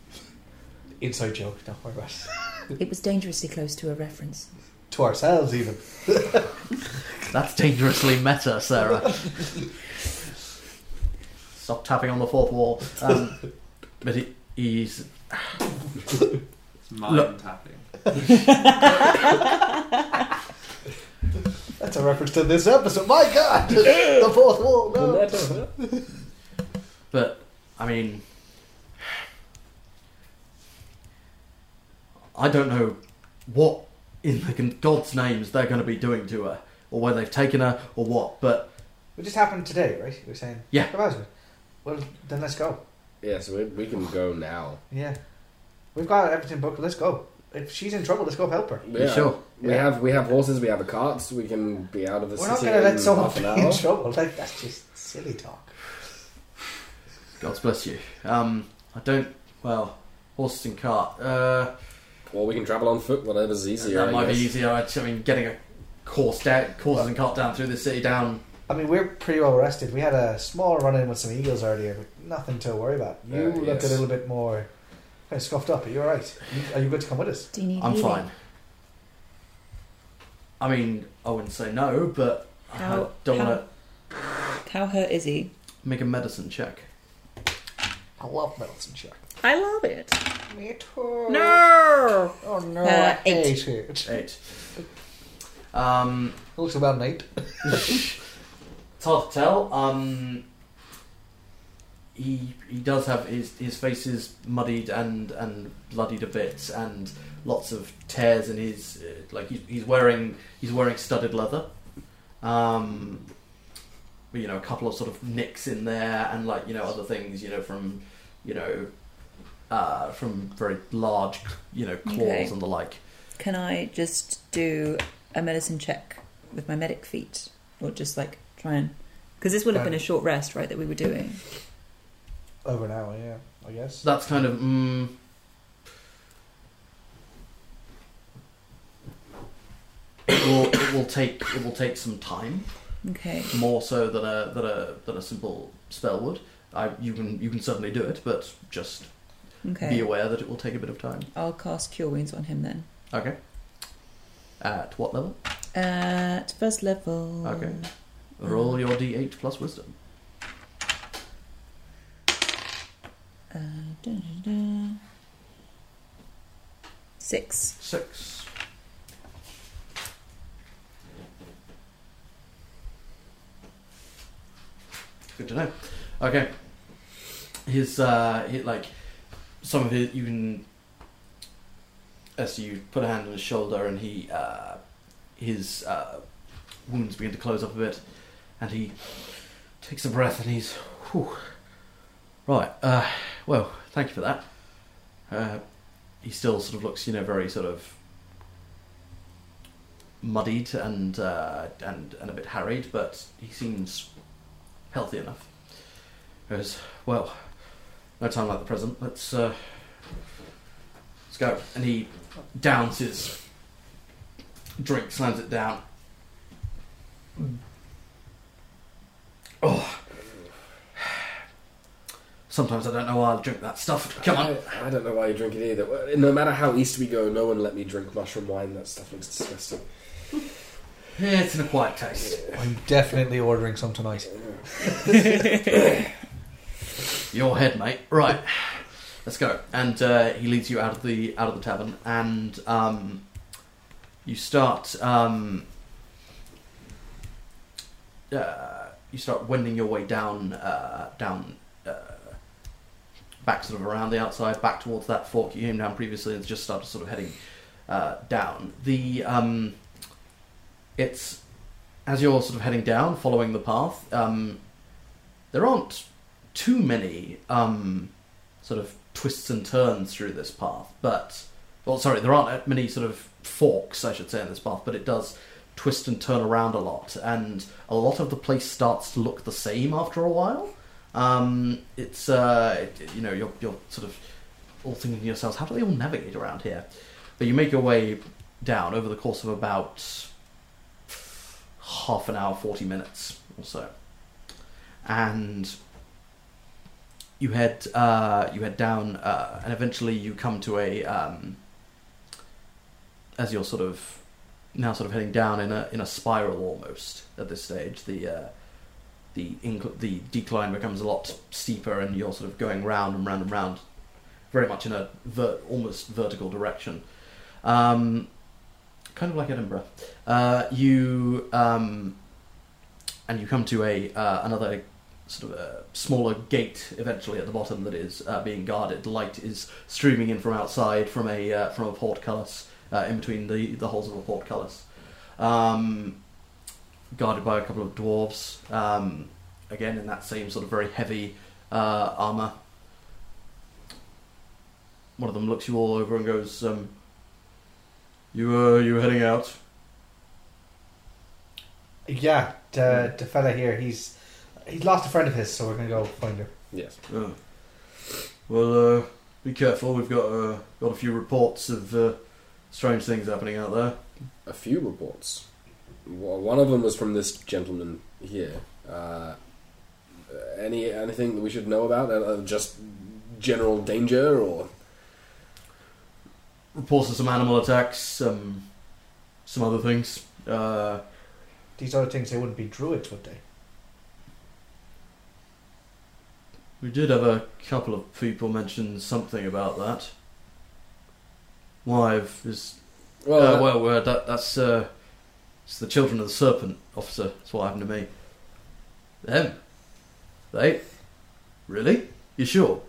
S8: Inside joke. Don't worry about it. [laughs]
S7: It was dangerously close to a reference.
S8: To ourselves, even.
S3: That's dangerously meta, Sarah. Stop tapping on the fourth wall. Um, but he, he's
S6: It's mind
S3: Look.
S6: tapping.
S8: That's a reference to this episode. My
S3: [laughs]
S8: God, the fourth wall. No.
S3: but I mean, I don't know what in the con- God's names they're going to be doing to her, or where they've taken her, or what. But
S2: It just happened today, right? We were saying.
S3: Yeah.
S2: About it. Well, then let's go.
S5: Yeah, so we, we can go now.
S2: Yeah. We've got everything booked. Let's go. If she's in trouble, let's go help her.
S3: you
S5: Yeah.
S3: sure,
S5: We
S2: Yeah.
S5: have we have horses. We have the carts. We can be out of the
S2: We're not
S5: city
S2: going to
S5: in
S2: let someone
S5: half an
S2: be
S5: hour.
S2: in trouble. Like, that's just silly talk.
S3: God bless you. Um, I don't. Well, horses and cart. Uh,
S5: Or we can travel on foot. Whatever's easier.
S3: that
S5: I
S3: might be
S5: guess.
S3: easier. I I mean, getting a course down, horses and cart down through the city down.
S2: I mean, we're pretty well rested. We had a small run in with some eagles earlier, but nothing to worry about. You
S5: Uh,
S2: look
S5: yes.
S2: a little bit more kind of scuffed up. Are you alright? Are you good to come with us?
S9: Do you need
S3: I'm
S9: healing?
S3: fine. I mean, I wouldn't say no, but I
S9: How-
S3: don't
S9: how-
S3: want to
S7: How hurt is he?
S3: make a medicine check.
S2: I love medicine shark.
S7: I love it.
S2: Me too.
S7: No.
S2: Oh no.
S7: Uh,
S2: I hate it.
S9: [laughs]
S3: Eight. Um,
S2: Looks about an eight.
S3: it's hard to tell. Um, he he does have his his face is muddied and and bloodied a bit, and lots of tears in his uh, like he's, he's wearing he's wearing studded leather. Um, but, you know, a couple of sort of nicks in there, and like you know other things you know from you know. Uh, from very large, you know, claws
S7: Okay.
S3: and the like.
S7: Can I just do a medicine check with my medic feet, or just like try and? Because this would have been a short rest, right? That we were doing.
S2: Over an hour, yeah, I guess.
S3: So that's kind of mm, it will it will take it will take some time
S7: Okay.
S3: more so than a than a than a simple spell would. I, you can you can certainly do it, but just be
S7: Okay.
S3: aware that it will take a bit of time.
S7: I'll cast cure wounds on him then.
S3: Okay. At what level?
S7: At first level.
S3: Okay. Roll your d8 plus wisdom.
S7: Uh, da, da, da. Six.
S3: Six. Good to know. Okay. His uh, he, like some of it you can as you put a hand on his shoulder and he uh, his uh, wounds begin to close up a bit, and he takes a breath and he's whew. right. Uh, well, thank you for that. Uh, he still sort of looks, you know, very sort of muddied and uh, and and a bit harried, but he seems healthy enough. He Goes well. No time like the present. Let's uh, let's go. And he downs his drink, slams it down. Oh. [sighs] Sometimes I don't know why I drink that stuff. Come on.
S5: I, I don't know why you drink it either. Well, No matter how east we go, no one let me drink mushroom wine. That stuff looks disgusting.
S3: Yeah, Eh, it's an acquired taste.
S2: I'm definitely ordering some tonight.
S3: Your head, mate. Right, let's go. And uh, he leads you out of the out of the tavern, and um, you start um, uh, you start wending your way down uh, down uh, back sort of around the outside, back towards that fork you came down previously, and just started sort of heading uh, down. The um, it's as you're sort of heading down, following the path. Um, there aren't too many um, sort of twists and turns through this path, but well, sorry, there aren't that many sort of forks, I should say, in this path, but it does twist and turn around a lot, and a lot of the place starts to look the same after a while. Um, it's uh, it- you know you're you're sort of all thinking to yourselves, how do they all navigate around here? But you make your way down over the course of about half an hour, forty minutes or so, and you head uh, you head down, uh, and eventually you come to a um, as you're sort of now sort of heading down in a in a spiral almost at this stage. The uh, the incl- the decline becomes a lot steeper, and you're sort of going round and round and round, very much in a ver- almost vertical direction, um, kind of like Edinburgh. Uh, you um, and you come to a uh, another sort of a smaller gate eventually at the bottom that is uh, being guarded. Light is streaming in from outside from a uh, from a portcullis uh, in between the the holes of a portcullis, um, guarded by a couple of dwarves. Um, again, in that same sort of very heavy uh, armor. One of them looks you all over and goes, um, "You uh, you heading out?"
S2: Yeah, the, the fella here, he's he's lost a friend of his, so we're gonna go find her.
S5: [laughs] Yes.
S3: Oh. Well, uh, be careful. We've got uh, got a few reports of uh, strange things happening out there.
S5: a few reports. Well, One of them was from this gentleman here. Uh, any anything that we should know about? Uh, Uh, just general danger, or
S3: Reports of some animal attacks, um, some other things. Uh,
S2: These other things, they wouldn't be druids, would they?
S3: we did have a couple of people mention something about that. Why if- is
S5: well,
S3: uh, well uh, that, that's uh, it's the children of the serpent, officer. That's what happened to me. Them, they, really? You sure?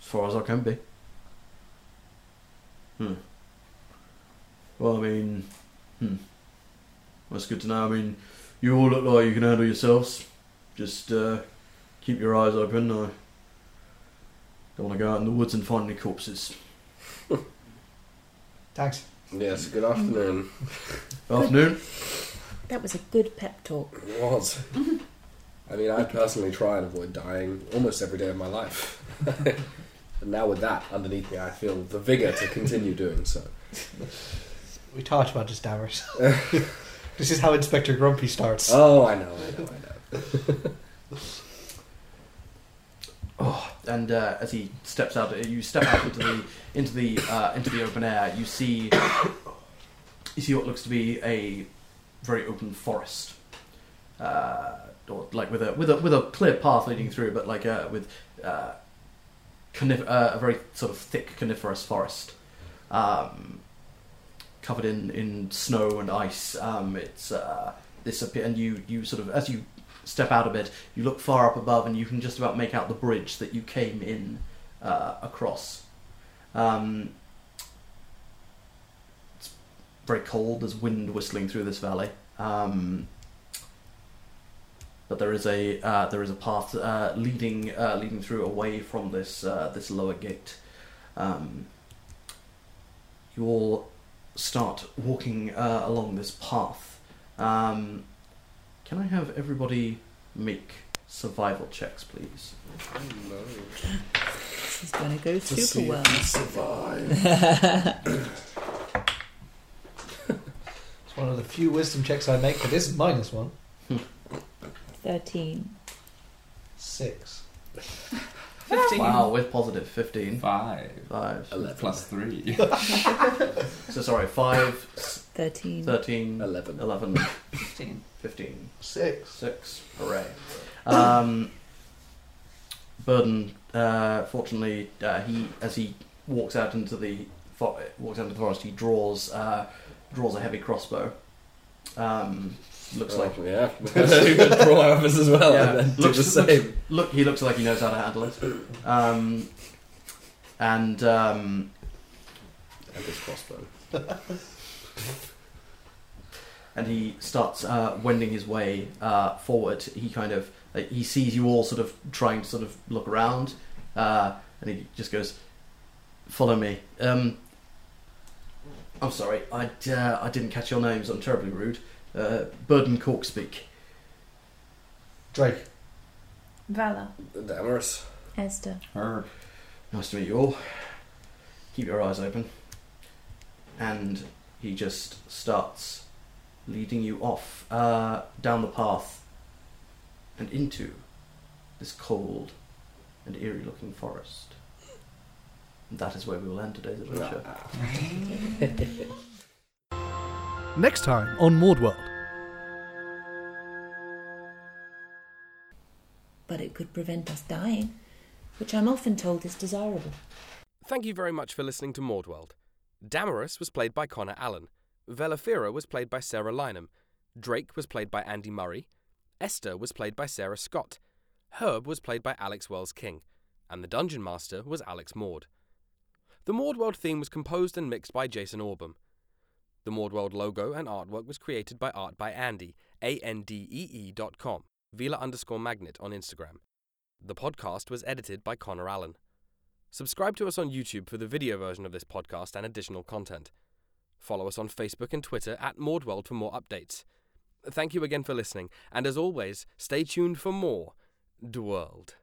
S3: As far as I can be. Hmm. Well, I mean, hmm. That's good to know. I mean, you all look like you can handle yourselves. Just uh, keep your eyes open. I don't want to go out in the woods and find any corpses.
S2: Thanks.
S5: yes. Good afternoon.
S3: Afternoon.
S9: That was a good pep talk.
S5: It was. [laughs] I mean, I personally try and avoid dying almost every day of my life. [laughs] and now with that underneath me, I feel the vigor to continue doing so.
S2: We talked about this, Dammers. [laughs] this is how Inspector Grumpy starts.
S5: Oh, I know, I know, I know.
S3: and uh, as he steps out, you step out into the into the uh, into the open air. You see you see what looks to be a very open forest, uh, or like with a with a with a clear path leading through, but like uh, with uh, conif- uh, a very sort of thick coniferous forest. Um, covered in, in snow and ice um, it's uh, this appear- and you, you sort of as you step out a bit you look far up above and you can just about make out the bridge that you came in uh, across. Um, it's very cold, there's wind whistling through this valley. Um, but there is a uh, there is a path uh, leading uh, leading through away from this uh, this lower gate. Um, you all start walking uh, along this path. Um, can I have everybody make survival checks, please?
S9: This is going to go super well.
S5: survive.
S2: It's one of the few wisdom checks I make, but this is minus one.
S9: 13.
S2: Six.
S4: 15.
S3: Wow, with positive fifteen.
S6: Five
S3: Five.
S5: Eleven.
S6: plus three. [laughs]
S3: So sorry, five, s-
S9: 13.
S3: 13,
S5: Eleven.
S3: 11,
S4: 15.
S3: 15,
S2: Six.
S3: 6. Hooray. Um, Burden, uh, fortunately, uh, he as he walks out into the fo- walks out into the forest, he draws uh, draws a heavy crossbow. Um, looks like
S5: Oh, yeah. Two [laughs] good draw offers as well.
S3: Yeah.
S5: and then do
S3: Looks-
S5: the same.
S3: look he looks like he knows how to handle it. Um, and um,
S5: And his crossbow.
S3: [laughs] and he starts uh, wending his way uh, forward. He kind of like, he sees you all sort of trying to sort of look around, uh, and he just goes, "Follow me." Um, I'm sorry, I uh, I didn't catch your names. I'm terribly rude. Uh, Bird and Cork speak.
S2: Drake.
S4: Valor.
S5: Damaris.
S9: Esther.
S6: Herb.
S3: Nice to meet you all. Keep your eyes open. And he just starts leading you off uh, down the path and into this cold and eerie looking forest. And that is where we will end today's adventure.
S10: Next time on Mordworld.
S9: But it could prevent us dying, which I'm often told is desirable.
S8: Thank you very much for listening to Mordworld. Damaris was played by Connor Allen. Velafira was played by Sarah Lynham. Drake was played by Andy Murray. Esther was played by Sarah Scott.
S3: Herb was played by Alex Wells King, and the Dungeon Master was Alex Maud. The Mordworld theme was composed and mixed by Jason Orbam. The Mordworld logo and artwork was created by Art by Andy, A-N-D-E-E E dot com, Vila underscore Magnet on Instagram. The podcast was edited by Connor Allen. Subscribe to us on YouTube for the video version of this podcast and additional content. Follow us on Facebook and Twitter at Mordworld for more updates. Thank you again for listening, and as always, stay tuned for more Dworld.